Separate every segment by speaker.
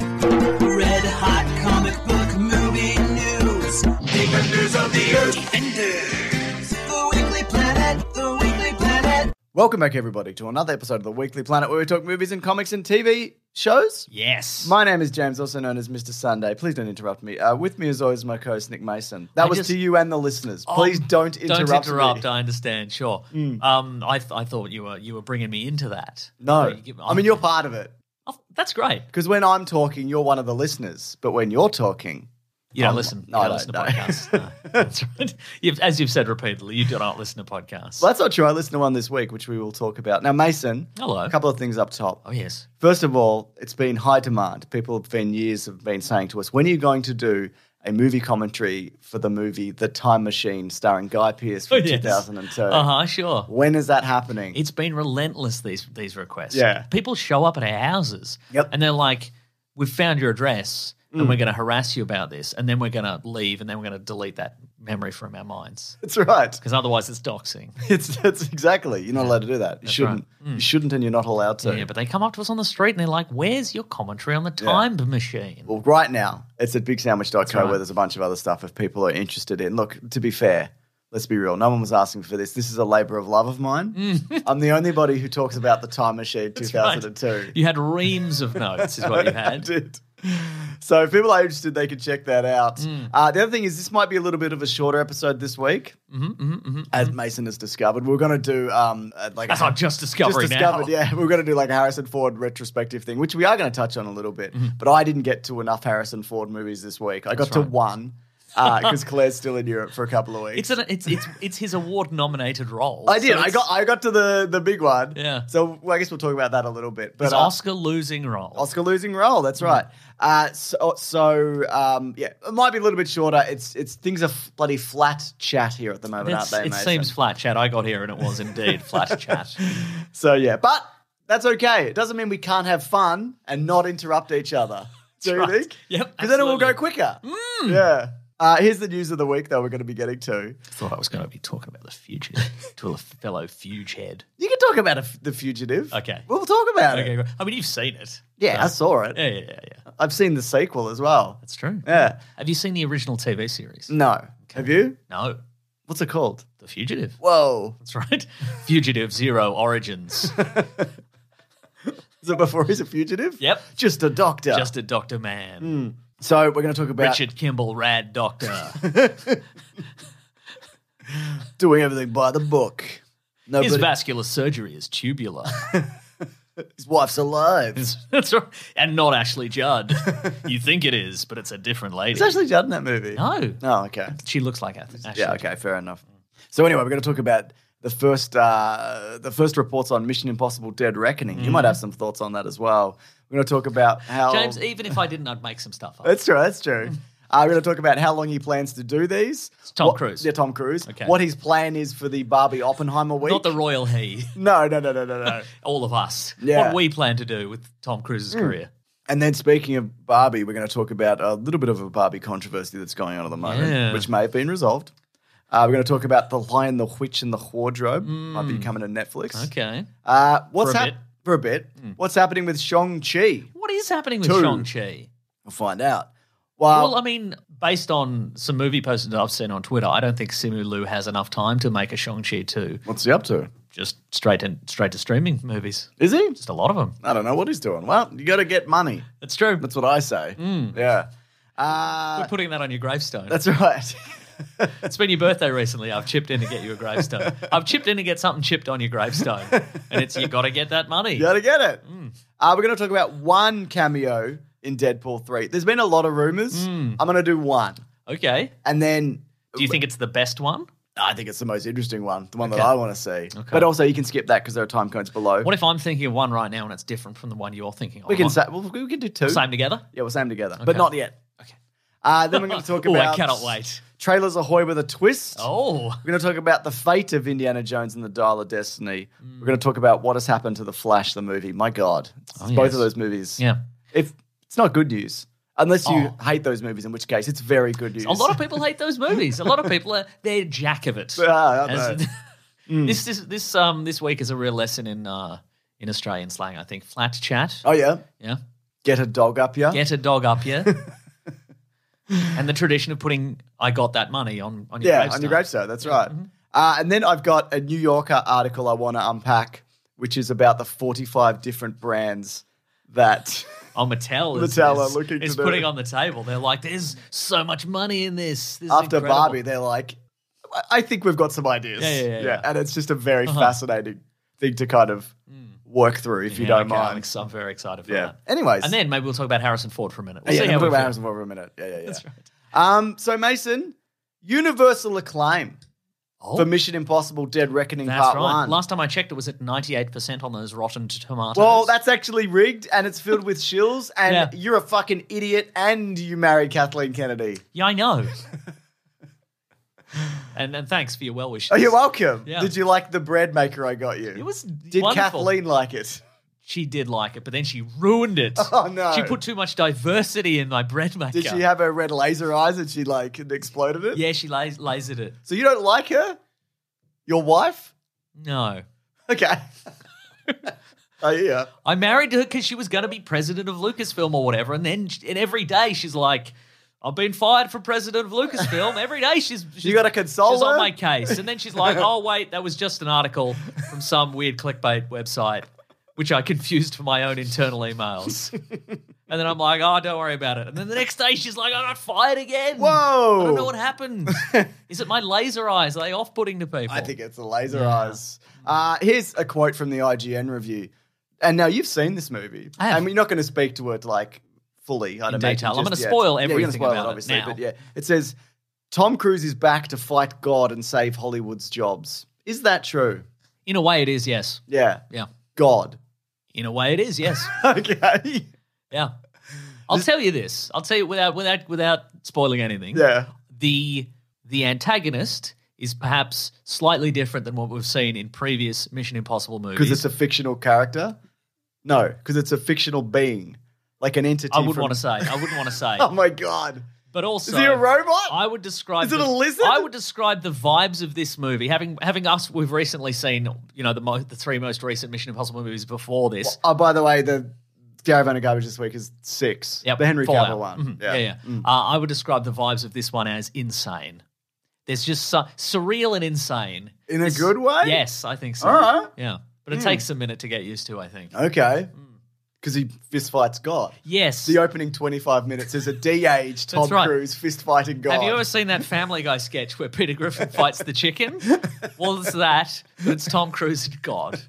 Speaker 1: Red hot comic book movie news. Defenders of the Earth. Defenders. The Weekly Planet. The Weekly Planet.
Speaker 2: Welcome back, everybody, to another episode of the Weekly Planet where we talk movies and comics and TV shows.
Speaker 3: Yes.
Speaker 2: My name is James, also known as Mr. Sunday. Please don't interrupt me. Uh, with me, as always, is my co host, Nick Mason. That
Speaker 3: I
Speaker 2: was
Speaker 3: just- Oh,
Speaker 2: to you and the listeners. Please don't interrupt.
Speaker 3: Don't interrupt. uh,
Speaker 2: Me. Mm.
Speaker 3: I understand. Sure. Um, I, th- I thought you were you were bringing me into that.
Speaker 2: No.
Speaker 3: You give-
Speaker 2: I mean, you're part of it.
Speaker 3: Oh, that's great.
Speaker 2: Because when I'm talking, you're one of the listeners. But when you're talking,
Speaker 3: You don't
Speaker 2: I'm-
Speaker 3: listen.
Speaker 2: no,
Speaker 3: you
Speaker 2: I
Speaker 3: don't listen to
Speaker 2: don't, no.
Speaker 3: podcasts. No, that's right. You've, as you've said repeatedly, you do not listen to podcasts.
Speaker 2: well, that's not true. I listened to one this week, which we will talk about. Now, Mason,
Speaker 3: Hello.
Speaker 2: a couple of things up top.
Speaker 3: oh yes.
Speaker 2: First of all, it's been high demand. People have been years have been saying to us, when are you going to do a movie commentary for the movie The Time Machine starring Guy Pearce from
Speaker 3: Oh, yes.
Speaker 2: 2002?
Speaker 3: Uh huh. Sure.
Speaker 2: When is that happening?
Speaker 3: It's been relentless these these requests.
Speaker 2: Yeah.
Speaker 3: People show up at our houses.
Speaker 2: Yep. Mm.
Speaker 3: And they're like, "We've found your address, and we're going to harass you about this, and then we're going to leave, and then we're going to delete that memory from our minds
Speaker 2: That's right.
Speaker 3: because otherwise it's doxing."
Speaker 2: It's that's exactly. You're not allowed to do that. You shouldn't. You shouldn't, and you're not allowed to.
Speaker 3: Mm. Yeah, but they come up to us on the street and they're like, "Where's your commentary on the time machine?"
Speaker 2: well, right now it's at BigSandwich.co
Speaker 3: right.
Speaker 2: where there's a bunch of other stuff if people are interested in. Look, to be fair, let's be real. No one was asking for this. This is a labor of love of mine.
Speaker 3: Mm.
Speaker 2: I'm the only body who talks about the Time Machine 2002.
Speaker 3: You had reams of notes, is what you
Speaker 2: I
Speaker 3: had.
Speaker 2: did. So if people are interested, they can check that out.
Speaker 3: Mm.
Speaker 2: Uh, the other thing is this might be a little bit of a shorter episode this week,
Speaker 3: hmm hmm hmm
Speaker 2: as Mason has discovered. We're going to do um uh, like
Speaker 3: That's not just
Speaker 2: just
Speaker 3: discovery
Speaker 2: discovered,
Speaker 3: now.
Speaker 2: yeah. We're going to do like a Harrison Ford retrospective thing, which we are going to touch on a little bit. But I didn't get to enough Harrison Ford movies this week. I got to
Speaker 3: Mm-hmm. right.
Speaker 2: one because Claire's still in Europe for a couple of weeks.
Speaker 3: It's an it's it's it's his award nominated role.
Speaker 2: I did.
Speaker 3: So
Speaker 2: I
Speaker 3: it's
Speaker 2: got I got to the the big one.
Speaker 3: Yeah.
Speaker 2: So well, I guess we'll talk about that a little bit. But
Speaker 3: his
Speaker 2: uh,
Speaker 3: Oscar losing role.
Speaker 2: Oscar losing role. That's
Speaker 3: Mm.
Speaker 2: right. Uh, so, so um, yeah, it might be a little bit shorter. It's it's things are f- bloody flat chat here at the moment,
Speaker 3: It's-
Speaker 2: aren't they?
Speaker 3: it
Speaker 2: Mason?
Speaker 3: seems flat chat. I got here and it was indeed flat chat.
Speaker 2: so. Yeah, but that's okay. It doesn't mean we can't have fun and not interrupt each other. Do you
Speaker 3: Right.
Speaker 2: think?
Speaker 3: Yep,
Speaker 2: Because then it will go
Speaker 3: absolutely. Mm.
Speaker 2: quicker. Yeah. Uh, here's the news of the week that we're going to be getting to.
Speaker 3: I thought I was going to be talking about the future to a fellow fuge head.
Speaker 2: You can talk about a f the fugitive.
Speaker 3: Okay.
Speaker 2: We'll talk about
Speaker 3: Okay,
Speaker 2: it.
Speaker 3: I mean you've seen it.
Speaker 2: Yeah, I saw it.
Speaker 3: Yeah, yeah, yeah, yeah.
Speaker 2: I've seen the sequel as well.
Speaker 3: That's true.
Speaker 2: Yeah.
Speaker 3: Have you seen the original TV series?
Speaker 2: No. Have you?
Speaker 3: No.
Speaker 2: What's it called?
Speaker 3: The Fugitive.
Speaker 2: Whoa.
Speaker 3: That's right. Fugitive Zero Origins.
Speaker 2: Is it before he's a fugitive?
Speaker 3: Yep.
Speaker 2: Just a doctor.
Speaker 3: Just a doctor man.
Speaker 2: Hmm, so we're going to talk about
Speaker 3: Richard Kimball, rad doctor.
Speaker 2: doing everything by the book.
Speaker 3: His
Speaker 2: Nobody,
Speaker 3: vascular surgery is tubular.
Speaker 2: his wife's alive. Is
Speaker 3: That's right. And not Ashley Judd. You think it is, but it's a different lady.
Speaker 2: Ashley Judd in that movie?
Speaker 3: no.
Speaker 2: Oh, okay.
Speaker 3: She looks like Ath- Ashley.
Speaker 2: Yeah, okay, fair enough. So anyway, we're going to talk about the first uh, the first reports on Mission Impossible: Dead Reckoning. You might have some thoughts on that as well. We're going to talk about how
Speaker 3: Mm. James, E- even if I didn't, I'd make some stuff up.
Speaker 2: That's true. That's true. Uh, we're going to talk about how long he plans to do these.
Speaker 3: Tom
Speaker 2: What-
Speaker 3: Cruise.
Speaker 2: Yeah, Tom Cruise.
Speaker 3: Okay.
Speaker 2: What his plan is for the Barbie Oppenheimer week.
Speaker 3: Not the royal he.
Speaker 2: no, no, no, no, no, no.
Speaker 3: All of us.
Speaker 2: Yeah. Hmm.
Speaker 3: What we plan to do with Tom Cruise's career.
Speaker 2: And then speaking of Barbie, we're going to talk about a little bit of a Barbie controversy that's going on at the moment,
Speaker 3: Yeah.
Speaker 2: which may have been resolved. Uh, we're going to talk about The Lion, the Witch, and the Wardrobe. Might be coming to Netflix.
Speaker 3: Mm. Okay.
Speaker 2: Uh, what's
Speaker 3: For a
Speaker 2: hap-
Speaker 3: bit. Mm.
Speaker 2: For a bit. What's happening with Shang-Chi?
Speaker 3: What is happening with
Speaker 2: Two. Uh,
Speaker 3: Shang-Chi?
Speaker 2: We'll find out. Well,
Speaker 3: Well, I mean, based on some movie posters I've seen on Twitter, I don't think Simu Liu has enough time to make a Shang-Chi 2.
Speaker 2: what's he up to?
Speaker 3: Just straight and straight to streaming movies.
Speaker 2: Is he?
Speaker 3: Just a lot of them.
Speaker 2: I don't know what he's doing. Well, you got to get money.
Speaker 3: That's true.
Speaker 2: That's what I say.
Speaker 3: Mm.
Speaker 2: Yeah. Uh,
Speaker 3: We're putting that on your gravestone.
Speaker 2: that's right.
Speaker 3: It's been your birthday recently. I've chipped in to get you a gravestone. I've chipped in to get something chipped on your gravestone. And it's you got to get that money.
Speaker 2: you got to get it.
Speaker 3: Mm.
Speaker 2: Uh, we're going to talk about one cameo in Deadpool 3. There's been a lot of rumors. I'm going to do one.
Speaker 3: Okay.
Speaker 2: And then
Speaker 3: Mm. Do you think it's the best one?
Speaker 2: I think it's the most interesting one, the one that
Speaker 3: Okay.
Speaker 2: I want to see. But also, you can skip that because there are time codes below.
Speaker 3: What if I'm thinking of one right now and it's different from the one you're thinking of?
Speaker 2: we can
Speaker 3: Am I-
Speaker 2: say, well, we can do two.
Speaker 3: same together.
Speaker 2: Yeah, we'll say them together, but
Speaker 3: Okay.
Speaker 2: not yet.
Speaker 3: Okay.
Speaker 2: Uh, then we're going to talk
Speaker 3: Oh,
Speaker 2: about.
Speaker 3: I cannot wait.
Speaker 2: Trailers ahoy with a twist.
Speaker 3: Oh,
Speaker 2: We're going to talk about the fate of Indiana Jones and the Dial of Destiny. We're going to talk about what has happened to the Flash, the movie. My God, It's
Speaker 3: Mm. Oh,
Speaker 2: both
Speaker 3: yes.
Speaker 2: of those movies.
Speaker 3: yeah.
Speaker 2: if it's not good news, unless you
Speaker 3: Oh.
Speaker 2: hate those movies, in which case it's very good news.
Speaker 3: A lot of people hate those movies. A lot of people are they're jack of it.
Speaker 2: Yeah, I
Speaker 3: As-
Speaker 2: know. Mm.
Speaker 3: This this this um this week is a real lesson in uh in Australian slang. I think flat chat.
Speaker 2: oh yeah,
Speaker 3: Yeah,
Speaker 2: Get a dog up ya.
Speaker 3: Get a dog up here. and the tradition of putting I got that money on, on your
Speaker 2: yeah,
Speaker 3: gravestone. mm-hmm.
Speaker 2: on your gravestone. That's right. Uh, and then I've got a New Yorker article I want to unpack, which is about the 45 different brands that.
Speaker 3: Oh, Mattel is,
Speaker 2: Mattel are
Speaker 3: is,
Speaker 2: looking to
Speaker 3: is
Speaker 2: do
Speaker 3: putting
Speaker 2: it.
Speaker 3: on the table. They're like, there's so much money in this. This is
Speaker 2: after
Speaker 3: incredible."
Speaker 2: Barbie, they're like, "I- I think we've got some ideas.
Speaker 3: Yeah, yeah, yeah, yeah. Uh-huh.
Speaker 2: And it's just a very fascinating thing to kind of work through if you
Speaker 3: Hmm. Yeah,
Speaker 2: don't
Speaker 3: okay, I'm,
Speaker 2: mind.
Speaker 3: ex- I'm very excited for
Speaker 2: Yeah.
Speaker 3: that.
Speaker 2: Anyways,
Speaker 3: And then maybe we'll talk about Harrison Ford for a minute.
Speaker 2: yeah,
Speaker 3: We'll see
Speaker 2: yeah,
Speaker 3: how we
Speaker 2: we'll talk about
Speaker 3: feel.
Speaker 2: Amazon for a minute. Yeah, yeah, yeah.
Speaker 3: That's right.
Speaker 2: Um, so Mason, universal acclaim
Speaker 3: Oh,
Speaker 2: for Mission Impossible: Dead Reckoning
Speaker 3: that's
Speaker 2: Part
Speaker 3: right.
Speaker 2: One.
Speaker 3: Last time I checked, it was at 98% on those rotten tomatoes.
Speaker 2: well, that's actually rigged, and it's filled with shills. And
Speaker 3: Yeah.
Speaker 2: you're a fucking idiot, and you married Kathleen Kennedy.
Speaker 3: Yeah, I know. and, and thanks for your well wishes.
Speaker 2: Oh, you're welcome.
Speaker 3: Yeah.
Speaker 2: Did you like the bread maker I got you?
Speaker 3: It was
Speaker 2: Did
Speaker 3: wonderful.
Speaker 2: Kathleen like it?
Speaker 3: She did like it, but then she ruined it.
Speaker 2: Oh, no.
Speaker 3: She put too much diversity in my bread maker.
Speaker 2: Did she have her red laser eyes and she like exploded it?
Speaker 3: Yeah, she las- lasered it.
Speaker 2: So you don't like her? Your wife?
Speaker 3: No.
Speaker 2: Okay. oh yeah.
Speaker 3: I married her because she was going to be president of Lucasfilm or whatever. And then sh- and every day she's like, I've been fired for president of Lucasfilm. Every day she's, she's
Speaker 2: You gotta console
Speaker 3: she's on
Speaker 2: her?
Speaker 3: my case. And then she's like, oh, wait, that was just an article from some weird clickbait website, which I confused for my own internal emails. and then I'm like, oh, don't worry about it. And then the next day she's like, I got fired again.
Speaker 2: Whoa.
Speaker 3: I don't know what happened. Is it my laser eyes? Are they off putting to people?
Speaker 2: I think it's the laser eyes. Uh, here's a quote from the IGN review. And now you've seen this movie.
Speaker 3: I have.
Speaker 2: And you're not going to speak to it like fully. I
Speaker 3: In
Speaker 2: don't imagine,
Speaker 3: detail. I'm gonna
Speaker 2: just yet.
Speaker 3: spoil
Speaker 2: Yeah, you're gonna
Speaker 3: everything
Speaker 2: spoil
Speaker 3: about it
Speaker 2: obviously,
Speaker 3: now.
Speaker 2: But yeah, it says Tom Cruise is back to fight God and save Hollywood's jobs. Is that true?
Speaker 3: In a way, it is, yes.
Speaker 2: Yeah.
Speaker 3: Yeah.
Speaker 2: God.
Speaker 3: In a way, it is, yes.
Speaker 2: okay.
Speaker 3: Yeah. I'll tell you this. I'll tell you without without without spoiling anything.
Speaker 2: Yeah.
Speaker 3: The the antagonist is perhaps slightly different than what we've seen in previous Mission Impossible movies.
Speaker 2: Because it's a fictional character? No, because it's a fictional being, like an entity.
Speaker 3: I wouldn't
Speaker 2: from-
Speaker 3: want to say. I wouldn't want to say.
Speaker 2: Oh my god!
Speaker 3: But also,
Speaker 2: Is he a robot?
Speaker 3: I would describe.
Speaker 2: Is it
Speaker 3: the-
Speaker 2: a lizard?
Speaker 3: I would describe the vibes of this movie. Having having us, we've recently seen you know the mo- the three most recent Mission Impossible movies before this.
Speaker 2: oh, by the way, the Caravan of Garbage this week is six.
Speaker 3: Yep,
Speaker 2: the Henry
Speaker 3: Fallout.
Speaker 2: Cavill one. Mm.
Speaker 3: Mhm. Yeah, yeah. Uh, I would describe the vibes of this one as insane. There's just su- surreal and insane.
Speaker 2: In a
Speaker 3: It's-
Speaker 2: good way?
Speaker 3: Yes, I think so.
Speaker 2: All right. Hmm.
Speaker 3: Yeah, but it takes a minute to get used to. I think.
Speaker 2: Uh, Okay.
Speaker 3: Mm.
Speaker 2: Because he fist fights God.
Speaker 3: Yes.
Speaker 2: The opening 25 minutes is a de-aged Tom
Speaker 3: That's right.
Speaker 2: Cruise fist fighting God.
Speaker 3: Have you ever seen that Family Guy sketch where Peter Griffin fights the chicken? Well, it's that, but it's Tom Cruise and God.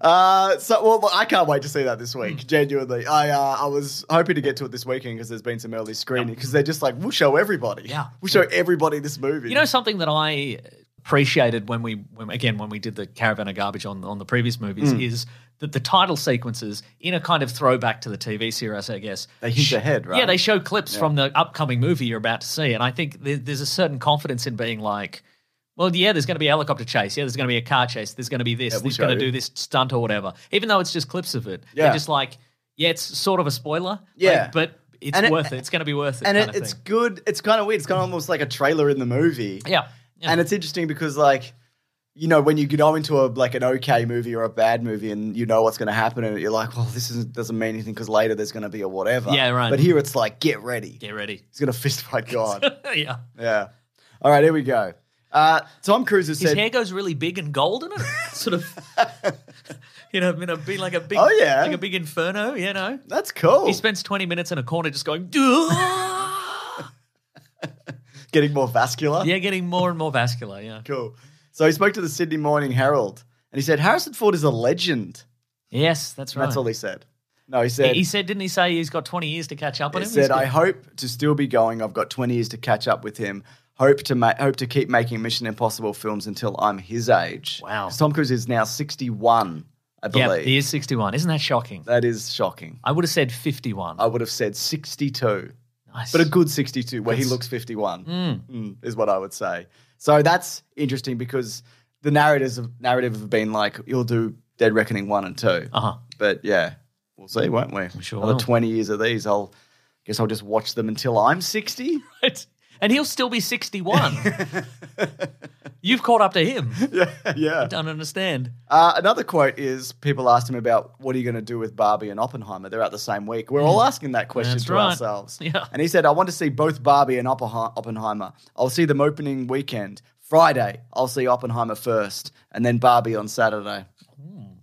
Speaker 2: Uh, so, well, look, I can't wait to see that this week.
Speaker 3: Mm.
Speaker 2: Genuinely, I uh, I was hoping to get to it this weekend because there's been some early screening because they're just like we'll show everybody.
Speaker 3: Yeah.
Speaker 2: we'll show everybody this movie.
Speaker 3: You know something that I appreciated when we when again when we did the caravan of garbage on on the previous movies
Speaker 2: Mm.
Speaker 3: is that the title sequences in a kind of throwback to the TV series, I guess.
Speaker 2: They hint
Speaker 3: sh-
Speaker 2: ahead, right?
Speaker 3: Yeah, they show clips from the upcoming movie you're about to see, and I think there, there's a certain confidence in being like. Well, yeah, there's going to be a helicopter chase. Yeah, there's going to be a car chase. There's going to be this.
Speaker 2: Yeah, we'll
Speaker 3: there's going
Speaker 2: show
Speaker 3: to
Speaker 2: you.
Speaker 3: do this stunt or whatever. Even though it's just clips of it,
Speaker 2: Yeah.
Speaker 3: they're just like, yeah, it's sort of a spoiler.
Speaker 2: Yeah.
Speaker 3: like, but it's
Speaker 2: And it-
Speaker 3: worth it, It's going to be worth it.
Speaker 2: and
Speaker 3: kind
Speaker 2: it,
Speaker 3: of
Speaker 2: it's
Speaker 3: thing.
Speaker 2: good. It's kind of weird. It's kind of almost like a trailer in the movie.
Speaker 3: yeah, yeah.
Speaker 2: and it's interesting because like. You know, when you go into a like an okay movie or a bad movie, and you know what's going to happen, and you're like, "Well, this isn't, doesn't mean anything because later there's going to be a whatever."
Speaker 3: Yeah, right.
Speaker 2: But here it's like, "Get ready,
Speaker 3: get ready.
Speaker 2: he's going to fist fight God."
Speaker 3: yeah.
Speaker 2: yeah. All right, here we go. Uh, Tom Cruise has
Speaker 3: His
Speaker 2: said,
Speaker 3: hair goes really big and golden, and it sort of, you know, you know, be like a big,
Speaker 2: Oh, yeah.
Speaker 3: like a big inferno, you know.
Speaker 2: That's cool.
Speaker 3: He spends twenty minutes in a corner just going, "Duh."
Speaker 2: Getting more vascular.
Speaker 3: yeah, getting more and more vascular. Yeah,
Speaker 2: Cool. So he spoke to the Sydney Morning Herald and he said, Harrison Ford is a legend.
Speaker 3: yes, that's
Speaker 2: And
Speaker 3: right.
Speaker 2: That's all he said. No, he
Speaker 3: he,
Speaker 2: said,
Speaker 3: he said, didn't he say he's got twenty years to catch up on
Speaker 2: he
Speaker 3: him? He's-
Speaker 2: said I hope to still be going. I've got 20 years to catch up with him. Hope to ma- hope to keep making Mission Impossible films until I'm his age.
Speaker 3: Wow.
Speaker 2: 'Cause Tom Cruise is now 61, I
Speaker 3: yeah,
Speaker 2: believe.
Speaker 3: he is sixty-one. Isn't that shocking?
Speaker 2: that is shocking.
Speaker 3: I would have said fifty-one.
Speaker 2: I would have said 62.
Speaker 3: nice.
Speaker 2: but a good 62 where he looks 51
Speaker 3: Hmm.
Speaker 2: Mm, is what i would say so that's interesting because the narratives have, narrative have been like you'll do dead reckoning 1 and 2
Speaker 3: uh-huh.
Speaker 2: but yeah we'll see won't we
Speaker 3: sure
Speaker 2: another
Speaker 3: will.
Speaker 2: 20 years of these i'll guess i'll just watch them until i'm 60
Speaker 3: Right. And he'll still be 61. You've caught up to him.
Speaker 2: yeah, yeah.
Speaker 3: Don't understand.
Speaker 2: Uh, another quote is people asked him about what are you going to do with Barbie and Oppenheimer? They're out the same week. We're all asking that question
Speaker 3: Mm. That's
Speaker 2: to
Speaker 3: right.
Speaker 2: ourselves.
Speaker 3: Yeah.
Speaker 2: And he said, I want to see both Barbie and Oppenhe- Oppenheimer. I'll see them opening weekend. Friday, I'll see Oppenheimer first and then Barbie on Saturday.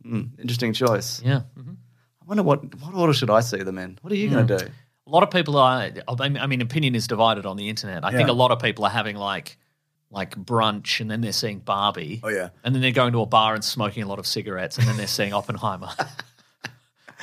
Speaker 3: Hmm.
Speaker 2: Mm, interesting choice.
Speaker 3: Yeah. Mhm.
Speaker 2: I wonder what, what order should I see them in? What are you going to do?
Speaker 3: A lot of people are. I mean- I mean, opinion is divided on the internet. I think
Speaker 2: Yeah.
Speaker 3: a lot of people are having like, like brunch, and then they're seeing Barbie.
Speaker 2: Oh, yeah.
Speaker 3: And then they're going to a bar and smoking a lot of cigarettes, and then they're seeing Oppenheimer.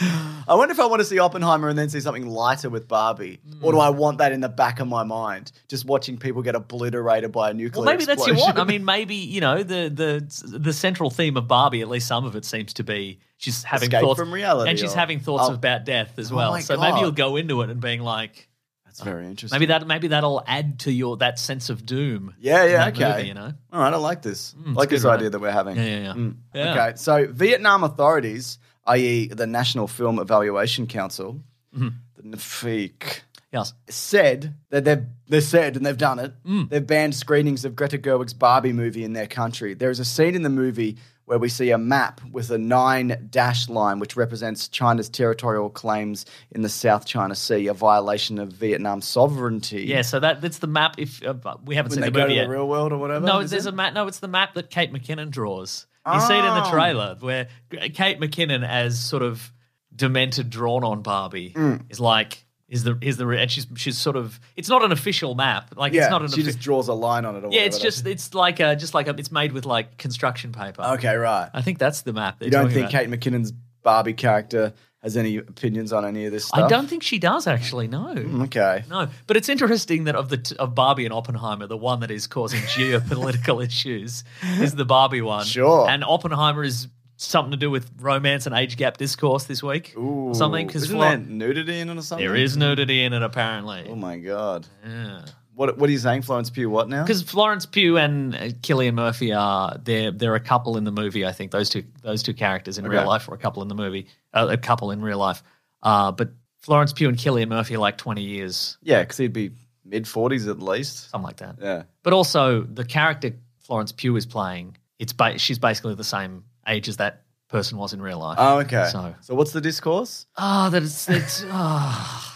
Speaker 2: I wonder if I want to see Oppenheimer and then see something lighter with Barbie,
Speaker 3: Hmm.
Speaker 2: or do I want that in the back of my mind, just watching people get obliterated by a nuclear?
Speaker 3: well, maybe that's your want. I
Speaker 2: explosion?
Speaker 3: mean, maybe you know the the the central theme of Barbie. At least some of it seems to be she's having
Speaker 2: Escape
Speaker 3: thoughts
Speaker 2: from reality
Speaker 3: and she's
Speaker 2: or-
Speaker 3: having thoughts
Speaker 2: Oh.
Speaker 3: about death as
Speaker 2: Oh
Speaker 3: well.
Speaker 2: my
Speaker 3: so maybe
Speaker 2: God.
Speaker 3: you'll go into it and being like,
Speaker 2: that's very interesting.
Speaker 3: Uh, maybe that maybe that'll add to your that sense of doom.
Speaker 2: Yeah,
Speaker 3: in
Speaker 2: yeah,
Speaker 3: that
Speaker 2: okay.
Speaker 3: movie, you know. Mm,
Speaker 2: All right, I like this. I
Speaker 3: it's
Speaker 2: like this
Speaker 3: good, right?
Speaker 2: idea that we're having. Mm,
Speaker 3: Yeah, yeah, yeah. Yeah.
Speaker 2: Okay, so Vietnam authorities, i.e., the National Film Evaluation Council,
Speaker 3: Mm-hmm.
Speaker 2: the NFIC,
Speaker 3: Yes.
Speaker 2: said that they've they said and they've done it.
Speaker 3: Mm.
Speaker 2: They've banned screenings of Greta Gerwig's Barbie movie in their country. There is a scene in the movie where we see a map with a nine dash line, which represents China's territorial claims in the South China Sea, a violation of Vietnam's sovereignty.
Speaker 3: Yeah, so that that's the map. If uh, we haven't
Speaker 2: when
Speaker 3: seen
Speaker 2: they
Speaker 3: the
Speaker 2: go
Speaker 3: movie
Speaker 2: to
Speaker 3: yet,
Speaker 2: the real world or whatever.
Speaker 3: no,
Speaker 2: is
Speaker 3: there's
Speaker 2: it?
Speaker 3: a map. No, it's the map that Kate McKinnon draws. You see it in the
Speaker 2: Oh.
Speaker 3: trailer where Kate McKinnon, as sort of demented, drawn on Barbie,
Speaker 2: Mm.
Speaker 3: is like is the is the re- and she's she's sort of it's not an official map. Like
Speaker 2: yeah,
Speaker 3: it's not an
Speaker 2: she
Speaker 3: offi-
Speaker 2: just draws a line on it. Or
Speaker 3: yeah. It's
Speaker 2: whatever.
Speaker 3: just it's like a just like a, it's made with like construction paper.
Speaker 2: okay, right.
Speaker 3: I think that's the map.
Speaker 2: You don't think Kate McKinnon's Barbie character has any opinions on any of this stuff? Hmm.
Speaker 3: I don't think she does actually. No.
Speaker 2: Okay.
Speaker 3: No, but it's interesting that of the t- of Barbie and Oppenheimer, the one that is causing geopolitical issues is the Barbie one.
Speaker 2: Sure.
Speaker 3: And Oppenheimer is something to do with romance and age gap discourse this week
Speaker 2: Ooh,
Speaker 3: or something because
Speaker 2: isn't there nudity in it or something?
Speaker 3: there is nudity in it apparently.
Speaker 2: Oh my god.
Speaker 3: Yeah.
Speaker 2: What What are you saying, Florence Pugh? What now?
Speaker 3: Because Florence Pugh and uh, Cillian Murphy are they're they're a couple in the movie. I think those two those two characters in
Speaker 2: Okay.
Speaker 3: real life are a couple in the movie, uh, a couple in real life. Uh, but Florence Pugh and Cillian Murphy are like twenty years,
Speaker 2: yeah, because he'd be mid forties at least.
Speaker 3: something like that.
Speaker 2: Yeah.
Speaker 3: But also the character Florence Pugh is playing, it's ba- she's basically the same age as that person was in real life.
Speaker 2: Oh, okay. So,
Speaker 3: So-
Speaker 2: what's the discourse?
Speaker 3: Ah, that it's it's ah.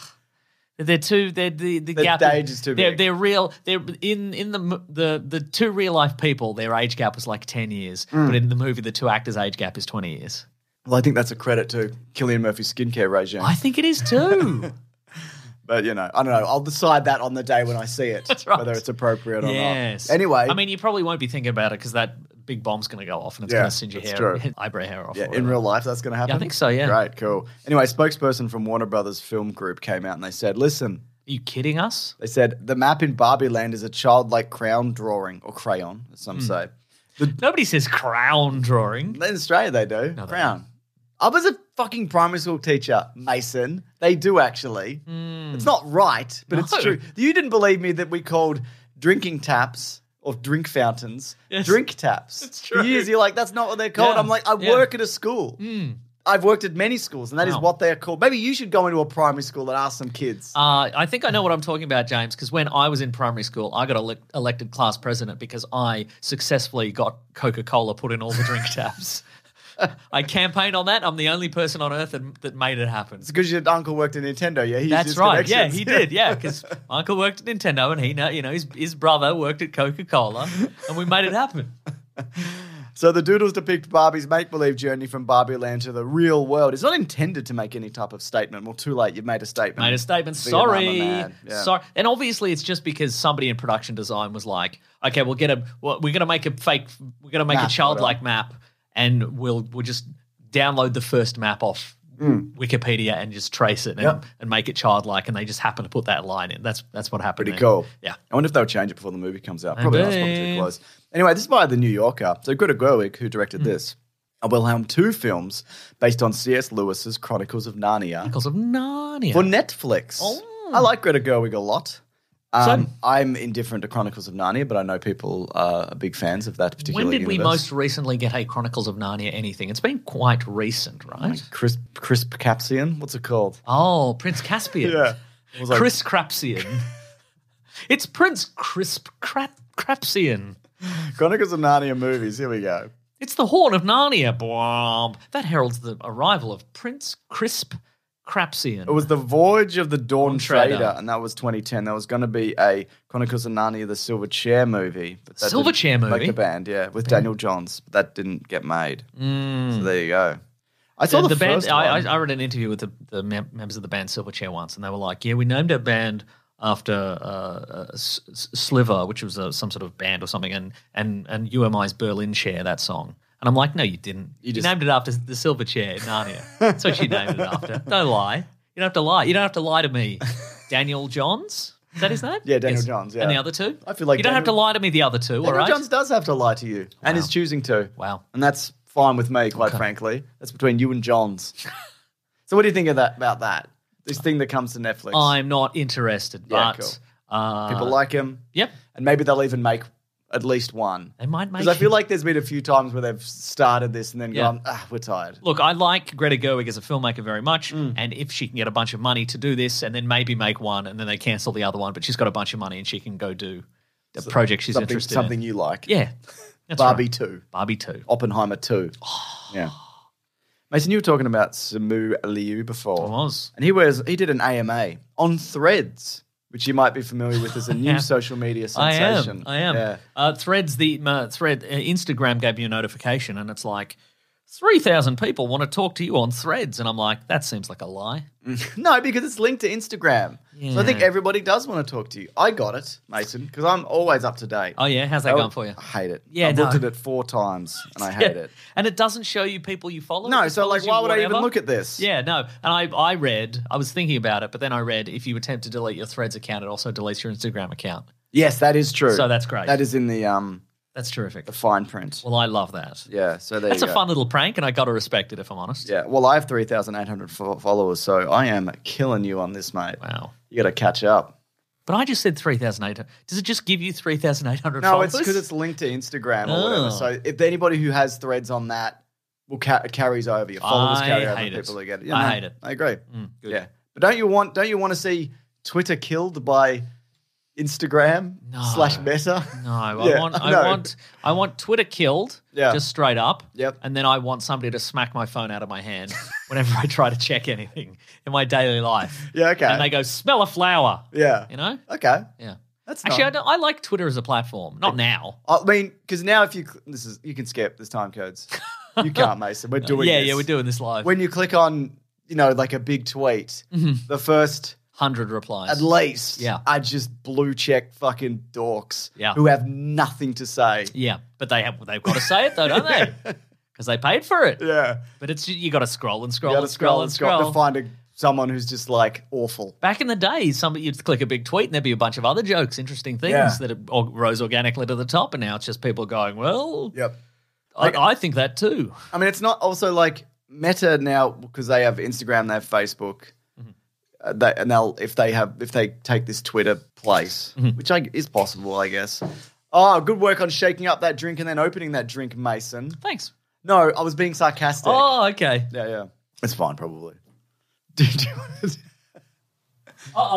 Speaker 3: They're too. They're the the,
Speaker 2: The
Speaker 3: gap.
Speaker 2: age is too
Speaker 3: they're,
Speaker 2: big.
Speaker 3: They're real. They're in in the m- the the two real life people. Their age gap was like ten years,
Speaker 2: Mm.
Speaker 3: but in the movie, the two actors' age gap is twenty years.
Speaker 2: Well, I think that's a credit to Killian Murphy's skincare regime.
Speaker 3: I think it is too.
Speaker 2: but you know, I don't know. I'll decide that on the day when I see it,
Speaker 3: That's right.
Speaker 2: whether it's appropriate or
Speaker 3: yes.
Speaker 2: not. Anyway,
Speaker 3: I mean, you probably won't be thinking about it because that big bomb's going to go off and it's
Speaker 2: Yeah,
Speaker 3: going to singe your
Speaker 2: that's
Speaker 3: hair,
Speaker 2: true.
Speaker 3: eyebrow hair off. or
Speaker 2: Yeah, in
Speaker 3: whatever.
Speaker 2: real life, that's going to happen.
Speaker 3: think so, yeah.
Speaker 2: Great, cool. Anyway, a spokesperson from Warner Brothers Film Group came out and they said, "Listen,
Speaker 3: Are you kidding us?
Speaker 2: they said the map in Barbie Land is a childlike crown drawing or crayon, as
Speaker 3: Hmm.
Speaker 2: some say.
Speaker 3: Nobody says crown drawing.
Speaker 2: In Australia, they do
Speaker 3: No, they
Speaker 2: crown. I was a fucking primary school teacher, Mason. They do actually. It's not right, but
Speaker 3: Hmm. No.
Speaker 2: it's true. You didn't believe me that we called drinking taps. Or drink fountains,
Speaker 3: Yes.
Speaker 2: drink taps.
Speaker 3: It's true.
Speaker 2: For years, you're like, that's not what they're called.
Speaker 3: Yeah.
Speaker 2: I'm like, I
Speaker 3: Yeah. Hmm.
Speaker 2: work at a school. I've worked at many schools, and that is
Speaker 3: Wow.
Speaker 2: what they're called. Maybe you should go into a primary school and ask some kids.
Speaker 3: Uh, I think I know what I'm talking about, James, because when I was in primary school, I got elec elected class president because I successfully got Coca Cola put in all the drink taps. I campaigned on that. I'm the only person on earth that, that made it happen.
Speaker 2: It's because your uncle worked at Nintendo. Yeah, he's
Speaker 3: That's right. Yeah, he did. Yeah, because my uncle worked at Nintendo and he, know, you know, his, his brother worked at Coca Cola and we made it happen.
Speaker 2: So the doodles depict Barbie's make-believe journey from Barbie Land to the real world. It's not intended to make any type of statement. Well, too late. You've made a statement.
Speaker 3: Made a statement.
Speaker 2: Vietnam, my
Speaker 3: Sorry,
Speaker 2: man. Yeah.
Speaker 3: sorry. And obviously, it's just because somebody in production design was like, "Okay, we'll get a. Well, we're gonna make a fake. We're gonna make
Speaker 2: Map,
Speaker 3: a childlike map, and we'll we'll just download the first map off Wikipedia and just trace it and,
Speaker 2: Mm. Yep.
Speaker 3: and make it childlike. And they just happen to put that line in. That's that's what happened.
Speaker 2: Pretty
Speaker 3: there.
Speaker 2: cool.
Speaker 3: Yeah.
Speaker 2: I wonder if they'll change it before the movie comes out. Probably not. It's probably too
Speaker 3: Maybe.
Speaker 2: close. Anyway, this is by The New Yorker. So Greta Gerwig, who directed
Speaker 3: Hmm.
Speaker 2: this, and will helm two films based on C.S. Lewis's Chronicles of Narnia.
Speaker 3: Chronicles of Narnia.
Speaker 2: for Netflix.
Speaker 3: Oh.
Speaker 2: I like Greta Gerwig a lot. Um,
Speaker 3: Same.
Speaker 2: I'm indifferent to Chronicles of Narnia, but I know people uh, are big fans of that particular.
Speaker 3: when did we
Speaker 2: universe.
Speaker 3: most recently get a Chronicles of Narnia anything? It's been quite recent, right?
Speaker 2: crisp crisp capsian? What's it called?
Speaker 3: Oh, Prince Caspian.
Speaker 2: It was like-
Speaker 3: Chris Crapsian. it's Prince Crisp Crap Crapsian.
Speaker 2: Chronicles of Narnia movies. Here we go.
Speaker 3: It's the Horn of Narnia. Bwomp. That heralds the arrival of Prince Crisp Crapsian.
Speaker 2: It was the Voyage of the Dawn
Speaker 3: Dawn
Speaker 2: Trader,
Speaker 3: Trader.
Speaker 2: and that was 2010. There was going to be a Chronicles of Narnia: The Silver Chair movie. But that
Speaker 3: Silver
Speaker 2: didn't-
Speaker 3: Chair
Speaker 2: like
Speaker 3: movie?
Speaker 2: the band, yeah, with Daniel Johns. But that didn't get made.
Speaker 3: Mm.
Speaker 2: So there you go. I saw the,
Speaker 3: the band.
Speaker 2: first
Speaker 3: I,
Speaker 2: one.
Speaker 3: I, I read an interview with the, the mem- members of the band Silverchair once, and they were like, "Yeah, we named our band after uh, uh, S- S- Sliver, which was uh, some sort of band or something, and and and UMI's Berlin Chair that song." And I'm like, "No, you didn't. You,
Speaker 2: just-
Speaker 3: named it after the Silverchair in Narnia. That's what you named it after. Don't lie. You don't have to lie. You don't have to lie to me, Daniel Johns." Is that his name?
Speaker 2: Yeah, Daniel Johns, yeah.
Speaker 3: And the other two?
Speaker 2: I feel like
Speaker 3: You don't have to
Speaker 2: Daniel-
Speaker 3: lie to me, the other two, all
Speaker 2: Daniel
Speaker 3: right?
Speaker 2: Johns does have to lie to you, and is choosing to.
Speaker 3: Wow.
Speaker 2: and that's fine with me, quite frankly. That's between you and Johns. so, what do you think of that? About that, this thing that comes to Netflix.
Speaker 3: I'm not interested,
Speaker 2: Yeah,
Speaker 3: but.
Speaker 2: cool.
Speaker 3: uh,
Speaker 2: People like him,
Speaker 3: Yep.
Speaker 2: and maybe they'll even make at least one.
Speaker 3: They might make
Speaker 2: Because I feel
Speaker 3: it.
Speaker 2: like there's been a few times where they've started this and then
Speaker 3: Yeah.
Speaker 2: gone, ah, we're tired.
Speaker 3: Look, I like Greta Gerwig as a filmmaker very much,
Speaker 2: Mm.
Speaker 3: and if she can get a bunch of money to do this, and then maybe make one, and then they cancel the other one, but she's got a bunch of money and she can go do a project she's
Speaker 2: something
Speaker 3: interested
Speaker 2: something
Speaker 3: in.
Speaker 2: you like.
Speaker 3: Yeah, that's
Speaker 2: Barbie
Speaker 3: right. Oh.
Speaker 2: 2,
Speaker 3: Barbie two.
Speaker 2: Oppenheimer 2. Yeah. Mason, you were talking about Samu Liu before.
Speaker 3: I was.
Speaker 2: And he wears he did an AMA on Threads, which you might be familiar with as a new
Speaker 3: Yeah.
Speaker 2: social media
Speaker 3: I
Speaker 2: sensation.
Speaker 3: am. I am.
Speaker 2: Yeah.
Speaker 3: Uh, Threads the uh, thread uh, Instagram gave me a notification, and it's like three thousand people want to talk to you on Threads, and I'm like, that seems like a lie.
Speaker 2: No, because it's linked to Instagram. So I think
Speaker 3: Yeah.
Speaker 2: everybody does want to talk to you. I got it, Mason, because I'm always up to date.
Speaker 3: Oh yeah, how's that
Speaker 2: I-
Speaker 3: going for you?
Speaker 2: I hate it.
Speaker 3: Yeah,
Speaker 2: I've looked
Speaker 3: no.
Speaker 2: at it four times and I hate
Speaker 3: Yeah.
Speaker 2: it.
Speaker 3: And it doesn't show you people you follow. It
Speaker 2: No,
Speaker 3: just
Speaker 2: so
Speaker 3: follows
Speaker 2: like
Speaker 3: you
Speaker 2: why would I even
Speaker 3: whatever.
Speaker 2: look at this?
Speaker 3: Yeah, no. And I, I read, I was thinking about it, but then I read if you attempt to delete your Threads account, it also deletes your Instagram account.
Speaker 2: Yes, that is true.
Speaker 3: So that's great.
Speaker 2: That is in the um
Speaker 3: That's terrific.
Speaker 2: the fine print.
Speaker 3: Well, I love that.
Speaker 2: Yeah, so there
Speaker 3: That's
Speaker 2: you
Speaker 3: a
Speaker 2: go.
Speaker 3: fun little prank, and I got to respect it if I'm honest.
Speaker 2: Yeah, well, I have 3,800 fo- followers, so I am killing you on this, mate.
Speaker 3: Wow.
Speaker 2: You got to catch up.
Speaker 3: But I just said 3,800. Does it just give you 3,800
Speaker 2: No,
Speaker 3: followers?
Speaker 2: it's because it's linked to Instagram or whatever.
Speaker 3: Oh.
Speaker 2: So if anybody who has threads on that will ca- carries over, your followers
Speaker 3: I
Speaker 2: carry over,
Speaker 3: hate it.
Speaker 2: people who get it.
Speaker 3: I hate it.
Speaker 2: I agree.
Speaker 3: Mm, good.
Speaker 2: Yeah, but don't you want don't you want to see Twitter killed by Instagram
Speaker 3: No.
Speaker 2: slash Meta?
Speaker 3: No, I
Speaker 2: Yeah,
Speaker 3: want
Speaker 2: I
Speaker 3: I,
Speaker 2: know.
Speaker 3: want I want Twitter killed,
Speaker 2: Yeah.
Speaker 3: just straight up.
Speaker 2: Yep.
Speaker 3: And then I want somebody to smack my phone out of my hand whenever I try to check anything in my daily life.
Speaker 2: Yeah, okay.
Speaker 3: And they go, smell a flower.
Speaker 2: Yeah.
Speaker 3: You know?
Speaker 2: Okay.
Speaker 3: Yeah.
Speaker 2: That's
Speaker 3: Actually, I,
Speaker 2: nice.
Speaker 3: don't, I like Twitter as a platform. Not now.
Speaker 2: I mean, because now if you cl- this is you can skip there's time codes. You can't, Mason. We're doing
Speaker 3: yeah,
Speaker 2: this.
Speaker 3: yeah, we're doing this live.
Speaker 2: When you click on you know like a big tweet, the first
Speaker 3: Hundred replies.
Speaker 2: at least
Speaker 3: Mm-hmm. Yeah.
Speaker 2: are just blue check fucking dorks
Speaker 3: Yeah.
Speaker 2: who have nothing to say.
Speaker 3: yeah, but they have they've got to say it though, don't they? Because they paid for it.
Speaker 2: Yeah,
Speaker 3: But it's you got to scroll and
Speaker 2: you
Speaker 3: scroll
Speaker 2: got
Speaker 3: and scroll and scroll.
Speaker 2: to find a, someone who's just like awful.
Speaker 3: Back in the day, somebody you'd click a big tweet and there'd be a bunch of other jokes, interesting things
Speaker 2: Yeah.
Speaker 3: that or- rose organically to the top, and now it's just people going, "Well,
Speaker 2: Yep.
Speaker 3: I, I think that too."
Speaker 2: I mean, it's not also like Meta now because they have Instagram, they have Facebook. Uh, they, and they'll if they have if they take this Twitter place, which I, is possible, I guess. Oh, good work on shaking up that drink and then opening that drink, Mason.
Speaker 3: Thanks.
Speaker 2: No, I was being sarcastic.
Speaker 3: Oh, okay.
Speaker 2: Yeah, yeah, it's fine, probably. Do you, do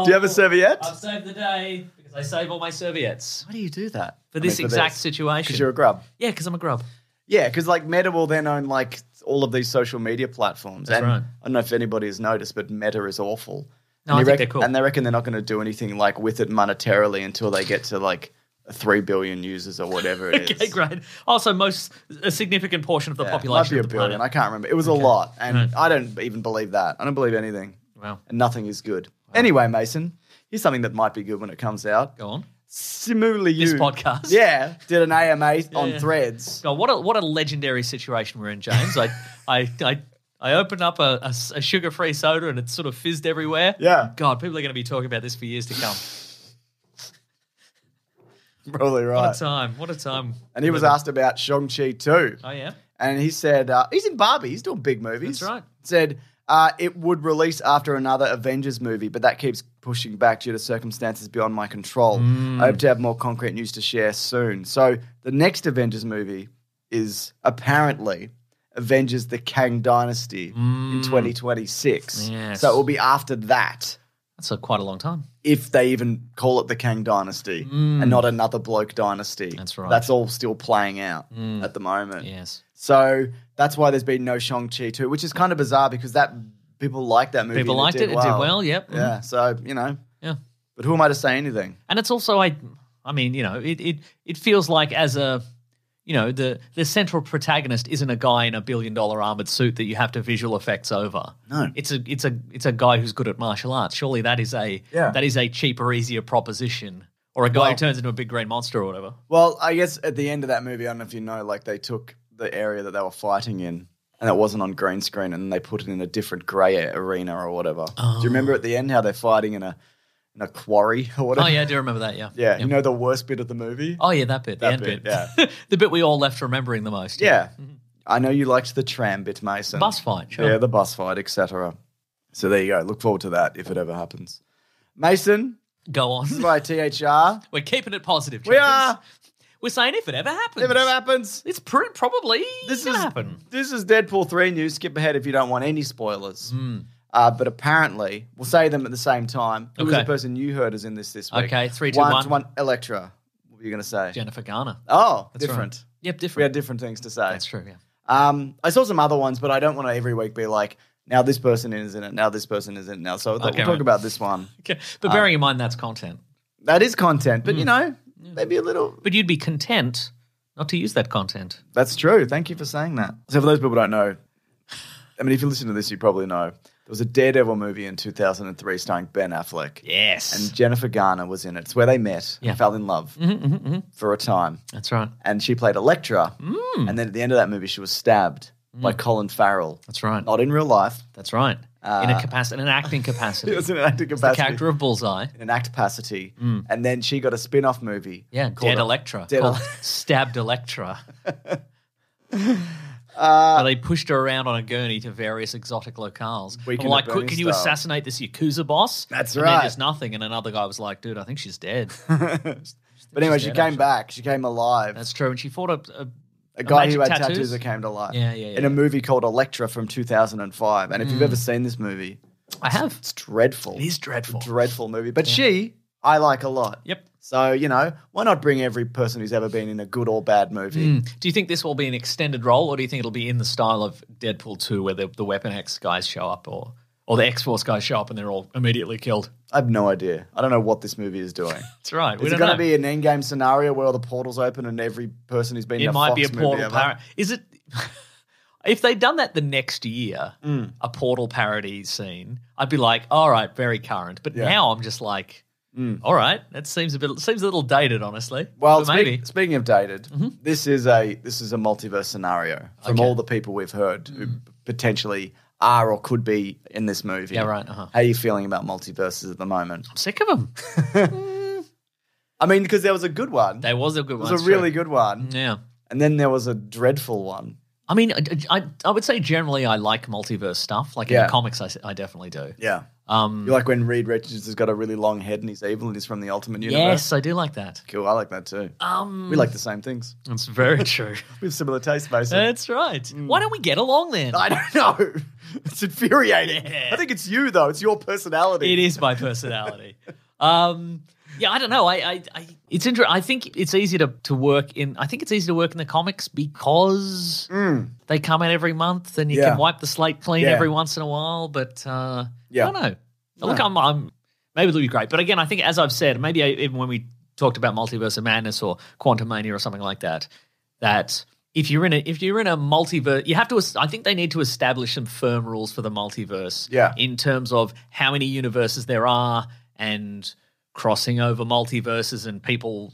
Speaker 2: you have a serviette?
Speaker 3: I've saved the day because I save all my serviettes
Speaker 2: Why do you do that
Speaker 3: for this exact
Speaker 2: Because
Speaker 3: situation.
Speaker 2: you're a grub.
Speaker 3: yeah, because I'm a grub.
Speaker 2: Yeah, because like Meta will then own like all of these social media platforms.
Speaker 3: That's
Speaker 2: and
Speaker 3: right.
Speaker 2: I don't know if anybody has noticed, but Meta is awful.
Speaker 3: No,
Speaker 2: and
Speaker 3: I
Speaker 2: they
Speaker 3: think
Speaker 2: rec-
Speaker 3: they're cool.
Speaker 2: And they reckon they're not going to do anything like with it monetarily until they get to like three billion users or whatever it is.
Speaker 3: Okay, great. Also, most a significant portion of the
Speaker 2: Yeah, might
Speaker 3: population
Speaker 2: be a
Speaker 3: of the
Speaker 2: billion.
Speaker 3: planet.
Speaker 2: I can't remember. It was a lot, and I don't even believe that. I don't believe anything,
Speaker 3: Wow.
Speaker 2: and nothing is good. Anyway, Mason, here's something that might be good when it comes out.
Speaker 3: Go on.
Speaker 2: Simula, you
Speaker 3: This podcast.
Speaker 2: yeah, did an AMA on
Speaker 3: yeah.
Speaker 2: Threads.
Speaker 3: God, what a what a legendary situation we're in, James. I I I, I opened up a, a s- a sugar-free soda and it sort of fizzed everywhere.
Speaker 2: Yeah.
Speaker 3: God, people are going to be talking about this for years to come.
Speaker 2: Probably
Speaker 3: What
Speaker 2: right.
Speaker 3: a time! What a time!
Speaker 2: And he was asked about Shang-Chi too.
Speaker 3: Oh yeah.
Speaker 2: And he said, uh, he's in Barbie, he's doing big movies.
Speaker 3: That's right.
Speaker 2: Said, uh, it would release after another Avengers movie, but that keeps pushing back due to circumstances beyond my control.
Speaker 3: Mm.
Speaker 2: I hope to have more concrete news to share soon. So the next Avengers movie is apparently Avengers the Kang Dynasty in 2026.
Speaker 3: Mm. Yes.
Speaker 2: So it will be after that.
Speaker 3: That's a, quite a long time.
Speaker 2: if they even call it the Kang Dynasty and not another bloke dynasty.
Speaker 3: Mm. That's right. Mm.
Speaker 2: That's all still playing out at the moment.
Speaker 3: Yes.
Speaker 2: So that's why there's been no Shang-Chi too, which is kind of bizarre because that people liked that movie.
Speaker 3: People
Speaker 2: and
Speaker 3: liked it. It did well. Yep. Mm.
Speaker 2: Yeah. So, you know,
Speaker 3: Yeah.
Speaker 2: but who am I to say anything?
Speaker 3: And it's also I I mean, you know, it it it feels like as a you know, the the central protagonist isn't a guy in a billion dollar armored suit that you have to visual effects over.
Speaker 2: No.
Speaker 3: It's a it's a it's a guy who's good at martial arts. Surely that is a
Speaker 2: Yeah.
Speaker 3: that is a cheaper, easier proposition. Or a guy
Speaker 2: Well-
Speaker 3: who turns into a big green monster or whatever.
Speaker 2: Well, I guess at the end of that movie, I don't know if you know, like they took the area that they were fighting in and it wasn't on green screen and they put it in a different grey arena or whatever. Do you remember at the end how they're fighting in a in a quarry or whatever?
Speaker 3: Oh yeah, I do remember that, yeah.
Speaker 2: Yeah, you know the worst bit of the movie?
Speaker 3: Oh yeah, that bit, the
Speaker 2: That
Speaker 3: end
Speaker 2: bit,
Speaker 3: bit.
Speaker 2: yeah.
Speaker 3: the bit we all left remembering the most.
Speaker 2: yeah. I know you liked the tram bit, Mason.
Speaker 3: Mm-hmm. Bus fight, sure.
Speaker 2: Yeah, the bus fight, etc. So there you go. Look forward to that if it ever happens. Mason,
Speaker 3: Go on.
Speaker 2: this is by THR.
Speaker 3: We're keeping it positive.
Speaker 2: We are.
Speaker 3: champions. We're saying if it ever happens.
Speaker 2: If it ever happens,
Speaker 3: It's pr- probably
Speaker 2: this
Speaker 3: gonna
Speaker 2: is
Speaker 3: happen.
Speaker 2: this is Deadpool three news. Skip ahead if you don't want any spoilers.
Speaker 3: Mm-hmm. Mm.
Speaker 2: Uh, but apparently, we'll say them at the same time. Who was
Speaker 3: Okay.
Speaker 2: the person you heard is in this this week?
Speaker 3: Okay, three, two,
Speaker 2: one,
Speaker 3: one.
Speaker 2: to one. Electra. What were you going to say?
Speaker 3: Jennifer Garner.
Speaker 2: oh,
Speaker 3: That's right.
Speaker 2: different.
Speaker 3: Yep,
Speaker 2: We had
Speaker 3: different.
Speaker 2: different things to say.
Speaker 3: That's true. Yeah.
Speaker 2: Um, I saw some other ones, but I don't want to every week be like, now this person is in it, now this person is in it, now. So
Speaker 3: Okay,
Speaker 2: we'll talk
Speaker 3: right.
Speaker 2: about this one.
Speaker 3: Okay.
Speaker 2: Uh,
Speaker 3: But bearing in mind that's content.
Speaker 2: That is content, but you
Speaker 3: Hmm.
Speaker 2: know, maybe a little.
Speaker 3: But you'd be content not to use that content.
Speaker 2: That's true. Thank you for saying that. So for those people who don't know, I mean, if you listen to this, you probably know there was a Daredevil movie in 2003 starring Ben Affleck.
Speaker 3: Yes.
Speaker 2: And Jennifer Garner was in it. It's where they met,
Speaker 3: Yeah. Hmm.
Speaker 2: fell in love
Speaker 3: Mm-hmm,
Speaker 2: for a time.
Speaker 3: that's right.
Speaker 2: And she played Electra.
Speaker 3: Hmm.
Speaker 2: And then at the end of that movie, she was stabbed by Colin Farrell.
Speaker 3: That's right.
Speaker 2: Not in real life.
Speaker 3: That's right. in a capacity, in an acting capacity.
Speaker 2: Uh, It was in an acting
Speaker 3: the
Speaker 2: capacity.
Speaker 3: character of Bullseye.
Speaker 2: in an act capacity. And then she got a spin off movie.
Speaker 3: Mm. Yeah,
Speaker 2: called
Speaker 3: Dead Electra.
Speaker 2: Dead
Speaker 3: called
Speaker 2: Ele-
Speaker 3: Stabbed Electra.
Speaker 2: Uh,
Speaker 3: Where they pushed her around on a gurney to various exotic locales. I'm
Speaker 2: Weekend at
Speaker 3: like, quick,
Speaker 2: Bernie's
Speaker 3: can you
Speaker 2: style."
Speaker 3: assassinate this Yakuza boss?
Speaker 2: That's
Speaker 3: and
Speaker 2: right.
Speaker 3: Then there's nothing. And another guy was like, dude, I think she's dead.
Speaker 2: But anyway,
Speaker 3: She's
Speaker 2: she
Speaker 3: dead,
Speaker 2: came
Speaker 3: actually.
Speaker 2: back. She came alive.
Speaker 3: That's true. And she fought a, a
Speaker 2: a guy who had
Speaker 3: magic
Speaker 2: tattoos.
Speaker 3: tattoos?
Speaker 2: that came to life.
Speaker 3: Yeah, yeah, yeah.
Speaker 2: In a movie called Electra from 2005. And if you've ever seen this movie,
Speaker 3: I have.
Speaker 2: it's dreadful.
Speaker 3: It is dreadful.
Speaker 2: dreadful movie. But she, I like a lot.
Speaker 3: Yep.
Speaker 2: So, you know, why not bring every person who's ever been in a good or bad
Speaker 3: Hmm.
Speaker 2: movie?
Speaker 3: Do you think this will be an extended role, or do you think it'll be in the style of Deadpool 2 where the, the Weapon X guys show up or, or the X Force guys show up and they're all immediately killed?
Speaker 2: I have no idea. I don't know what this movie is doing.
Speaker 3: That's right. We
Speaker 2: is it
Speaker 3: don't
Speaker 2: going to
Speaker 3: know.
Speaker 2: be an endgame scenario where all the portals open and every person who's been in
Speaker 3: it
Speaker 2: a
Speaker 3: might be a
Speaker 2: Fox movie
Speaker 3: portal
Speaker 2: ever-
Speaker 3: parody. Is it? if they'd done that the next year,
Speaker 2: Hmm.
Speaker 3: a portal parody scene, I'd be like, all right, very current. But
Speaker 2: Yeah. Hmm.
Speaker 3: now I'm just like, all right, that seems a bit seems a little dated, honestly.
Speaker 2: Well,
Speaker 3: But
Speaker 2: speak-
Speaker 3: maybe. Mm-hmm.
Speaker 2: speaking of dated, this is a this is a multiverse scenario from all the people we've heard who
Speaker 3: Mm.
Speaker 2: potentially are or could be in this movie.
Speaker 3: Yeah, right, uh-huh.
Speaker 2: How are you feeling about multiverses at the moment?
Speaker 3: I'm sick of them.
Speaker 2: I mean, because there was a good one. There
Speaker 3: That was a good one.
Speaker 2: was a
Speaker 3: it's
Speaker 2: really
Speaker 3: true. Mm.
Speaker 2: good one,
Speaker 3: Yeah.
Speaker 2: and then there was a dreadful one.
Speaker 3: I mean, I, I, I would say generally I like multiverse stuff. Like in
Speaker 2: Yeah.
Speaker 3: the comics, I, s- I definitely do.
Speaker 2: Yeah,
Speaker 3: Um,
Speaker 2: you like when Reed Richards has got a really long head and he's evil and he's from the Ultimate Universe.
Speaker 3: yes, I do like that.
Speaker 2: Cool, I like that too.
Speaker 3: Um,
Speaker 2: we like the same things.
Speaker 3: that's very true.
Speaker 2: We have similar tastes, basically.
Speaker 3: that's right. Why don't we get along then?
Speaker 2: Mm. I don't know. It's infuriating.
Speaker 3: uh, Yeah.
Speaker 2: I think it's you though. It's your personality.
Speaker 3: It is my personality. um, yeah, I don't know. I, I, I it's interesting. I think it's easy to, to work in. I think it's easy to work in the comics because
Speaker 2: Mm.
Speaker 3: they come out every month, and you
Speaker 2: Yeah.
Speaker 3: can wipe the slate clean
Speaker 2: Yeah.
Speaker 3: every once in a while. But uh,
Speaker 2: Yeah.
Speaker 3: I don't know. Look, I'm, I'm maybe it'll be great. But again, I think as I've said, maybe I, even when we talked about multiverse of madness or quantum mania or something like that, that if you're in a if you're in a multiverse, you have to. es- I think they need to establish some firm rules for the multiverse.
Speaker 2: Yeah.
Speaker 3: In terms of how many universes there are and crossing over multiverses and people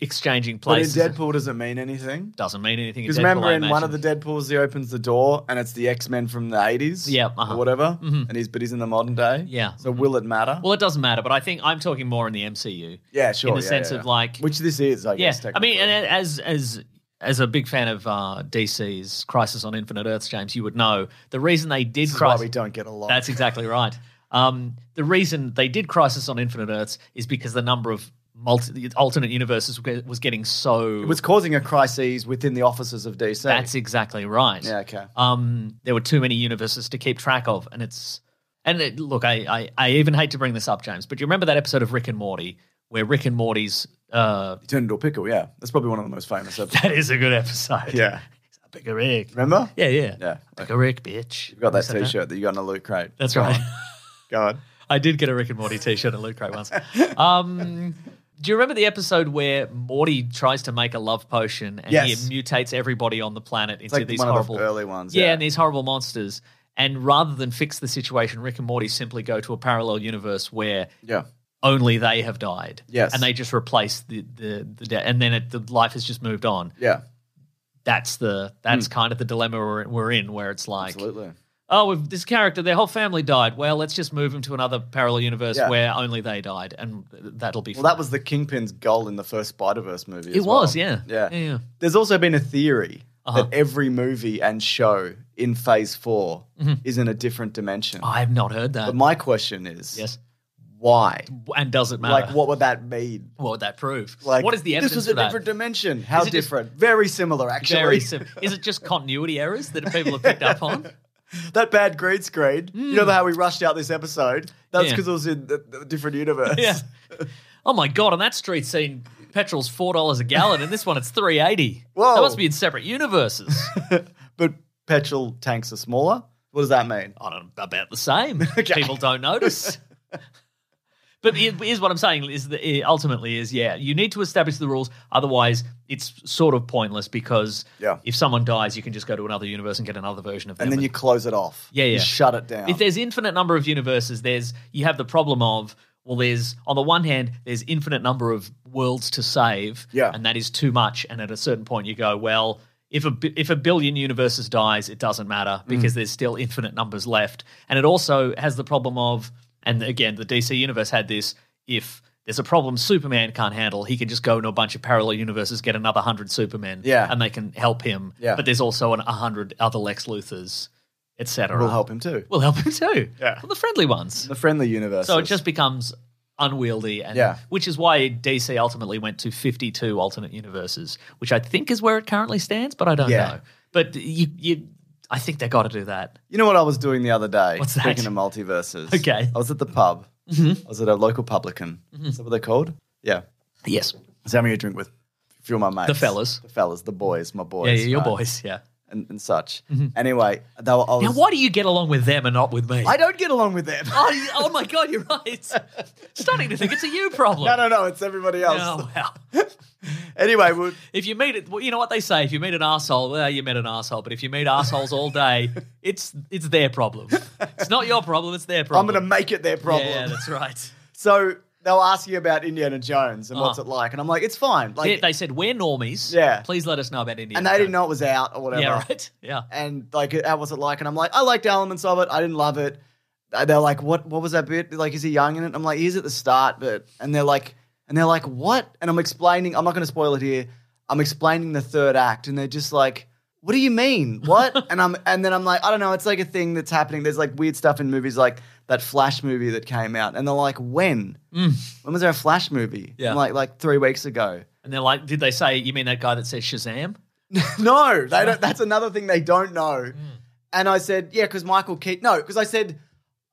Speaker 3: exchanging
Speaker 2: But in
Speaker 3: places
Speaker 2: Deadpool, does it mean anything?
Speaker 3: doesn't mean anything. in
Speaker 2: Because
Speaker 3: Deadpool,
Speaker 2: remember,
Speaker 3: I
Speaker 2: in one of the
Speaker 3: imagine.
Speaker 2: Deadpools, he opens the door and it's the X Men from the eighties,
Speaker 3: Yeah, uh-huh.
Speaker 2: or whatever, and he's but he's in the modern day,
Speaker 3: Yeah.
Speaker 2: So will it matter?
Speaker 3: well, it doesn't matter. But I think I'm talking more in the MCU.
Speaker 2: yeah, sure.
Speaker 3: in the
Speaker 2: yeah,
Speaker 3: sense
Speaker 2: yeah,
Speaker 3: of
Speaker 2: yeah.
Speaker 3: like
Speaker 2: which this is, I
Speaker 3: Yeah,
Speaker 2: guess.
Speaker 3: I mean,
Speaker 2: technically.
Speaker 3: and as as as a big fan of uh, DC's Crisis on Infinite Earths, James, you would know the reason they did
Speaker 2: this is why
Speaker 3: Crisis.
Speaker 2: we don't get along.
Speaker 3: That's exactly right. Um, the reason they did Crisis on Infinite Earths is because the number of multi alternate universes was getting so.
Speaker 2: it was causing a crisis within the offices of DC.
Speaker 3: that's exactly right.
Speaker 2: yeah, okay.
Speaker 3: Um, there were too many universes to keep track of, and it's And it, look, I, I I even hate to bring this up, James, but you remember that episode of Rick and Morty where Rick and Morty's uh,
Speaker 2: He turned into a pickle. Yeah, that's probably one of the most famous episodes.
Speaker 3: that is a good episode.
Speaker 2: yeah,
Speaker 3: a bigger Rick.
Speaker 2: remember?
Speaker 3: Yeah, yeah,
Speaker 2: Yeah.
Speaker 3: Like a Rick, bitch.
Speaker 2: You got that T-shirt that you got in a loot crate.
Speaker 3: That's
Speaker 2: Go
Speaker 3: right.
Speaker 2: on. Go on.
Speaker 3: I did get a Rick and Morty T-shirt at Loot Crate once. Um, do you remember the episode where Morty tries to make a love potion and
Speaker 2: Yes.
Speaker 3: he mutates everybody on the planet into
Speaker 2: like
Speaker 3: these
Speaker 2: one of the
Speaker 3: horrible
Speaker 2: early ones,
Speaker 3: Yeah,
Speaker 2: yeah.
Speaker 3: and these horrible monsters. And rather than fix the situation, Rick and Morty simply go to a parallel universe where
Speaker 2: Yeah.
Speaker 3: only they have died.
Speaker 2: Yes.
Speaker 3: and they just replace the the the de- and then it, the life has just moved on.
Speaker 2: Yeah.
Speaker 3: That's the that's kind of the dilemma we're, we're in, where it's like
Speaker 2: Hmm. Absolutely.
Speaker 3: oh, we've, this character, their whole family died. Well, let's just move them to another parallel universe
Speaker 2: Yeah.
Speaker 3: where only they died, and th- that'll be.
Speaker 2: Well, that was the Kingpin's goal in the first Spider Verse movie.
Speaker 3: it
Speaker 2: as well.
Speaker 3: was, yeah.
Speaker 2: yeah,
Speaker 3: yeah, yeah.
Speaker 2: There's also been a theory
Speaker 3: Uh-huh.
Speaker 2: that every movie and show in Phase 4
Speaker 3: Mm-hmm.
Speaker 2: is in a different dimension.
Speaker 3: I have not heard that.
Speaker 2: But my question is,
Speaker 3: Oh, yes,
Speaker 2: why?
Speaker 3: and does it matter?
Speaker 2: Like, what would that mean?
Speaker 3: What would that prove?
Speaker 2: Like,
Speaker 3: what is the evidence
Speaker 2: This was
Speaker 3: for
Speaker 2: a
Speaker 3: that?
Speaker 2: different dimension. How
Speaker 3: Is it just-
Speaker 2: different? Very similar, actually.
Speaker 3: Very sim- Is it just continuity errors that people have picked up on? Hmm.
Speaker 2: that bad green screen. You know how we rushed out this episode? That's
Speaker 3: Yeah.
Speaker 2: because it was in a, a different universe.
Speaker 3: Yeah. Oh my god! On that street scene, petrol's four dollars a gallon, and this one it's three eighty.
Speaker 2: Whoa.
Speaker 3: That must be in separate universes.
Speaker 2: But petrol tanks are smaller. What does that mean?
Speaker 3: I don't about the same. People don't notice. but here- here's what I'm saying: is that it ultimately is yeah, you need to establish the rules. Otherwise, it's sort of pointless because
Speaker 2: Yeah.
Speaker 3: if someone dies, you can just go to another universe and get another version of them.
Speaker 2: And then you close it off.
Speaker 3: Yeah,
Speaker 2: You
Speaker 3: yeah.
Speaker 2: shut it down.
Speaker 3: if there's infinite number of universes, there's you have the problem of well, there's on the one hand, there's infinite number of worlds to save,
Speaker 2: Yeah.
Speaker 3: and that is too much. And at a certain point, you go, well, if a bi- if a billion universes dies, it doesn't
Speaker 2: Mm.
Speaker 3: matter because there's still infinite numbers left. And it also has the problem of, and again, the DC universe had this. If there's a problem Superman can't handle, he can just go into a bunch of parallel universes, get another hundred Supermen,
Speaker 2: Yeah.
Speaker 3: and they can help him.
Speaker 2: Yeah.
Speaker 3: But there's also an hundred other Lex Luthers, etc.
Speaker 2: We'll help him too.
Speaker 3: We'll help him too.
Speaker 2: Yeah.
Speaker 3: Well, the friendly ones.
Speaker 2: The friendly universe.
Speaker 3: So it just becomes unwieldy, and
Speaker 2: Yeah.
Speaker 3: which is why DC ultimately went to 52 alternate universes, which I think is where it currently stands, but I don't
Speaker 2: Yeah.
Speaker 3: know. But you, you, I think they got to do that.
Speaker 2: You know what I was doing the other day?
Speaker 3: What's that?
Speaker 2: Speaking of multiverses.
Speaker 3: Okay. Mm-hmm.
Speaker 2: I was at the pub. I was at a local publican. Is that what they're called? Yeah.
Speaker 3: Yes.
Speaker 2: It's having a drink with a few of my mates.
Speaker 3: The fellas.
Speaker 2: The fellas, the boys, my boys.
Speaker 3: Yeah, yeah, your
Speaker 2: right?
Speaker 3: boys. Yeah.
Speaker 2: And, and such. Anyway, they were, I was,
Speaker 3: Now, why do you get along with them and not with me?
Speaker 2: I don't get along with them.
Speaker 3: oh, you- oh my God, you're right. Starting to think it's a you problem.
Speaker 2: no, no, no. It's everybody else.
Speaker 3: Oh, wow.
Speaker 2: Anyway, we
Speaker 3: If you meet it, well, you know what they say. If you meet an asshole, well, you met an asshole. But if you meet assholes all day, it's it's their problem. It's not your problem. It's their
Speaker 2: I'm
Speaker 3: problem.
Speaker 2: going to make it their problem.
Speaker 3: Yeah, that's right.
Speaker 2: So they were asking about Indiana Jones and what's
Speaker 3: Uh-huh.
Speaker 2: it like, and I'm like, it's fine.
Speaker 3: they,
Speaker 2: Like,
Speaker 3: they said we're normies.
Speaker 2: Yeah.
Speaker 3: Please let us know about India.
Speaker 2: and they didn't know it was out or whatever.
Speaker 3: Yeah, right. Yeah.
Speaker 2: And like, how was it like? And I'm like, I liked elements of it. I didn't love it. And They're like, what? What was that bit? Like, is he young in it? I'm like, he's at the start, but and they're like, and they're like, what? And I'm explaining. I'm not going to spoil it here. I'm explaining the third act, and they're just like. What do you mean? What? and I'm and then I'm like, I don't know, it's like a thing that's happening. There's like weird stuff in movies like that Flash movie that came out. And they're like, when? When was there a Flash movie?
Speaker 3: Mm. Yeah.
Speaker 2: I'm like like three weeks ago.
Speaker 3: And they're like, did they say you mean that guy that says Shazam?
Speaker 2: No, they don't, that's another thing they don't know. And I said, yeah, because Michael Keaton. No, because I said,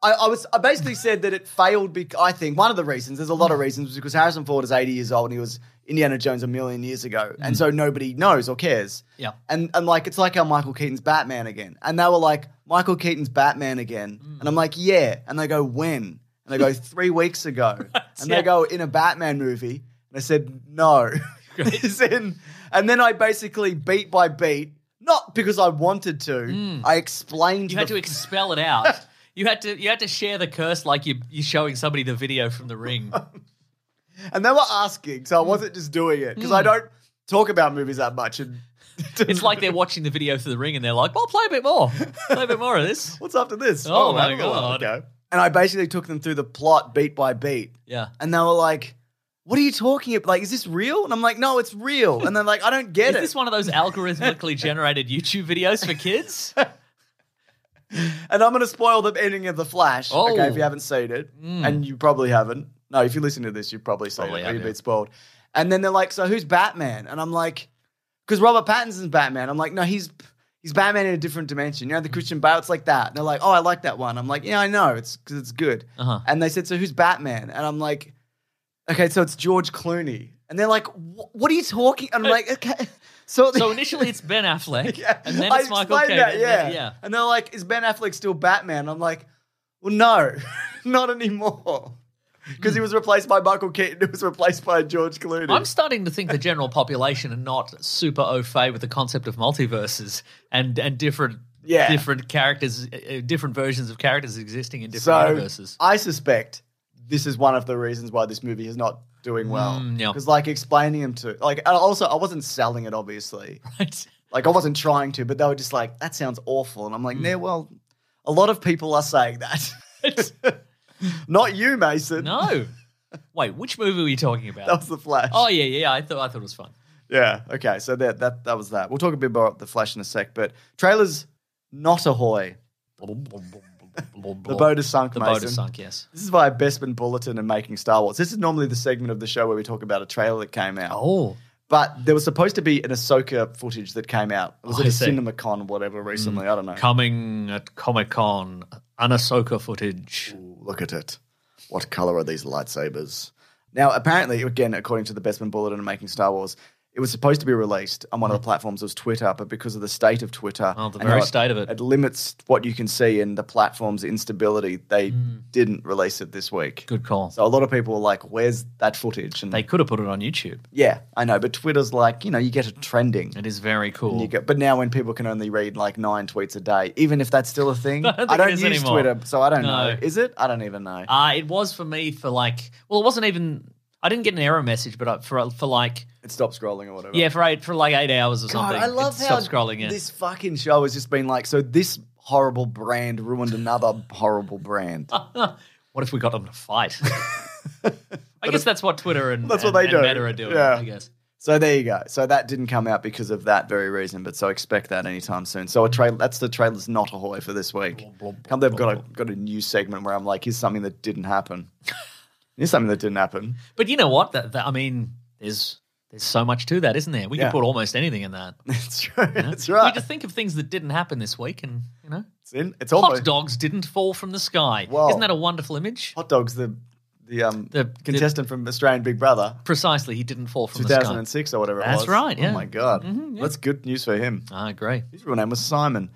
Speaker 2: I, I was, I basically said that it failed. Bec- I think one of the reasons, there's a lot of reasons, was because Harrison Ford is 80 years old and he was Indiana Jones a million years ago, and so nobody knows or cares.
Speaker 3: Yeah.
Speaker 2: And and like it's like how Michael Keaton's Batman again, and they were like Michael Keaton's Batman again,
Speaker 3: Hmm.
Speaker 2: and I'm like, yeah, and they go when, and they go three weeks ago, and
Speaker 3: yeah.
Speaker 2: they go in a Batman movie, and I said no. As in- and then I basically beat by beat, not because I wanted to, I
Speaker 3: Hmm.
Speaker 2: explained
Speaker 3: You had
Speaker 2: the-
Speaker 3: to expel it out. You had to you had to share the curse like you you're showing somebody the video from the ring.
Speaker 2: and they were asking, so I
Speaker 3: Hmm.
Speaker 2: wasn't just doing it because I don't talk about movies that much. And
Speaker 3: It's like they're watching the video through the ring and they're like, "Well, play a bit more. Play a bit more of this."
Speaker 2: what's after this?
Speaker 3: Oh, my
Speaker 2: another one.
Speaker 3: God.
Speaker 2: Okay. And I basically took them through the plot beat by beat.
Speaker 3: Yeah.
Speaker 2: and they were like, "What are you talking about? Like, is this real?" And I'm like, "No, it's real." And they're like, "I don't get
Speaker 3: Is
Speaker 2: it."
Speaker 3: this one of those algorithmically generated YouTube videos for kids?
Speaker 2: and I'm going to spoil the ending of the Flash.
Speaker 3: Oh. Hmm.
Speaker 2: Okay, if you haven't seen it, and you probably haven't. No, if you listen to this, you've probably seen
Speaker 3: Probably
Speaker 2: it. or
Speaker 3: have,
Speaker 2: You've
Speaker 3: yeah.
Speaker 2: been spoiled. And then they're like, "So who's Batman?" And I'm like, "Because Robert Pattinson's Batman." I'm like, "No, he's he's Batman in a different dimension. You know, the Christian Bale, it's like that. And they're like, oh, I like that one. I'm like, yeah, I know. It's because it's good.
Speaker 3: Uh-huh.
Speaker 2: And they said, so who's Batman? And I'm like, okay, so it's George Clooney. And they're like, "Wh- what are you talking? And I'm like, okay. So,
Speaker 3: So initially it's Ben Affleck,
Speaker 2: yeah,
Speaker 3: and then
Speaker 2: I
Speaker 3: it's Michael Caine.
Speaker 2: explained that,
Speaker 3: and
Speaker 2: yeah.
Speaker 3: then- yeah.
Speaker 2: And they're like, is Ben Affleck still Batman? I'm like, well, no, not anymore. Because he was replaced by Michael Keaton, who was replaced by George Clooney.
Speaker 3: Hmm. I'm starting to think the general population are not super au fait with the concept of multiverses and and different
Speaker 2: Yeah.
Speaker 3: different characters, uh, different versions of characters existing in different
Speaker 2: so
Speaker 3: universes.
Speaker 2: I suspect this is one of the reasons why this movie is not doing well.
Speaker 3: Mm, yeah.
Speaker 2: Because like explaining him to like, and also I wasn't selling it, obviously.
Speaker 3: Right?
Speaker 2: Like I wasn't trying to, but they were just like, that sounds awful, and I'm
Speaker 3: Hmm.
Speaker 2: like, yeah, well, a lot of people are saying that. not you, Mason.
Speaker 3: No. Wait, which movie were you talking about?
Speaker 2: That was the Flash.
Speaker 3: oh yeah, yeah. I thought I thought it was fun.
Speaker 2: Yeah. Okay. So that that that was that. We'll talk a bit about the Flash in a sec, but trailers not ahoy. The boat is sunk.
Speaker 3: The
Speaker 2: Mason.
Speaker 3: boat is sunk. Yes.
Speaker 2: This is via Bestman Bulletin and Making Star Wars. This is normally the segment of the show where we talk about a trailer that came out.
Speaker 3: Oh.
Speaker 2: But there was supposed to be an Ahsoka footage that came out. It was
Speaker 3: Oh,
Speaker 2: at
Speaker 3: I
Speaker 2: a
Speaker 3: see.
Speaker 2: CinemaCon or whatever recently. I don't know.
Speaker 3: Coming at Comic Con, Anasoka footage.
Speaker 2: Ooh, Look at it. What color are these lightsabers? Now, apparently, again, according to the Bestman Bulletin and Making Star Wars, it was supposed to be released on one of the platforms. It was Twitter, but because of the state of Twitter,
Speaker 3: Hmm. Oh, the
Speaker 2: and
Speaker 3: very
Speaker 2: how
Speaker 3: state of it.
Speaker 2: it limits what you can see and the platform's instability. They didn't release it this week.
Speaker 3: Hmm. Good call.
Speaker 2: So a lot of people were like, "Where's that footage?" And
Speaker 3: They could have put it on YouTube.
Speaker 2: yeah, I know, but Twitter's like, you know, you get it trending.
Speaker 3: It is very
Speaker 2: And
Speaker 3: cool.
Speaker 2: you go, but now when people can only read like nine tweets a day, even if that's still a thing,
Speaker 3: I don't think
Speaker 2: I
Speaker 3: it
Speaker 2: don't
Speaker 3: is
Speaker 2: use
Speaker 3: anymore.
Speaker 2: Twitter, so I don't
Speaker 3: No.
Speaker 2: know. Is it? I don't even know.
Speaker 3: Uh, it was for me for like, well, it wasn't even. I didn't get an error message, but I, for for like,
Speaker 2: it stopped scrolling or whatever.
Speaker 3: yeah, for eight for like eight hours or
Speaker 2: God,
Speaker 3: something.
Speaker 2: I love
Speaker 3: it
Speaker 2: how
Speaker 3: stopped scrolling. Yeah.
Speaker 2: this fucking show has just been like, so this horrible brand ruined another horrible brand.
Speaker 3: Uh. what if we got them to fight? I guess that's what Twitter and
Speaker 2: That's what
Speaker 3: and-
Speaker 2: they
Speaker 3: and
Speaker 2: do.
Speaker 3: Meta are doing.
Speaker 2: Yeah.
Speaker 3: I guess.
Speaker 2: So there you go. So that didn't come out because of that very reason, but so expect that anytime soon. So a trail that's the trailer's not ahoy for this week.
Speaker 3: Oh,
Speaker 2: Come they've got a got a new segment where I'm like, here's something that didn't happen. Here's something that didn't happen.
Speaker 3: But you know what? That, that I mean, there's there's so much to that, isn't there? We
Speaker 2: Yeah.
Speaker 3: can put almost anything in that.
Speaker 2: That's true. That's
Speaker 3: We
Speaker 2: right.
Speaker 3: just think of things that didn't happen this week, and you know,
Speaker 2: it's, in, it's
Speaker 3: hot
Speaker 2: almost
Speaker 3: dogs didn't fall from the sky.
Speaker 2: Whoa.
Speaker 3: Isn't that a wonderful image?
Speaker 2: hot dogs. The the um
Speaker 3: The-
Speaker 2: contestant from Australian Big Brother,
Speaker 3: Precisely, he didn't fall from the sky.
Speaker 2: 2006 or whatever. it
Speaker 3: That's
Speaker 2: was.
Speaker 3: right, yeah.
Speaker 2: Oh my god,
Speaker 3: Mhm, yeah.
Speaker 2: that's good news for him.
Speaker 3: I agree.
Speaker 2: His real name was Simon.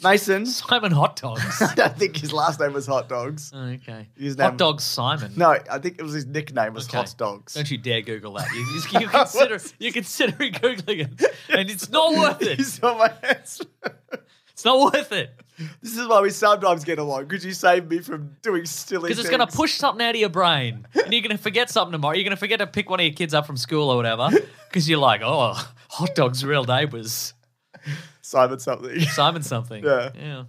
Speaker 2: Mason.
Speaker 3: Ah, Simon Hot Dogs.
Speaker 2: I don't think his last name was Hot Dogs.
Speaker 3: okay.
Speaker 2: His name-
Speaker 3: Hot Dog Simon.
Speaker 2: No, I think it was his nickname was
Speaker 3: Okay.
Speaker 2: Hot Dogs.
Speaker 3: Don't you dare Google that. You, you, you consider you considering googling it, and it's not worth it.
Speaker 2: He's on my hands.
Speaker 3: It's not worth it
Speaker 2: This is why we sometimes get along. Could you save me from doing silly?
Speaker 3: because it's going to
Speaker 2: things?
Speaker 3: push something out of your brain, and you're going to forget something tomorrow. You're going to forget to pick one of your kids up from school or whatever because you're like, oh, Hot Dog's real name was
Speaker 2: Simon something.
Speaker 3: Simon something.
Speaker 2: Yeah.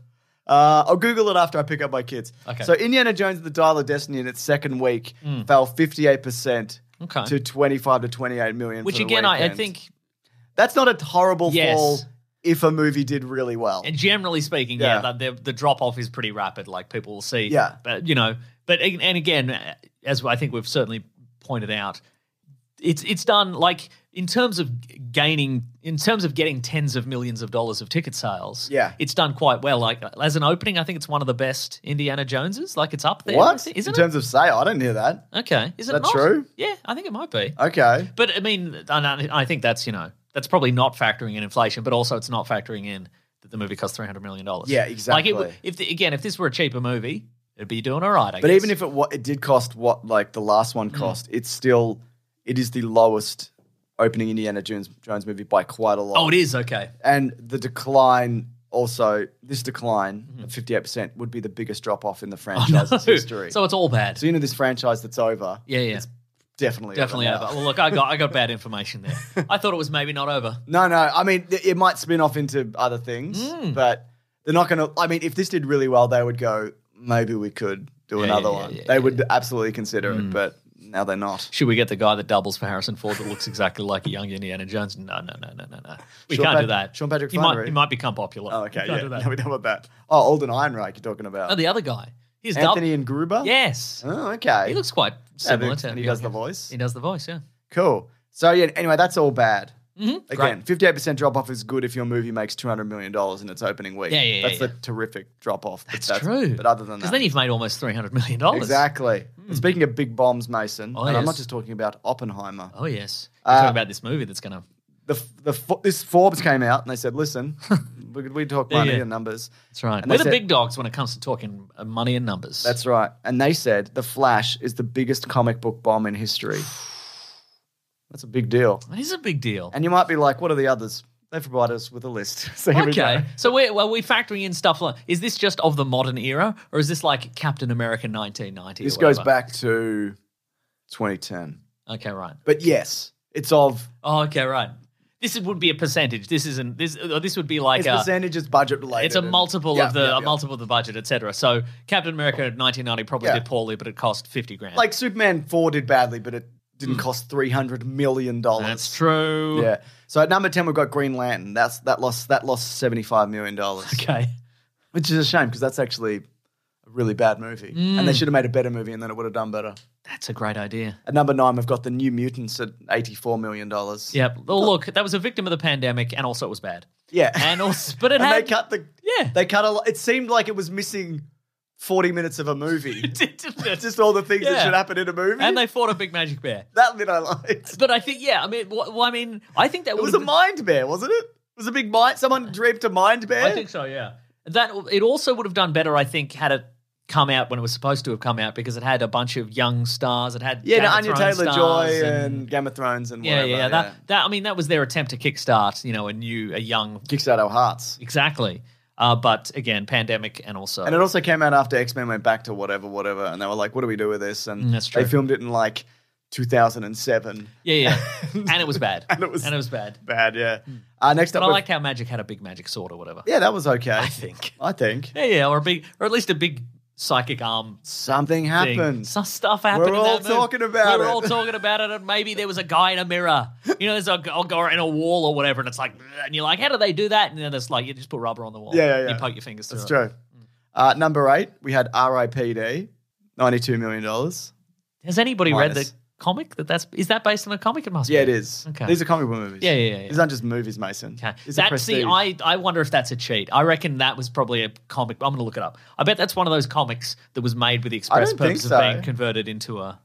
Speaker 2: Uh, I'll Google it after I pick up my kids.
Speaker 3: Okay. Mm.
Speaker 2: So Indiana Jones: and The Dial of Destiny in its second week fell fifty-eight percent
Speaker 3: Okay.
Speaker 2: to twenty-five to twenty-eight million.
Speaker 3: Which
Speaker 2: for the
Speaker 3: again, I, I
Speaker 2: weekend.
Speaker 3: think,
Speaker 2: that's not a horrible
Speaker 3: Yes.
Speaker 2: fall if a movie did really well.
Speaker 3: and generally speaking, yeah,
Speaker 2: Yeah.
Speaker 3: the, the, the drop off is pretty rapid. Like people will see.
Speaker 2: Yeah.
Speaker 3: But, you know, but, ag- and again, as I think we've certainly pointed out, it's, it's done like in terms of g- gaining, in terms of getting tens of millions of dollars of ticket sales.
Speaker 2: Yeah.
Speaker 3: It's done quite well. Like as an opening, I think it's one of the best Indiana Joneses. Like it's up there.
Speaker 2: what?
Speaker 3: Isn't
Speaker 2: in
Speaker 3: it?
Speaker 2: terms of sale, I didn't hear that.
Speaker 3: okay. Is it
Speaker 2: That
Speaker 3: not?
Speaker 2: true?
Speaker 3: Yeah. I think it might be.
Speaker 2: Okay.
Speaker 3: But I mean, and I I think that's you know that's probably not factoring in inflation, but also it's not factoring in that the movie costs three hundred million dollars.
Speaker 2: Yeah,
Speaker 3: Like it, would-
Speaker 2: exactly.
Speaker 3: if the, again, if this were a cheaper movie, it'd be doing all right. I
Speaker 2: But
Speaker 3: guess.
Speaker 2: even if it wa- it did cost what like the last
Speaker 3: Mm.
Speaker 2: one cost, it's still it is the lowest opening Indiana Jones Jones movie by quite a lot.
Speaker 3: oh, it is okay.
Speaker 2: and the decline also this decline
Speaker 3: Mm-hmm.
Speaker 2: of 58% would be the biggest drop off in the franchise's history so,
Speaker 3: Oh, So it's all bad.
Speaker 2: you know this franchise that's over
Speaker 3: yeah, yeah,
Speaker 2: definitely
Speaker 3: definitely
Speaker 2: over
Speaker 3: over.
Speaker 2: now.
Speaker 3: Well, look, I got I got bad information there. I thought it was maybe not over.
Speaker 2: no no i mean th- it might spin off into other things
Speaker 3: Hmm.
Speaker 2: but they're not gonna i mean if this did really well they would go maybe we could do
Speaker 3: Yeah, yeah,
Speaker 2: another
Speaker 3: yeah,
Speaker 2: one
Speaker 3: yeah, Hmm.
Speaker 2: they would absolutely consider it but now they're not
Speaker 3: Should we get the guy that doubles for Harrison Ford that looks exactly like a young Indiana Jones? No, no, no, no, no, no. We
Speaker 2: Sean
Speaker 3: can't
Speaker 2: Pat-
Speaker 3: do that.
Speaker 2: Sean Patrick
Speaker 3: He might,
Speaker 2: Flannery.
Speaker 3: he might become popular.
Speaker 2: oh okay
Speaker 3: We can't
Speaker 2: yeah
Speaker 3: do that.
Speaker 2: no, we know about that oh olden ironreich you're talking about
Speaker 3: Oh, the other guy. He's double.
Speaker 2: anthony and gruber
Speaker 3: Yes.
Speaker 2: oh okay
Speaker 3: He looks quite
Speaker 2: Yeah, but-
Speaker 3: similar to
Speaker 2: and he
Speaker 3: yeah,
Speaker 2: does the
Speaker 3: yeah. Mm-hmm.
Speaker 2: voice
Speaker 3: He does the voice, yeah.
Speaker 2: Cool. So yeah. Anyway, that's all bad.
Speaker 3: Hmm,
Speaker 2: Again, fifty-eight percent drop off is good if your movie makes two hundred million dollars in its opening week.
Speaker 3: Yeah, yeah, yeah,
Speaker 2: That's
Speaker 3: yeah.
Speaker 2: a terrific drop off.
Speaker 3: That's true.
Speaker 2: But other than
Speaker 3: Because
Speaker 2: that,
Speaker 3: then you've made almost three hundred million dollars.
Speaker 2: exactly. And Speaking of big bombs, Mason,
Speaker 3: Hmm. Oh,
Speaker 2: and I'm
Speaker 3: yes.
Speaker 2: not just talking about Oppenheimer.
Speaker 3: Oh yes. We're
Speaker 2: Uh,
Speaker 3: talking about this movie that's gonna.
Speaker 2: The f- the f- this Forbes came out and they said, "Listen, we, we talk
Speaker 3: Yeah,
Speaker 2: money
Speaker 3: yeah.
Speaker 2: and numbers."
Speaker 3: That's right.
Speaker 2: and
Speaker 3: We're the
Speaker 2: they said-
Speaker 3: big dogs when it comes to talking uh, money and numbers.
Speaker 2: That's right. And they said The Flash is the biggest comic book bomb in history. That's a big deal.
Speaker 3: that is a big deal.
Speaker 2: And you might be like, what are the others? They provide us with a list. So here we go.
Speaker 3: Okay, so we're, well, we're factoring in stuff like is this just of the modern era, or is this like Captain America 1990? or
Speaker 2: This goes
Speaker 3: whatever?
Speaker 2: back to 2010.
Speaker 3: Okay, right.
Speaker 2: But yes, it's of
Speaker 3: Oh, okay, right. This is- would be a percentage. This isn't this. Or this would be like
Speaker 2: its
Speaker 3: a.
Speaker 2: percentage, it's budget related.
Speaker 3: It's a
Speaker 2: and-
Speaker 3: multiple
Speaker 2: Yeah,
Speaker 3: of the
Speaker 2: yeah,
Speaker 3: a
Speaker 2: yeah.
Speaker 3: multiple of the budget, etc. So Captain America 1990 probably
Speaker 2: Yeah.
Speaker 3: did poorly, but it cost 50 grand.
Speaker 2: Like Superman 4 did badly, but it didn't cost $300 million.
Speaker 3: Hmm. that's true.
Speaker 2: Yeah. So at number 10, we've got Green Lantern. That's, that, lost, that lost $75 million.
Speaker 3: Okay.
Speaker 2: Which is a shame because that's actually a really bad movie. And
Speaker 3: Hmm.
Speaker 2: they should have made a better movie and then it would have done better.
Speaker 3: That's a great idea.
Speaker 2: At number nine, we've got The New Mutants at $84 million.
Speaker 3: Yep. Well, look, that was a victim of the pandemic, and also it was bad.
Speaker 2: Yeah.
Speaker 3: And also, but it
Speaker 2: And
Speaker 3: had.
Speaker 2: they cut the.
Speaker 3: yeah.
Speaker 2: They cut a lot. It seemed like it was missing 40 minutes of a movie.
Speaker 3: Didn't it?
Speaker 2: Just all the things that
Speaker 3: Yeah.
Speaker 2: should happen in a movie.
Speaker 3: and they fought a big magic bear.
Speaker 2: That bit I liked.
Speaker 3: But I think, yeah, I mean, wh- well, I mean, I think that
Speaker 2: It was a mind bear, wasn't it? It was a big mind. Someone draped a mind bear.
Speaker 3: I think so, yeah. That it also would have done better, I think, had it come out when it was supposed to have come out because it had a bunch of young stars. It had
Speaker 2: yeah,
Speaker 3: Game
Speaker 2: no,
Speaker 3: of
Speaker 2: Anya
Speaker 3: Thrones
Speaker 2: Taylor
Speaker 3: stars
Speaker 2: Joy and, Game of Thrones and
Speaker 3: yeah,
Speaker 2: whatever.
Speaker 3: yeah, That that I mean, that was their attempt to kickstart, you know, a new, a young,
Speaker 2: Kicks out our hearts.
Speaker 3: exactly. Uh, but again, pandemic and also
Speaker 2: And it also came out after X Men went back to whatever, whatever. And they were like, what do we do with this? And
Speaker 3: Mm, that's
Speaker 2: they
Speaker 3: true.
Speaker 2: filmed it in like 2007.
Speaker 3: yeah, yeah, and it was bad,
Speaker 2: And it was-
Speaker 3: and it was bad.
Speaker 2: Bad, yeah. Uh, next
Speaker 3: Hmm. But
Speaker 2: up,
Speaker 3: I
Speaker 2: we've-
Speaker 3: liked how Magic had a big magic sword or whatever.
Speaker 2: Yeah, that was okay.
Speaker 3: I think.
Speaker 2: I think.
Speaker 3: Yeah, yeah, or a big, or at least a big psychic arm
Speaker 2: Something
Speaker 3: thing.
Speaker 2: happened.
Speaker 3: Some stuff happened.
Speaker 2: We're
Speaker 3: in
Speaker 2: all
Speaker 3: that movie.
Speaker 2: talking about
Speaker 3: We're
Speaker 2: it.
Speaker 3: all talking about it, and maybe there was a guy in a mirror. You know, there's a g- or in a wall or whatever, and it's like, and you're like, how do they do that? And then it's like, you just put rubber on the wall.
Speaker 2: Yeah, yeah, yeah.
Speaker 3: You poke your fingers through.
Speaker 2: That's
Speaker 3: it.
Speaker 2: true. Uh, number eight, we had R.I.P.D. Ninety-two million dollars.
Speaker 3: Has anybody read
Speaker 2: Minus.
Speaker 3: the comic? That that's is that based on a comic? It must
Speaker 2: Yeah,
Speaker 3: be.
Speaker 2: it is.
Speaker 3: Okay.
Speaker 2: These are comic book movies.
Speaker 3: Yeah, yeah, yeah, yeah.
Speaker 2: These aren't just movies, Mason.
Speaker 3: Okay.
Speaker 2: These are
Speaker 3: That's the
Speaker 2: prestige.
Speaker 3: I, I wonder if that's a cheat. I reckon that was probably a comic. I'm gonna look it up. I bet that's one of those comics that was made with the express
Speaker 2: don't think
Speaker 3: purpose
Speaker 2: so.
Speaker 3: of being converted into a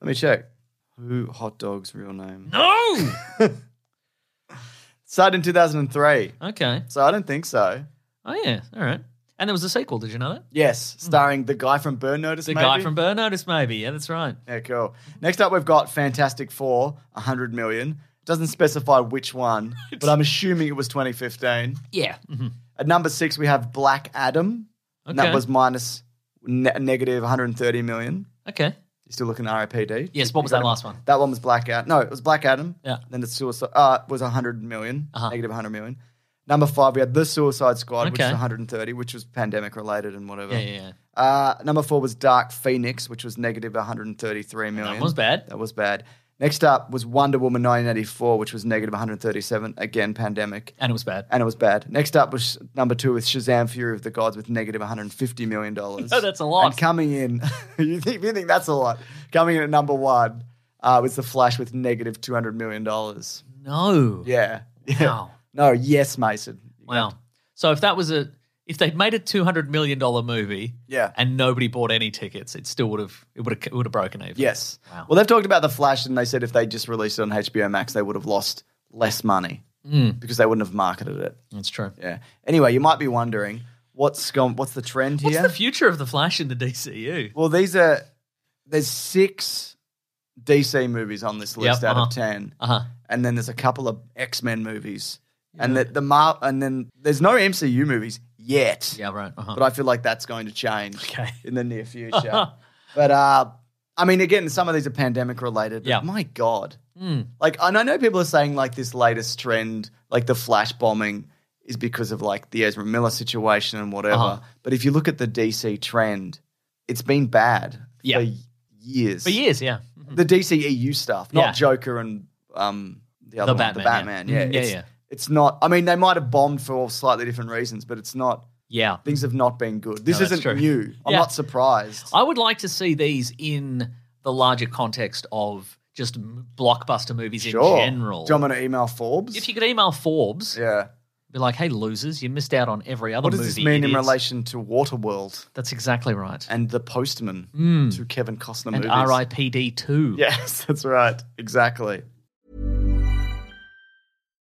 Speaker 2: Let me check. Who Hot Dog's real name?
Speaker 3: No
Speaker 2: Started in two thousand and three.
Speaker 3: Okay.
Speaker 2: So I don't think so.
Speaker 3: Oh yeah, all right. And there was a sequel, did you know that?
Speaker 2: Yes, starring the guy from Burn Notice.
Speaker 3: Hmm. The
Speaker 2: maybe?
Speaker 3: guy from Burn Notice, maybe. Yeah, that's right.
Speaker 2: Yeah, cool. Next up, we've got Fantastic Four, hundred million. Doesn't specify which one, but I'm assuming it was 2015.
Speaker 3: Yeah.
Speaker 2: At number six, we have Black Adam. And that
Speaker 3: Mm-hmm. Okay.
Speaker 2: was minus ne- negative 130 million.
Speaker 3: Okay.
Speaker 2: You're still looking at RIPD.
Speaker 3: Yes, what was that last one?
Speaker 2: That one was Black Adam. No, it was Black Adam.
Speaker 3: Yeah.
Speaker 2: Then the suicide uh, was 100 million,
Speaker 3: Uh-huh.
Speaker 2: negative 100 million. Number five, we had The Suicide Squad, which was
Speaker 3: Okay.
Speaker 2: 130, which was pandemic related and whatever.
Speaker 3: Yeah, yeah, yeah.
Speaker 2: Uh, number four was Dark Phoenix, which was negative 133 million.
Speaker 3: That was bad.
Speaker 2: That was bad. Next up was Wonder Woman 1984, which was negative 137, again pandemic,
Speaker 3: And it was bad.
Speaker 2: and it was bad. Next up was number two with Shazam: Fury of the Gods with negative 150 million dollars.
Speaker 3: No, that's a lot.
Speaker 2: And coming in, you think you think that's a lot? Coming in at number one uh, was the Flash with negative 200 million dollars.
Speaker 3: No.
Speaker 2: Yeah. Yeah.
Speaker 3: Wow.
Speaker 2: No. Yes, Mason.
Speaker 3: Wow. So if that was a if they'd made a two hundred million dollar movie
Speaker 2: Yeah.
Speaker 3: and nobody bought any tickets, it still would have it would have it would have broken even.
Speaker 2: Yes.
Speaker 3: Wow.
Speaker 2: Well, they've talked about the Flash, and they said if they just released it on HBO Max, they would have lost less money
Speaker 3: Hmm.
Speaker 2: because they wouldn't have marketed it.
Speaker 3: That's true.
Speaker 2: Yeah. Anyway, you might be wondering what's gone, what's the trend
Speaker 3: What's
Speaker 2: here?
Speaker 3: the future of the Flash in the DCU?
Speaker 2: well, these are there's six DC movies on this list out
Speaker 3: uh-huh.
Speaker 2: of ten,
Speaker 3: Uh huh.
Speaker 2: and then there's a couple of X Men movies, and the, the Mar- and then there's no MCU movies yet.
Speaker 3: Yeah, right. Uh-huh.
Speaker 2: But I feel like that's going to change
Speaker 3: Okay.
Speaker 2: in the near future. but uh, I mean, again, some of these are pandemic related. but
Speaker 3: Yeah.
Speaker 2: My God.
Speaker 3: Mm.
Speaker 2: Like, and I know people are saying like this latest trend, like the flash bombing, is because of like the Ezra Miller situation and whatever.
Speaker 3: Uh-huh.
Speaker 2: But if you look at the DC trend, it's been bad
Speaker 3: Yeah.
Speaker 2: for years.
Speaker 3: For years, yeah.
Speaker 2: The DCEU stuff, not
Speaker 3: Yeah.
Speaker 2: Joker and um, the other
Speaker 3: The
Speaker 2: one, the
Speaker 3: Batman,
Speaker 2: Batman.
Speaker 3: yeah.
Speaker 2: Yeah.
Speaker 3: Mm, yeah,
Speaker 2: it's,
Speaker 3: yeah.
Speaker 2: It's not, I mean, they might have bombed for slightly different reasons, but it's not,
Speaker 3: Yeah.
Speaker 2: things have not been good. This
Speaker 3: that's
Speaker 2: isn't
Speaker 3: true.
Speaker 2: new. I'm
Speaker 3: Yeah.
Speaker 2: not surprised.
Speaker 3: I would like to see these in the larger context of just m- blockbuster movies
Speaker 2: Sure.
Speaker 3: in general.
Speaker 2: Do you want me to email Forbes?
Speaker 3: if you could email Forbes,
Speaker 2: yeah.
Speaker 3: be like, "Hey losers, you missed out on every other
Speaker 2: What does
Speaker 3: movie."
Speaker 2: this mean in
Speaker 3: idiots."
Speaker 2: relation to Waterworld
Speaker 3: That's exactly right.
Speaker 2: and The Postman? Two Kevin Costner
Speaker 3: And
Speaker 2: movies.
Speaker 3: R.I.P.D. Two.
Speaker 2: Yes, that's right. Exactly.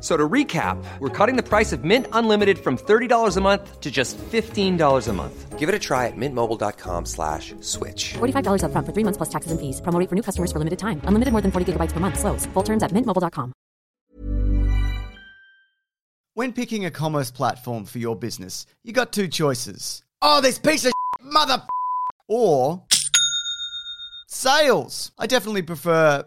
Speaker 4: So to recap, we're cutting the price of Mint Unlimited from $30 a month to just $15 a month. Give it a try at mintmobile.com slash switch.
Speaker 5: $45 up front for three months plus taxes and fees. Promo rate for new customers for limited time. Unlimited more than 40 gigabytes per month. Slows. Full terms at mintmobile.com.
Speaker 2: When picking a commerce platform for your business, you got two choices. Oh, this piece of shit, mother f- or sales. I definitely prefer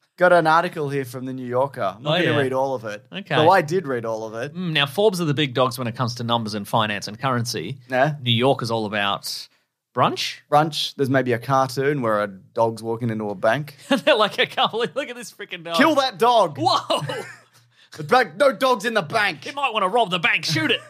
Speaker 2: Got an article here from the New Yorker. I'm
Speaker 3: Oh,
Speaker 2: not going to
Speaker 3: yeah.
Speaker 2: read all of it.
Speaker 3: Okay.
Speaker 2: Though I did read all of it.
Speaker 3: Mm, Now Forbes are the big dogs when it comes to numbers and finance and currency.
Speaker 2: Nah.
Speaker 3: New York is all about brunch.
Speaker 2: Brunch, there's maybe a cartoon where a dog's walking into a bank.
Speaker 3: They're like, I can't believe. Look at this freaking dog.
Speaker 2: Kill that dog!
Speaker 3: Whoa!
Speaker 2: The bank, no dogs in the bank!
Speaker 3: it might want to rob the bank. Shoot it.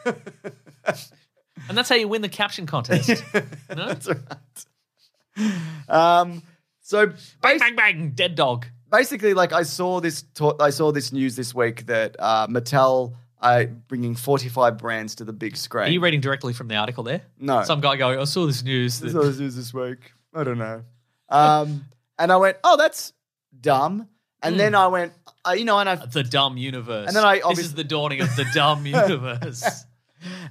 Speaker 3: and that's how you win the caption contest.
Speaker 2: That's right. Um, so
Speaker 3: bang, bang, bang. Dead dog.
Speaker 2: basically, like I saw this, ta- I saw this news this week that uh, Mattel uh, bringing 45 brands to the big screen.
Speaker 3: Are you reading directly from the article there?
Speaker 2: No.
Speaker 3: Some guy going, I saw this news.
Speaker 2: This
Speaker 3: That,
Speaker 2: is all this is this week. I don't know. Um, and I went, oh, that's dumb.
Speaker 3: Hmm.
Speaker 2: And then I went, uh, you know, and I
Speaker 3: the dumb universe.
Speaker 2: And then I
Speaker 3: This
Speaker 2: obvious-
Speaker 3: is the dawning of the dumb universe.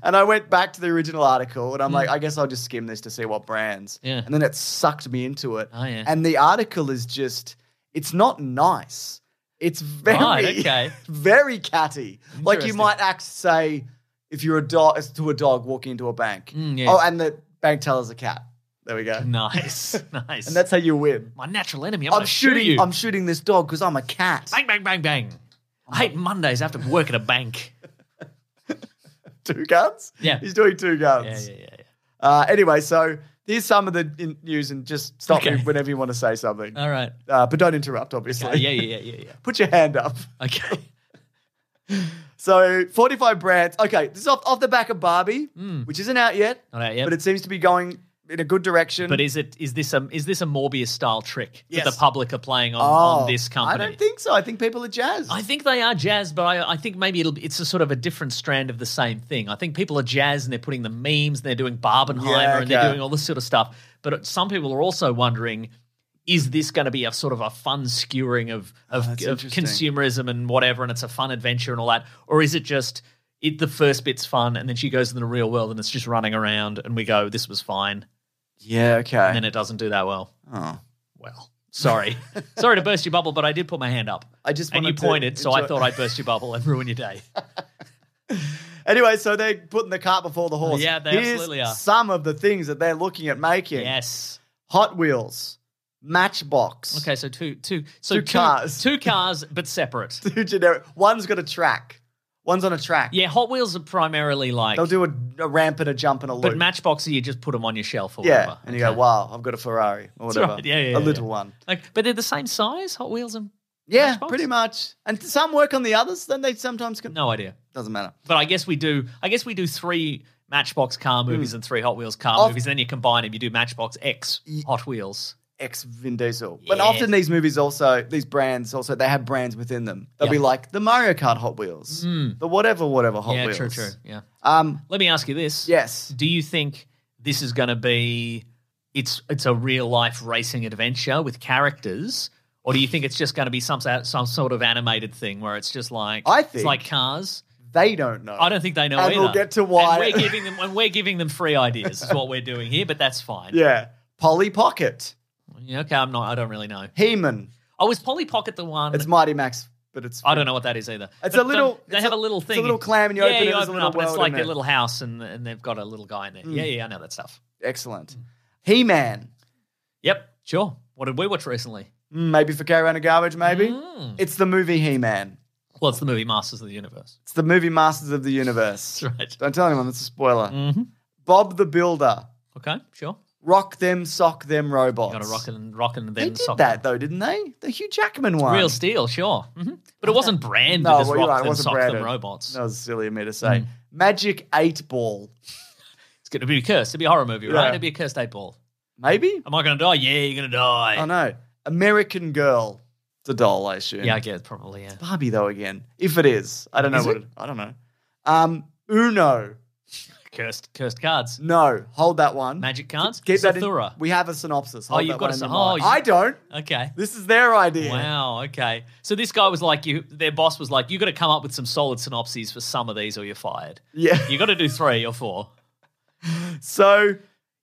Speaker 2: and I went back to the original article, and I'm like, I guess I'll just skim this to see what brands.
Speaker 3: Hmm. Yeah.
Speaker 2: And then it sucked me into it.
Speaker 3: Oh, yeah.
Speaker 2: And the article is just, it's not nice. It's very,
Speaker 3: Right, okay.
Speaker 2: very catty. Like you
Speaker 3: Interesting.
Speaker 2: might act say if you're a dog as to a dog walking into a bank.
Speaker 3: Mm, yeah.
Speaker 2: Oh, and the bank teller's a cat. There we go.
Speaker 3: nice. Nice.
Speaker 2: And that's how you win.
Speaker 3: my natural enemy. I'm,
Speaker 2: I'm
Speaker 3: gonna shoot
Speaker 2: shooting.
Speaker 3: you.
Speaker 2: I'm shooting this dog because I'm a cat.
Speaker 3: Bang, bang, bang, bang. I hate Mondays. I have to work at a bank.
Speaker 2: Two guns.
Speaker 3: Yeah.
Speaker 2: he's doing two
Speaker 3: Yeah,
Speaker 2: guns.
Speaker 3: yeah, yeah. yeah.
Speaker 2: Uh, anyway, so here's some of the in- news, and just stop me
Speaker 3: Okay.
Speaker 2: whenever you want to say something.
Speaker 3: All right.
Speaker 2: Uh, but don't interrupt, obviously.
Speaker 3: Uh, yeah, yeah, yeah, yeah, yeah.
Speaker 2: Put your hand up.
Speaker 3: Okay.
Speaker 2: So 45 brands. Okay, this is off, off the back of Barbie, which isn't out yet,
Speaker 3: Hmm. Not out yet.
Speaker 2: but it seems to be going in a good direction.
Speaker 3: But is it is this a is this a Morbius style trick
Speaker 2: Yes.
Speaker 3: that the public are playing on,
Speaker 2: Oh,
Speaker 3: on this company?
Speaker 2: I don't think so. I think people are jazzed.
Speaker 3: I think they are jazz, but I, I think maybe it'll be, it's a sort of a different strand of the same thing. I think people are jazz and they're putting the memes and they're doing Barbenheimer
Speaker 2: Yeah,
Speaker 3: and they're
Speaker 2: okay.
Speaker 3: doing all this sort of stuff. But some people are also wondering is this going to be a sort of a fun skewering of of,
Speaker 2: Oh, that's
Speaker 3: of
Speaker 2: interesting.
Speaker 3: consumerism and whatever, and it's a fun adventure and all that, or is it just it the first bit's fun and then she goes into the real world and it's just running around and we go this was fine
Speaker 2: Yeah,
Speaker 3: and
Speaker 2: okay.
Speaker 3: then it doesn't do that well.
Speaker 2: Oh.
Speaker 3: Well, sorry, sorry to burst your bubble, but I did put my hand up.
Speaker 2: I just
Speaker 3: and you
Speaker 2: wanted to
Speaker 3: pointed, so I
Speaker 2: enjoy-
Speaker 3: thought I'd burst your bubble and ruin your day.
Speaker 2: Anyway, so they're putting the cart before the horse.
Speaker 3: Yeah, they
Speaker 2: Here's
Speaker 3: absolutely are.
Speaker 2: Some of the things that they're looking at making
Speaker 3: yes.
Speaker 2: Hot Wheels, Matchbox.
Speaker 3: Okay, so two, two, so
Speaker 2: Two
Speaker 3: two,
Speaker 2: cars.
Speaker 3: two cars, but separate.
Speaker 2: Two generic. One's got a track, one's on a track.
Speaker 3: Yeah, Hot Wheels are primarily like,
Speaker 2: They'll do a, a ramp and a jump and a loop.
Speaker 3: but Matchbox, you just put them on your shelf or
Speaker 2: yeah,
Speaker 3: whatever.
Speaker 2: and you go, wow, I've got a Ferrari or
Speaker 3: That's
Speaker 2: whatever.
Speaker 3: right. Yeah, yeah, yeah,
Speaker 2: a little
Speaker 3: yeah.
Speaker 2: one.
Speaker 3: Like, but they're the same size, Hot Wheels and
Speaker 2: Yeah,
Speaker 3: Matchbox?
Speaker 2: pretty much. And some work on the others, then they sometimes can.
Speaker 3: no idea.
Speaker 2: Doesn't matter.
Speaker 3: But I guess we do. I guess we do three Matchbox car
Speaker 2: Hmm.
Speaker 3: movies and three Hot Wheels car
Speaker 2: Of-
Speaker 3: movies. Then you combine them. You do Matchbox X Hot Wheels.
Speaker 2: ex Vin Diesel. But
Speaker 3: Yeah.
Speaker 2: often these movies also, these brands also, they have brands within them. They'll be
Speaker 3: Yeah. Hmm.
Speaker 2: like the Mario Kart Hot Wheels, the whatever, whatever Hot
Speaker 3: yeah,
Speaker 2: Wheels.
Speaker 3: true, true. Yeah.
Speaker 2: Um,
Speaker 3: Let me ask you this.
Speaker 2: yes.
Speaker 3: Do you think this is going to be it's it's a real life racing adventure with characters, or do you think it's just going to be some sa- some sort of animated thing where it's just like
Speaker 2: I
Speaker 3: it's
Speaker 2: think-
Speaker 3: like Cars?
Speaker 2: They don't know.
Speaker 3: I don't think they know
Speaker 2: And
Speaker 3: either.
Speaker 2: we'll get to why-
Speaker 3: And we're giving them and we're giving them free ideas is what we're doing here, but that's fine.
Speaker 2: Yeah. Polly Pocket,
Speaker 3: Yeah, Okay, I'm not. I don't really know.
Speaker 2: He Man.
Speaker 3: Oh, was Polly Pocket the one?
Speaker 2: It's Mighty Max, but it's.
Speaker 3: I don't know what that is either.
Speaker 2: It's
Speaker 3: But
Speaker 2: a little-
Speaker 3: They
Speaker 2: it's
Speaker 3: have a
Speaker 2: a-
Speaker 3: little
Speaker 2: it's a
Speaker 3: thing.
Speaker 2: little clam and you
Speaker 3: yeah,
Speaker 2: open it, Hmm.
Speaker 3: you
Speaker 2: there's a
Speaker 3: open
Speaker 2: little
Speaker 3: up and it's
Speaker 2: world in
Speaker 3: like their
Speaker 2: there.
Speaker 3: little house and and they've got a little guy in there. Yeah, yeah, I know that stuff.
Speaker 2: Excellent. He Man.
Speaker 3: Yep, sure. What did we watch recently?
Speaker 2: Hmm, Maybe for Carry Around a Garbage, maybe.
Speaker 3: Mm.
Speaker 2: It's the movie He Man.
Speaker 3: Well, it's the movie Masters of the Universe.
Speaker 2: It's the movie Masters of the Universe.
Speaker 3: That's right.
Speaker 2: Don't tell anyone, that's a spoiler.
Speaker 3: Mm-hmm.
Speaker 2: Bob the Builder.
Speaker 3: Okay, sure.
Speaker 2: Rock them, sock them robots.
Speaker 3: Got to rock and rock and
Speaker 2: They
Speaker 3: then
Speaker 2: did
Speaker 3: sock.
Speaker 2: that though, didn't they? The Hugh Jackman one.
Speaker 3: Real steel, sure. hmm But it wasn't branded as
Speaker 2: well, you're
Speaker 3: rock
Speaker 2: right, it
Speaker 3: them,
Speaker 2: wasn't
Speaker 3: sock
Speaker 2: branded.
Speaker 3: them robots.
Speaker 2: That was silly of me to
Speaker 3: Mm.
Speaker 2: say. Magic Eight Ball,
Speaker 3: It's going to be a curse. It'd be a horror movie, right?
Speaker 2: Yeah.
Speaker 3: It'd be a cursed eight ball.
Speaker 2: maybe?
Speaker 3: Am I going to die? Yeah, you're going to die.
Speaker 2: Oh no, American Girl. It's a doll, I assume.
Speaker 3: Yeah, I guess probably. Yeah.
Speaker 2: Barbie though again. If it is, I don't know
Speaker 3: Is
Speaker 2: what. It? I don't know. Um, Uno.
Speaker 3: Cursed, cursed cards.
Speaker 2: No, hold that one.
Speaker 3: Magic cards.
Speaker 2: Keep that in-
Speaker 3: Zathura.
Speaker 2: We have a synopsis. Hold
Speaker 3: you've
Speaker 2: that
Speaker 3: got
Speaker 2: one
Speaker 3: a
Speaker 2: in your
Speaker 3: syn- oh,
Speaker 2: mind.
Speaker 3: you-
Speaker 2: I don't.
Speaker 3: Okay.
Speaker 2: This is their idea.
Speaker 3: Wow. Okay. So this guy was like, you. Their boss was like, you got to come up with some solid synopses for some of these, or you're fired.
Speaker 2: Yeah.
Speaker 3: You got to do three or four.
Speaker 2: So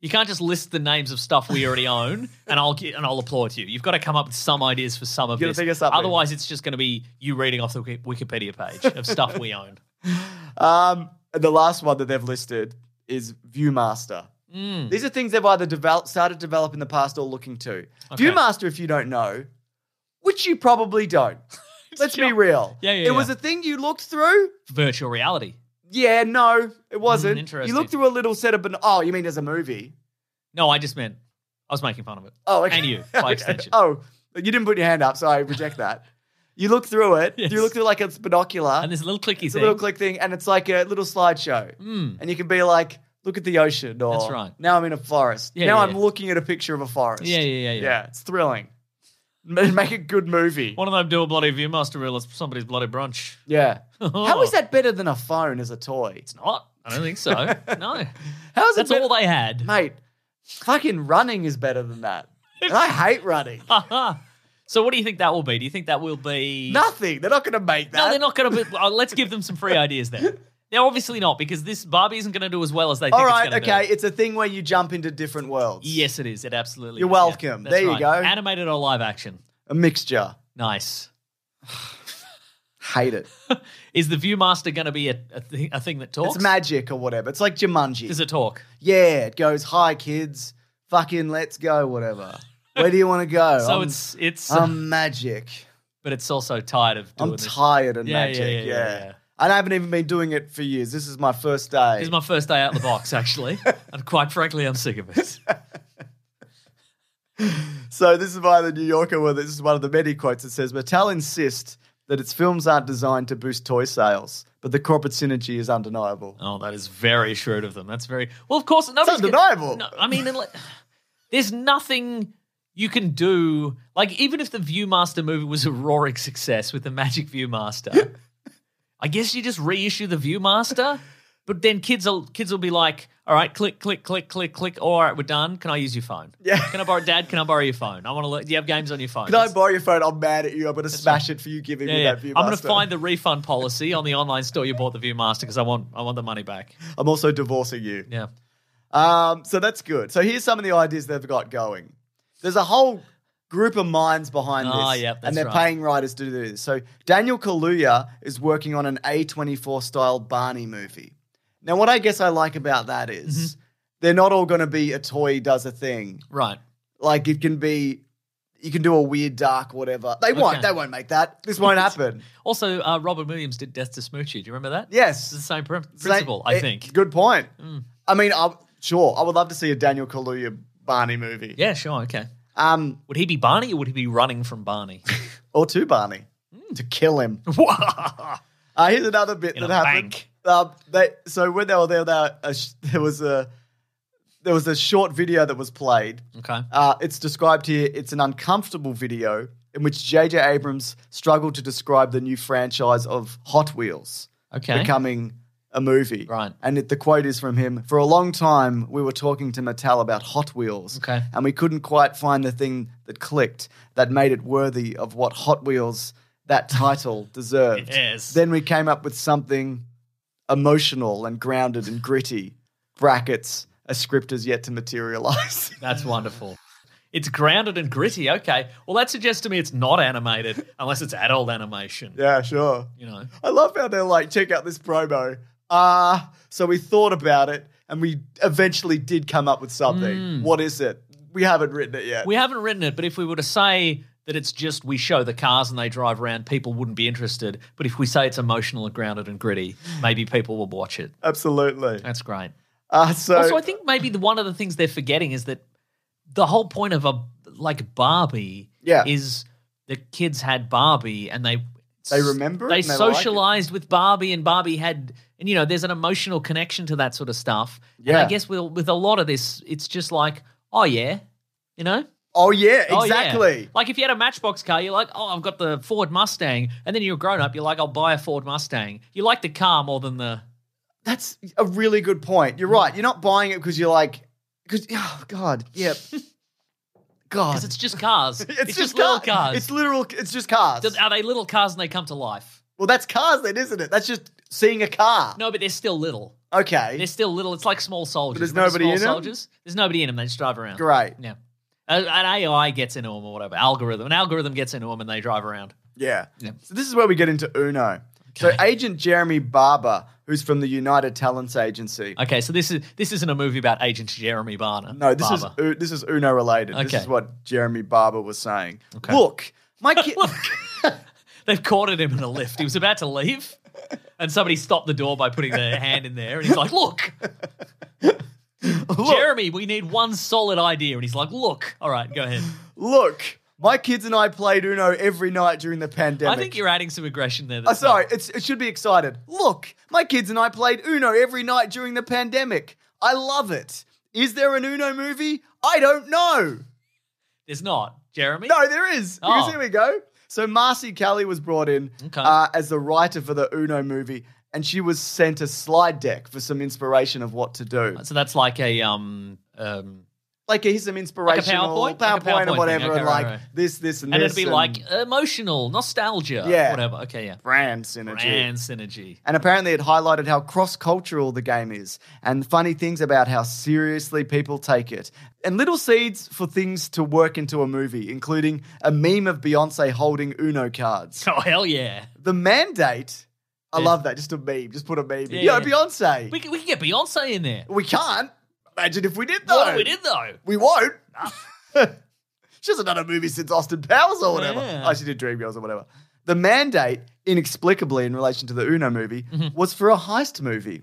Speaker 3: You can't just list the names of stuff we already own, and I'll get, and I'll applaud you. You've got to come up with some ideas for some of
Speaker 2: You gotta
Speaker 3: this.
Speaker 2: think of something.
Speaker 3: Otherwise, it's just going to be you reading off the Wiki- Wikipedia page of stuff we own.
Speaker 2: Um, and the last one that they've listed is ViewMaster.
Speaker 3: Mm.
Speaker 2: These are things they've either developed, started to develop in the past or looking to. ViewMaster, if you don't know, which you probably don't. Let's be real.
Speaker 3: Yeah, yeah,
Speaker 2: It was
Speaker 3: yeah.
Speaker 2: a thing you looked through.
Speaker 3: Virtual reality.
Speaker 2: Yeah, no, it wasn't.
Speaker 3: interesting.
Speaker 2: you looked through a little set of. Ban- oh, you mean as a movie?
Speaker 3: No, I just meant I was making fun of it.
Speaker 2: Oh, okay.
Speaker 3: And you, by
Speaker 2: Okay.
Speaker 3: extension.
Speaker 2: Oh, you didn't put your hand up, so I reject that. You look through it.
Speaker 3: Yes.
Speaker 2: You look through like it's binocular.
Speaker 3: And there's a little clicky
Speaker 2: It's
Speaker 3: thing.
Speaker 2: a
Speaker 3: Hmm.
Speaker 2: little click thing, and it's like a little slideshow. And you can be like, look at the ocean, or
Speaker 3: That's right.
Speaker 2: now I'm in a forest.
Speaker 3: Yeah,
Speaker 2: now
Speaker 3: yeah,
Speaker 2: I'm
Speaker 3: yeah.
Speaker 2: looking at a picture of a forest.
Speaker 3: Yeah, yeah, yeah, yeah.
Speaker 2: it's thrilling. M- Make a good movie.
Speaker 3: One of them do a bloody ViewMaster reel of somebody's bloody brunch.
Speaker 2: Yeah. How is that better than a phone as a toy?
Speaker 3: It's not. I don't think so. No.
Speaker 2: How is
Speaker 3: That's
Speaker 2: it better-
Speaker 3: all they had.
Speaker 2: Mate, fucking running is better than that. And I hate running.
Speaker 3: Aha. so what do you think that will be? Do you think that will be
Speaker 2: Nothing. They're not going to make that.
Speaker 3: No, they're not going to. be. oh, Let's give them some free ideas then. They're obviously not because this Barbie isn't going to do as well as they think
Speaker 2: All right,
Speaker 3: it's going to
Speaker 2: okay.
Speaker 3: do.
Speaker 2: It's a thing where you jump into different worlds.
Speaker 3: Yes, it is. It absolutely.
Speaker 2: You're
Speaker 3: is, yeah.
Speaker 2: welcome.
Speaker 3: That's
Speaker 2: There you
Speaker 3: right.
Speaker 2: go.
Speaker 3: Animated or live action.
Speaker 2: A mixture.
Speaker 3: Nice.
Speaker 2: Hate it.
Speaker 3: Is the ViewMaster going to be a, a, thi- a thing that talks?
Speaker 2: It's magic or whatever. It's like Jumanji.
Speaker 3: Does it talk?
Speaker 2: Yeah, it goes, hi kids, fucking let's go, whatever. Where do you want to go?
Speaker 3: So
Speaker 2: I'm,
Speaker 3: it's it's.
Speaker 2: I'm magic.
Speaker 3: but it's also tired of doing
Speaker 2: I'm
Speaker 3: this.
Speaker 2: tired of
Speaker 3: Yeah, yeah,
Speaker 2: magic.
Speaker 3: yeah,
Speaker 2: Yeah,
Speaker 3: yeah, yeah.
Speaker 2: And I haven't even been doing it for years. This is my first day.
Speaker 3: This is my first day out of the box, actually, and quite frankly, I'm sick of it.
Speaker 2: so this is by the New Yorker where this is one of the many quotes that says Mattel insists that its films aren't designed to boost toy sales, but the corporate synergy is undeniable.
Speaker 3: Oh, that is very shrewd of them. That's very well. Of course, it's
Speaker 2: undeniable.
Speaker 3: no, I mean, unle- there's nothing you can do. Like, even if the ViewMaster movie was a roaring success with the Magic ViewMaster, I guess you just reissue the ViewMaster. But then kids will kids will be like, All right, click, click, click, click, click. All right, we're done. Can I use your phone?
Speaker 2: Yeah.
Speaker 3: Can I borrow, Dad? Can I borrow your phone? I want to. look Do you have games on your phone?
Speaker 2: Can I borrow your phone? I'm mad at you. I'm going to smash it for you giving me
Speaker 3: yeah, yeah.
Speaker 2: that view.
Speaker 3: I'm going to find the refund policy on the online store you bought the ViewMaster because I want I want the money back.
Speaker 2: I'm also divorcing you.
Speaker 3: Yeah.
Speaker 2: Um, so that's good. So here's some of the ideas they've got going. There's a whole group of minds behind
Speaker 3: Ah,
Speaker 2: this,
Speaker 3: yep, that's
Speaker 2: and they're
Speaker 3: right.
Speaker 2: paying writers to do this. So Daniel Kaluuya is working on an A24 style Barney movie. Now, what I guess I like about that is
Speaker 3: Mm-hmm.
Speaker 2: they're not all going to be a toy does a thing.
Speaker 3: Right.
Speaker 2: Like it can be, you can do a weird dark whatever. They won't.
Speaker 3: Okay.
Speaker 2: They won't make that. This won't happen.
Speaker 3: Also, uh, Robert Williams did Death to Smoochie. Do you remember that? It's the
Speaker 2: Yes,
Speaker 3: same prin-
Speaker 2: So they-
Speaker 3: principle, I
Speaker 2: it-
Speaker 3: think. Mm.
Speaker 2: Good point. I mean, I, sure, I would love to see a Daniel Kaluuya Barney movie.
Speaker 3: Yeah, sure. Okay.
Speaker 2: Um,
Speaker 3: Would he be Barney or would he be running from Barney?
Speaker 2: or to Barney to kill him.
Speaker 3: Whoa.
Speaker 2: Uh, here's another bit
Speaker 3: Hmm. In
Speaker 2: that
Speaker 3: a
Speaker 2: happened.
Speaker 3: bank.
Speaker 2: Um, they, so when they were there, they were, a sh- there was a there was a short video that was played.
Speaker 3: okay.
Speaker 2: Uh, it's described here. It's an uncomfortable video in which J.J. Abrams struggled to describe the new franchise of Hot Wheels
Speaker 3: Okay.
Speaker 2: becoming a movie.
Speaker 3: Right.
Speaker 2: And it, the quote is from him For a long time, we were talking to Mattel about Hot Wheels.
Speaker 3: Okay.
Speaker 2: And we couldn't quite find the thing that clicked that made it worthy of what Hot Wheels, that title, deserved.
Speaker 3: Yes.
Speaker 2: Then we came up with something emotional and grounded and gritty. Brackets, a script is yet to materialize.
Speaker 3: That's wonderful. It's grounded and gritty. Okay. Well, that suggests to me it's not animated unless it's adult animation.
Speaker 2: yeah, sure.
Speaker 3: You know.
Speaker 2: I love how they're like, check out this promo. Ah, so we thought about it and we eventually did come up with something. What is it? We haven't written it yet.
Speaker 3: Mm. We haven't written it, but if we were to say that it's just we show the cars and they drive around, people wouldn't be interested. But if we say it's emotional and grounded and gritty, maybe people will watch it.
Speaker 2: Absolutely.
Speaker 3: That's great.
Speaker 2: Uh, so,
Speaker 3: also, I think maybe the, one of the things they're forgetting is that the whole point of a like Barbie
Speaker 2: Yeah.
Speaker 3: is the kids had Barbie and they
Speaker 2: They remember it
Speaker 3: they
Speaker 2: and they like it.
Speaker 3: socialized with Barbie and Barbie had and you know there's an emotional connection to that sort of stuff. And
Speaker 2: Yeah.
Speaker 3: I guess with with a lot of this, it's just like oh yeah, you know.
Speaker 2: oh, yeah,
Speaker 3: Oh, yeah.
Speaker 2: exactly.
Speaker 3: Like if you had a Matchbox car, you're like, oh, I've got the Ford Mustang, and then you're a grown up, you're like, I'll buy a Ford Mustang. You like the car more than the
Speaker 2: That's a really good point. You're right. You're not buying it because you're like, because, oh, God. Yeah. God.
Speaker 3: because it's just cars. it's, just, little
Speaker 2: car-
Speaker 3: cars.
Speaker 2: It's literal, it's just cars.
Speaker 3: Do- Are they little cars and they come to life?
Speaker 2: well, that's cars then, isn't it? That's just seeing a car.
Speaker 3: No, but they're still little.
Speaker 2: Okay.
Speaker 3: They're still little. It's like small soldiers.
Speaker 2: there's
Speaker 3: Remember
Speaker 2: nobody
Speaker 3: small
Speaker 2: in 'em?
Speaker 3: soldiers? There's nobody in them. They just drive around.
Speaker 2: Great.
Speaker 3: Yeah. An an AI gets into them or whatever. Algorithm. An algorithm gets into them and they drive around.
Speaker 2: Yeah.
Speaker 3: Yeah.
Speaker 2: So this is where we get into Uno. So Agent Jeremy Barber, who's from the United Talents Agency.
Speaker 3: Okay, so this is this isn't a movie about Agent Jeremy Barner.
Speaker 2: No, this
Speaker 3: Barber.
Speaker 2: is U- this is Uno related.
Speaker 3: Okay.
Speaker 2: This is what Jeremy Barber was saying. Look, my kid.
Speaker 3: They've cornered him in a lift. He was about to leave, and somebody stopped the door by putting their hand in there. And he's like, "Look, Jeremy, we need one solid idea." And he's like, "Look, all right, go ahead."
Speaker 2: look, my kids and I played Uno every night during the pandemic.
Speaker 3: I think you're adding some aggression there.
Speaker 2: Oh,
Speaker 3: that's
Speaker 2: sorry,
Speaker 3: not-
Speaker 2: it's, it should be excited. Look, my kids and I played Uno every night during the pandemic. I love it. Is there an Uno movie? I don't know.
Speaker 3: there's not, Jeremy.
Speaker 2: No, there is. Because
Speaker 3: Oh.
Speaker 2: here we go. So Marcy Kelly was brought in
Speaker 3: Okay.
Speaker 2: uh, as the writer for the Uno movie, and she was sent a slide deck for some inspiration of what to do.
Speaker 3: So that's like a um um,
Speaker 2: Like here's some inspirational
Speaker 3: PowerPoint? Like a PowerPoint
Speaker 2: or
Speaker 3: thing.
Speaker 2: whatever,
Speaker 3: Okay,
Speaker 2: and
Speaker 3: right,
Speaker 2: like
Speaker 3: right.
Speaker 2: this, this, and,
Speaker 3: and
Speaker 2: this,
Speaker 3: it'd be
Speaker 2: and
Speaker 3: like emotional nostalgia,
Speaker 2: Yeah.
Speaker 3: whatever. Okay, yeah,
Speaker 2: brand synergy.
Speaker 3: brand synergy.
Speaker 2: And apparently, it highlighted how cross cultural the game is and funny things about how seriously people take it. And little seeds for things to work into a movie, including a meme of Beyonce holding Uno cards.
Speaker 3: Oh hell yeah!
Speaker 2: The mandate. I
Speaker 3: Yeah.
Speaker 2: love that. Just a meme. Just put a meme.
Speaker 3: Yeah,
Speaker 2: in. Yo,
Speaker 3: yeah.
Speaker 2: Beyonce.
Speaker 3: We
Speaker 2: We,
Speaker 3: can, we can get Beyonce in there.
Speaker 2: can't. Imagine if we did though.
Speaker 3: What if we did though?
Speaker 2: We won't. she hasn't done a movie since Austin Powers or whatever.
Speaker 3: Yeah.
Speaker 2: Oh, she did Dreamgirls or whatever. The mandate, inexplicably in relation to the Uno movie, was for a heist movie.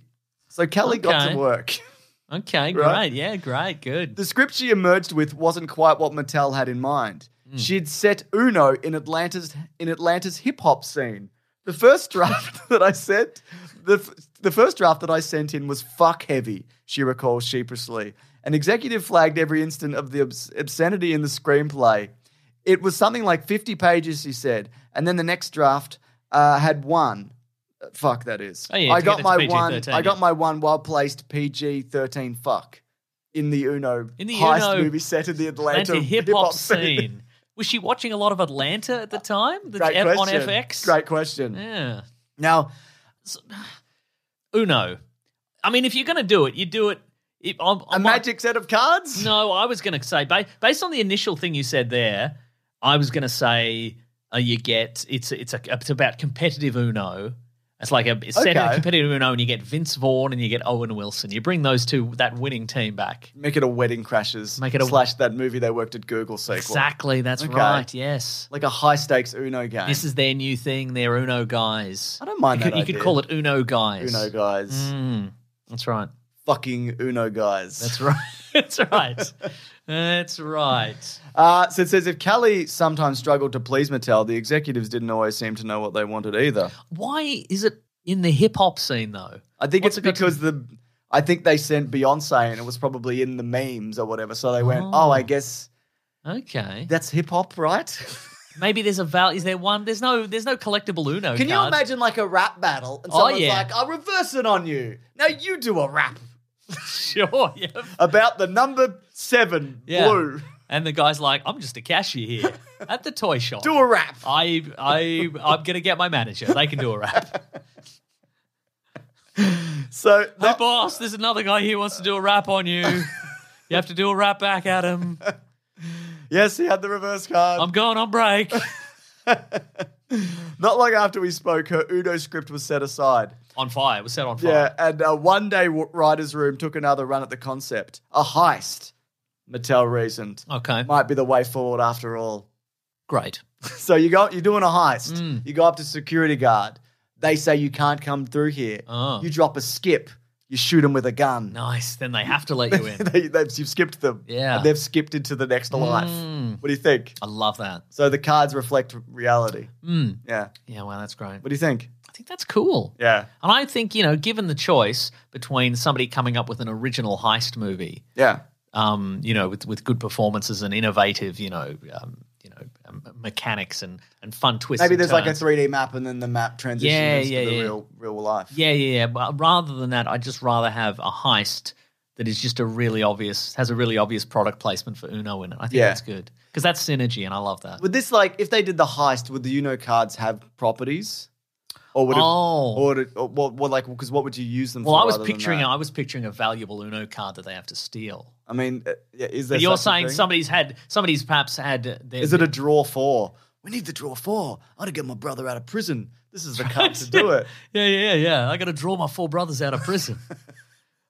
Speaker 2: So Kelly got
Speaker 3: Mm-hmm. Okay.
Speaker 2: to work.
Speaker 3: Okay, great.
Speaker 2: Right.
Speaker 3: Yeah, great. Good.
Speaker 2: The script she emerged with wasn't quite what Mattel had in mind.
Speaker 3: Hmm.
Speaker 2: She'd set Uno in Atlanta's in Atlanta's hip hop scene. The first draft that I sent, the f- the first draft that I sent in was fuck heavy. She recalls sheepishly. An executive flagged every instant of the obs- obscenity in the screenplay. It was something like fifty pages, she said, and then the next draft uh, had one fuck that is.
Speaker 3: Oh, yeah,
Speaker 2: I
Speaker 3: to
Speaker 2: got
Speaker 3: get
Speaker 2: my
Speaker 3: it to
Speaker 2: one.
Speaker 3: PG-13,
Speaker 2: I got
Speaker 3: yeah.
Speaker 2: my one well placed PG thirteen fuck in the Uno
Speaker 3: In the
Speaker 2: heist
Speaker 3: Uno-
Speaker 2: movie set in the Atlanta,
Speaker 3: Atlanta hip hop scene. Was she watching a lot of Atlanta at the time? The
Speaker 2: Uh, Great
Speaker 3: F- on
Speaker 2: question.
Speaker 3: FX.
Speaker 2: Great question.
Speaker 3: Yeah.
Speaker 2: Now,
Speaker 3: Uno. I mean, if you're going to do it, you do it. If, I'm,
Speaker 2: a
Speaker 3: I'm
Speaker 2: magic set of cards.
Speaker 3: Oh, No, I was going to say ba- based on the initial thing you said there, I was going to say uh, you get it's it's a, it's about competitive Uno. It's like a it's set in
Speaker 2: Okay.
Speaker 3: competitive Uno, and you get Vince Vaughn and you get Owen Wilson. You bring those two that winning team back.
Speaker 2: Make it a wedding crashes.
Speaker 3: Make it a-
Speaker 2: slash that movie they worked at Google sequel.
Speaker 3: Exactly, that's
Speaker 2: Okay.
Speaker 3: right. Yes,
Speaker 2: Like a high stakes Uno game.
Speaker 3: this is their new thing. Their Uno guys.
Speaker 2: I don't mind
Speaker 3: You
Speaker 2: that.
Speaker 3: could, you could
Speaker 2: idea.
Speaker 3: call it Uno guys.
Speaker 2: Uno guys.
Speaker 3: Mm, that's right.
Speaker 2: Fucking Uno guys.
Speaker 3: That's right. that's right. That's right.
Speaker 2: Uh, so it says if Kelly sometimes struggled to please Mattel, the executives didn't always seem to know what they wanted either.
Speaker 3: Why is it in the hip hop scene though?
Speaker 2: I think
Speaker 3: What's
Speaker 2: it's
Speaker 3: it got to-
Speaker 2: because the I think they sent Beyonce and it was probably in the memes or whatever. So they went,
Speaker 3: Oh.
Speaker 2: oh, I guess
Speaker 3: Okay.
Speaker 2: that's hip hop, right?
Speaker 3: Maybe there's a val. Is there one? There's no. There's no collectible Uno.
Speaker 2: Can you
Speaker 3: card.
Speaker 2: imagine like a rap battle and
Speaker 3: Oh,
Speaker 2: someone's
Speaker 3: yeah.
Speaker 2: like, I'll reverse it on you. Now you do a rap
Speaker 3: Sure. Yeah.
Speaker 2: about the number seven
Speaker 3: Yeah.
Speaker 2: blue.
Speaker 3: And the guy's like, "I'm just a cashier here at the toy shop.
Speaker 2: Do a rap.
Speaker 3: I, I, I'm gonna get my manager. They can do a rap.
Speaker 2: So
Speaker 3: Hey,
Speaker 2: that,
Speaker 3: boss, there's another guy here who wants to do a rap on you. You have to do a rap back at him.
Speaker 2: yes, he had the reverse card.
Speaker 3: I'm going on break.
Speaker 2: Not long after we spoke, her Uno script was set aside.
Speaker 3: On fire. It was set on fire.
Speaker 2: Yeah, and uh, one day w- writers' room took another run at the concept. A heist, Mattel reasoned,
Speaker 3: Okay.
Speaker 2: might be the way forward after all.
Speaker 3: Great.
Speaker 2: So you go, you're doing a heist.
Speaker 3: Mm.
Speaker 2: You go up to security guard. They say you can't come through here.
Speaker 3: Oh.
Speaker 2: You drop a skip. You shoot them with a gun.
Speaker 3: Nice. Then they have to let you in.
Speaker 2: they, they've, you've skipped them.
Speaker 3: Yeah. Mm.
Speaker 2: and they've skipped into the next life. What do you think?
Speaker 3: I love that.
Speaker 2: So the cards reflect reality.
Speaker 3: Mm.
Speaker 2: Yeah.
Speaker 3: Yeah. Wow. That's great.
Speaker 2: What do you think?
Speaker 3: I think that's cool.
Speaker 2: Yeah.
Speaker 3: And I think, you know, given the choice between somebody coming up with an original heist movie,
Speaker 2: Yeah.
Speaker 3: um, you know, with, with good performances and innovative, you know, um, you know, um, mechanics and, and fun twists.
Speaker 2: Maybe
Speaker 3: and
Speaker 2: there's like a
Speaker 3: turns.
Speaker 2: 3D map, and then the map transitions
Speaker 3: Yeah,
Speaker 2: to
Speaker 3: yeah,
Speaker 2: the
Speaker 3: yeah.
Speaker 2: real real life.
Speaker 3: Yeah, yeah, yeah. But rather than that, I'd just rather have a heist that is just a really obvious, has a really obvious product placement for Uno in it. I think
Speaker 2: Yeah.
Speaker 3: that's good because that's synergy and I love that.
Speaker 2: Would this like if they did the heist? Would the Uno cards have properties, or would it,
Speaker 3: Oh.
Speaker 2: or, would it, or what? What like? Because what would you use them
Speaker 3: well,
Speaker 2: for?
Speaker 3: I was
Speaker 2: other than
Speaker 3: picturing,
Speaker 2: that?
Speaker 3: I was picturing a valuable Uno card that they have to steal.
Speaker 2: I mean, uh, yeah, is there?
Speaker 3: But you're
Speaker 2: such a
Speaker 3: saying
Speaker 2: thing?
Speaker 3: somebody's had, somebody's perhaps had. Their,
Speaker 2: Is it a draw four? We need the draw four. I want to get my brother out of prison. This is the card to do it.
Speaker 3: Yeah, yeah, yeah. I got to draw my four brothers out of prison.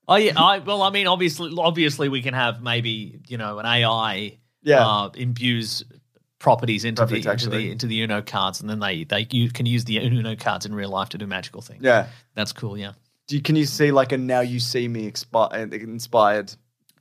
Speaker 3: oh yeah. I, well, I mean, obviously, obviously, we can have maybe you know an AI
Speaker 2: Yeah.
Speaker 3: uh, imbues properties into
Speaker 2: Perfect,
Speaker 3: the into
Speaker 2: actually.
Speaker 3: the into the Uno cards, and then they they you can use the Uno cards in real life to do magical things.
Speaker 2: Yeah.
Speaker 3: that's cool. Yeah.
Speaker 2: Do you, can you see like a now you see me expi- uh, inspired?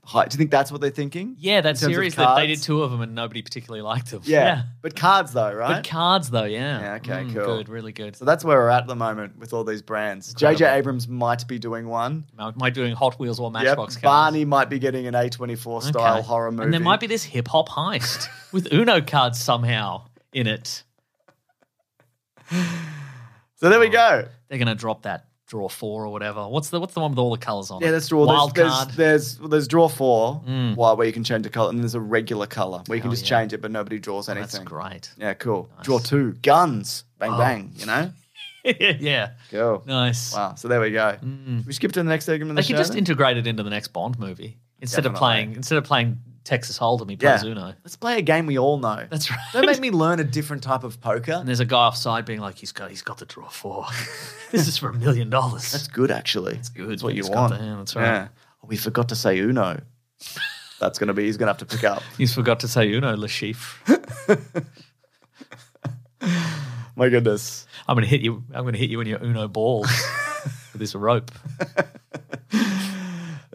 Speaker 2: Heist? Do you think that's what they're thinking?
Speaker 3: Yeah,
Speaker 2: In
Speaker 3: that
Speaker 2: terms of
Speaker 3: series that they
Speaker 2: cards?
Speaker 3: did two of them and nobody particularly liked them.
Speaker 2: Yeah. But cards though, right?
Speaker 3: Good cards though, yeah. Mm,
Speaker 2: Yeah, okay, cool.
Speaker 3: Good, really good.
Speaker 2: So that's where we're at at the moment with all these brands. JJ Abrams might be doing one.
Speaker 3: Am I doing Hot Wheels or
Speaker 2: Yep.
Speaker 3: Matchbox cards?
Speaker 2: Barney might be getting an A24 style
Speaker 3: Okay.
Speaker 2: horror movie.
Speaker 3: And there might be this hip hop heist with Uno cards somehow in it.
Speaker 2: So there we go.
Speaker 3: They're going to drop that draw four or whatever. What's the what's the one with all the colors on?
Speaker 2: Yeah,
Speaker 3: it?
Speaker 2: that's draw. There's-
Speaker 3: Wild
Speaker 2: there's,
Speaker 3: card. Mm.
Speaker 2: There's well, there's draw four, while- where you can change the color, and there's a regular color where you can just change it, but nobody draws anything.
Speaker 3: Oh, that's great.
Speaker 2: Yeah, cool. Draw two guns, bang bang. You know,
Speaker 3: yeah,
Speaker 2: cool.
Speaker 3: nice. Mm.
Speaker 2: Wow. So there we go. We skipped to the next segment. Of the
Speaker 3: They could
Speaker 2: show
Speaker 3: just
Speaker 2: then?
Speaker 3: integrate it into the next Bond movie instead of
Speaker 2: Definitely.
Speaker 3: playing instead of playing Texas Hold'em. He
Speaker 2: yeah.
Speaker 3: plays Uno.
Speaker 2: Let's play a game we all know.
Speaker 3: That's right.
Speaker 2: Don't make me learn a different type of poker.
Speaker 3: And there's a guy offside being like, he's got he's got the draw four. this is for a million dollars.
Speaker 2: That's good, actually. That's
Speaker 3: good.
Speaker 2: That's what
Speaker 3: He's
Speaker 2: you
Speaker 3: got
Speaker 2: want.
Speaker 3: the hand, that's right.
Speaker 2: Oh, we forgot to say Uno. That's gonna be. He's gonna have to pick up.
Speaker 3: He's forgot to say Uno, Le Chiffre.
Speaker 2: My goodness.
Speaker 3: I'm gonna hit you. I'm gonna hit you in your Uno balls with this rope.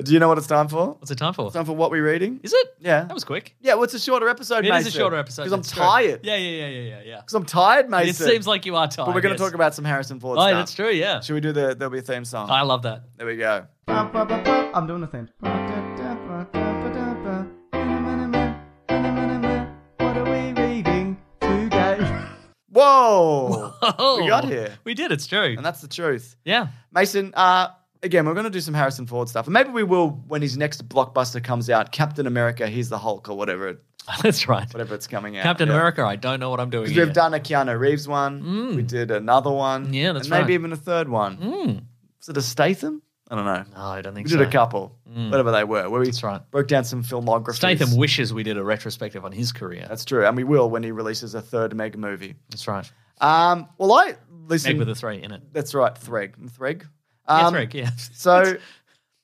Speaker 2: Do you know what it's time for?
Speaker 3: What's it time for?
Speaker 2: It's time for what we're reading.
Speaker 3: Is it?
Speaker 2: Yeah.
Speaker 3: That was quick.
Speaker 2: Yeah, well, it's a shorter episode,
Speaker 3: It is
Speaker 2: Mason.
Speaker 3: a shorter episode.
Speaker 2: Because I'm
Speaker 3: that's true.
Speaker 2: tired.
Speaker 3: Yeah, yeah, yeah, yeah, yeah, yeah.
Speaker 2: Because I'm tired,
Speaker 3: It
Speaker 2: Mason.
Speaker 3: seems like you are tired.
Speaker 2: But we're going
Speaker 3: yes.
Speaker 2: to talk about some Harrison Ford
Speaker 3: Oh,
Speaker 2: stuff.
Speaker 3: that's true. Yeah,
Speaker 2: Should we do the, there'll be a theme song?
Speaker 3: I love that.
Speaker 2: there we go.
Speaker 6: I'm doing the same. What are we reading today?
Speaker 2: Whoa!
Speaker 3: Oh,
Speaker 2: We got here.
Speaker 3: We did. It's true.
Speaker 2: And that's the truth.
Speaker 3: yeah.
Speaker 2: Mason, uh, again, we're going to do some Harrison Ford stuff. And maybe we will when his next blockbuster comes out Captain America, He's the Hulk, or whatever it,
Speaker 3: That's right.
Speaker 2: whatever it's coming out.
Speaker 3: Captain
Speaker 2: Yeah.
Speaker 3: America. I don't know what I'm doing.
Speaker 2: 'Cause
Speaker 3: Here.
Speaker 2: We've done a Keanu Reeves one. We did another one.
Speaker 3: Yeah, that's
Speaker 2: and maybe
Speaker 3: right. Mm.
Speaker 2: even a third one.
Speaker 3: Hmm.
Speaker 2: Was it a Statham? Oh, I don't know.
Speaker 3: No, I don't think
Speaker 2: We
Speaker 3: so. Mm.
Speaker 2: did a couple, whatever they were, where we
Speaker 3: That's right.
Speaker 2: broke down some filmographies.
Speaker 3: Statham wishes we did a retrospective on his career. That's,
Speaker 2: That's true, and we will when he releases a third Meg movie.
Speaker 3: right.
Speaker 2: Um, well, I listen.
Speaker 3: Meg with a three in it.
Speaker 2: that's right, Threg. Threg.
Speaker 3: Yeah,
Speaker 2: Um,
Speaker 3: Threg, yeah.
Speaker 2: So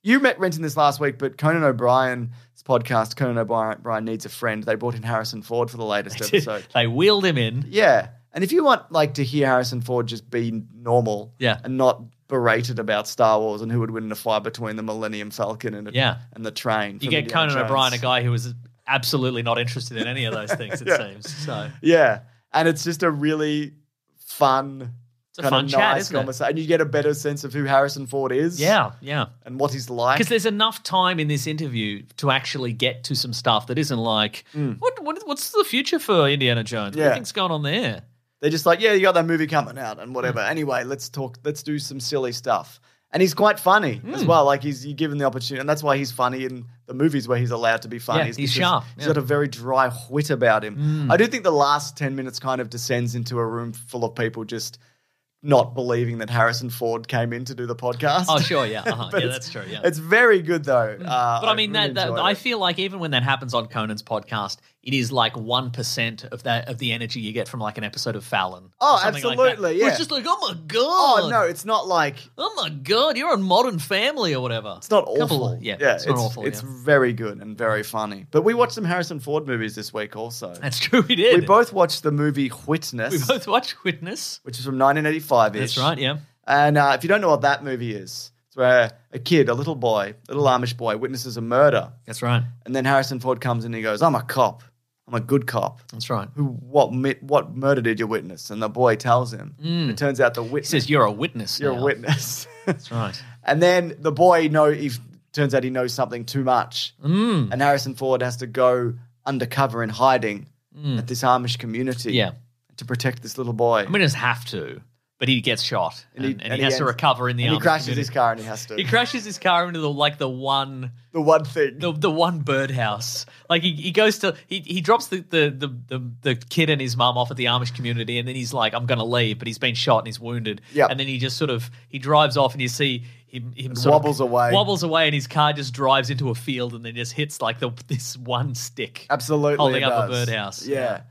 Speaker 2: you met mentioned this last week, but Conan O'Brien's podcast, Conan O'Brien Brian Needs a Friend, they brought in Harrison Ford for the latest episode.
Speaker 3: they wheeled him in.
Speaker 2: Yeah. And if you want like to hear Harrison Ford just be normal
Speaker 3: Yeah.
Speaker 2: and not berated about Star Wars and who would win in a fight between the Millennium Falcon and,
Speaker 3: Yeah.
Speaker 2: and the train.
Speaker 3: You
Speaker 2: from
Speaker 3: get
Speaker 2: Indiana
Speaker 3: Conan
Speaker 2: Jones.
Speaker 3: O'Brien, a guy who was absolutely not interested in any of those things, it seems. So
Speaker 2: Yeah. And it's just a really fun,
Speaker 3: a
Speaker 2: kind
Speaker 3: fun
Speaker 2: of
Speaker 3: chat,
Speaker 2: nice
Speaker 3: isn't it?
Speaker 2: conversation. And you get a better sense of who Harrison Ford is
Speaker 3: yeah, yeah.
Speaker 2: and what he's like.
Speaker 3: Because there's enough time in this interview to actually get to some stuff that isn't like, what, what what's the future for Indiana Jones? What do
Speaker 2: Hmm. Yeah.
Speaker 3: you think's going on there?
Speaker 2: They're just like, yeah, you got that movie coming out and whatever.
Speaker 3: Mm.
Speaker 2: Anyway, let's talk, let's do some silly stuff. And he's quite funny as
Speaker 3: Mm.
Speaker 2: well. Like he's you give him the opportunity, and that's why he's funny in the movies where he's allowed to be funny.
Speaker 3: Yeah,
Speaker 2: is
Speaker 3: he's
Speaker 2: because
Speaker 3: sharp, yeah.
Speaker 2: He's
Speaker 3: Mm.
Speaker 2: got a very dry wit about him. I do think the last ten minutes kind of descends into a room full of people just not believing that Harrison Ford came in to do the podcast.
Speaker 3: Oh, sure, yeah. Uh-huh.
Speaker 2: But
Speaker 3: yeah,
Speaker 2: it's-
Speaker 3: that's true, yeah.
Speaker 2: It's very good though. Uh,
Speaker 3: But I mean,
Speaker 2: really
Speaker 3: that, that
Speaker 2: enjoyed
Speaker 3: I
Speaker 2: it.
Speaker 3: feel like even when that happens on Conan's podcast, it is like one percent of that of the energy you get from like an episode of Fallon. or
Speaker 2: Oh,
Speaker 3: something like that.
Speaker 2: absolutely,
Speaker 3: Where
Speaker 2: yeah.
Speaker 3: It's just like, oh my god,
Speaker 2: Oh no, it's not like
Speaker 3: oh my god, you're on Modern Family or whatever.
Speaker 2: It's not
Speaker 3: Couple-
Speaker 2: awful.
Speaker 3: yeah, it's, not awful.
Speaker 2: It's
Speaker 3: yeah.
Speaker 2: very good and very funny. But we watched some Harrison Ford movies this week also.
Speaker 3: That's true. We did.
Speaker 2: we both watched the movie Witness,
Speaker 3: we both watched Witness.
Speaker 2: which is from 1985.
Speaker 3: That's right. Yeah.
Speaker 2: And uh, if you don't know what that movie is, it's where a kid, a little boy, little Amish boy, witnesses a murder,
Speaker 3: That's right.
Speaker 2: and then Harrison Ford comes in and he goes, "I'm a cop. I'm a good cop."
Speaker 3: That's right.
Speaker 2: Who? What? mi- What murder did you witness? And the boy tells him. And it turns out the
Speaker 3: Mm. He
Speaker 2: witness.
Speaker 3: says you're a witness.
Speaker 2: You're a
Speaker 3: now."
Speaker 2: witness.
Speaker 3: That's right.
Speaker 2: And then the boy know he turns out he knows something too much, mm. and Harrison Ford has to go undercover in hiding at this Amish community,
Speaker 3: Mm. Yeah.
Speaker 2: to protect this little boy.
Speaker 3: I mean, he doesn't have to, but he gets shot, and,
Speaker 2: he-
Speaker 3: and he,
Speaker 2: and he
Speaker 3: has to
Speaker 2: ends-
Speaker 3: recover in the.
Speaker 2: and he
Speaker 3: Amish
Speaker 2: crashes
Speaker 3: community.
Speaker 2: his car, and he has to.
Speaker 3: He crashes his car into the like the one
Speaker 2: the one thing.
Speaker 3: the the one birdhouse. Like he, he goes to he, he drops the, the, the, the, the kid and his mum off at the Amish community and then he's like, I'm gonna leave, but he's been shot and he's wounded.
Speaker 2: Yep.
Speaker 3: And then he just sort of he drives off and you see him, him sort
Speaker 2: Wobbles
Speaker 3: of,
Speaker 2: away.
Speaker 3: Wobbles away and his car just drives into a field and then just hits like the this one stick.
Speaker 2: Absolutely,
Speaker 3: Holding
Speaker 2: it
Speaker 3: up a
Speaker 2: does.
Speaker 3: birdhouse.
Speaker 2: Yeah.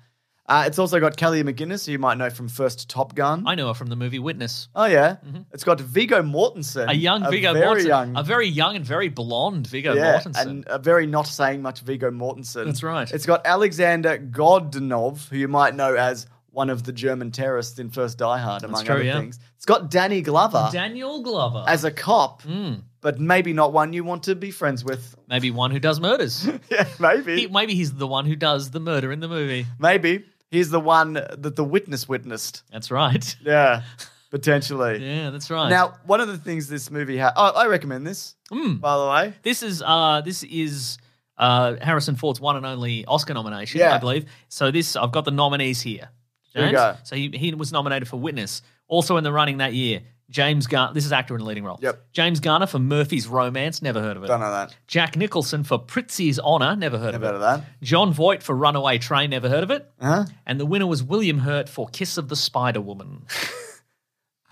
Speaker 2: Uh, it's also got Kelly McGuinness, who you might know from first Top Gun.
Speaker 3: I know her from the movie Witness.
Speaker 2: oh yeah, it's got Vigo Mortensen,
Speaker 3: A young Viggo
Speaker 2: very
Speaker 3: Mortensen.
Speaker 2: young,
Speaker 3: A very young and very blonde Viggo
Speaker 2: yeah,
Speaker 3: Mortensen.
Speaker 2: and a very not saying much Vigo Mortensen.
Speaker 3: That's right.
Speaker 2: It's got Alexander Godunov, who you might know as one of the German terrorists in First Die Hard, among
Speaker 3: true,
Speaker 2: other
Speaker 3: yeah.
Speaker 2: things. It's got Danny Glover
Speaker 3: Daniel Glover.
Speaker 2: as a cop,
Speaker 3: Hmm.
Speaker 2: but maybe not one you want to be friends with.
Speaker 3: maybe one who does murders.
Speaker 2: yeah, maybe,
Speaker 3: He- maybe he's the one who does the murder in the movie.
Speaker 2: maybe he's the one that the witness witnessed.
Speaker 3: That's right.
Speaker 2: Yeah, potentially.
Speaker 3: Yeah, that's right.
Speaker 2: Now, one of the things this movie has. Oh, I recommend this.
Speaker 3: Hmm.
Speaker 2: By the way,
Speaker 3: this is uh this is uh Harrison Ford's one and only Oscar nomination,
Speaker 2: Yeah.
Speaker 3: I believe. So this I've got the nominees here.
Speaker 2: Here we
Speaker 3: James?
Speaker 2: go.
Speaker 3: So he, he was nominated for Witness. Also in the running that year, James Garner. This is actor in a leading role.
Speaker 2: Yep.
Speaker 3: James Garner for Murphy's Romance. Never heard of it.
Speaker 2: don't know that.
Speaker 3: Jack Nicholson for Pritzi's Honor. Never heard
Speaker 2: Never heard
Speaker 3: of
Speaker 2: of
Speaker 3: it.
Speaker 2: that.
Speaker 3: John Voight for Runaway Train. Never heard of it.
Speaker 2: Huh?
Speaker 3: And the winner was William Hurt for Kiss of the Spider Woman.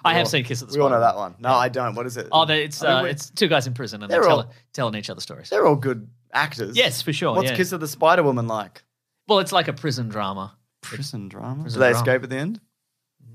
Speaker 3: I have seen Kiss of the
Speaker 2: We
Speaker 3: Spider.
Speaker 2: all
Speaker 3: Woman.
Speaker 2: know that one. No, I don't. What is it?
Speaker 3: Oh, they- it's
Speaker 2: I mean,
Speaker 3: uh,
Speaker 2: we-
Speaker 3: it's two guys in prison and they're
Speaker 2: They're
Speaker 3: tell,
Speaker 2: all-
Speaker 3: telling each other stories.
Speaker 2: They're all good actors.
Speaker 3: Yes, for sure,
Speaker 2: What's
Speaker 3: yeah.
Speaker 2: Kiss of the Spider Woman like?
Speaker 3: Well, it's like a prison drama.
Speaker 2: Prison drama.
Speaker 3: Prison
Speaker 2: Do they
Speaker 3: drama.
Speaker 2: escape at the end?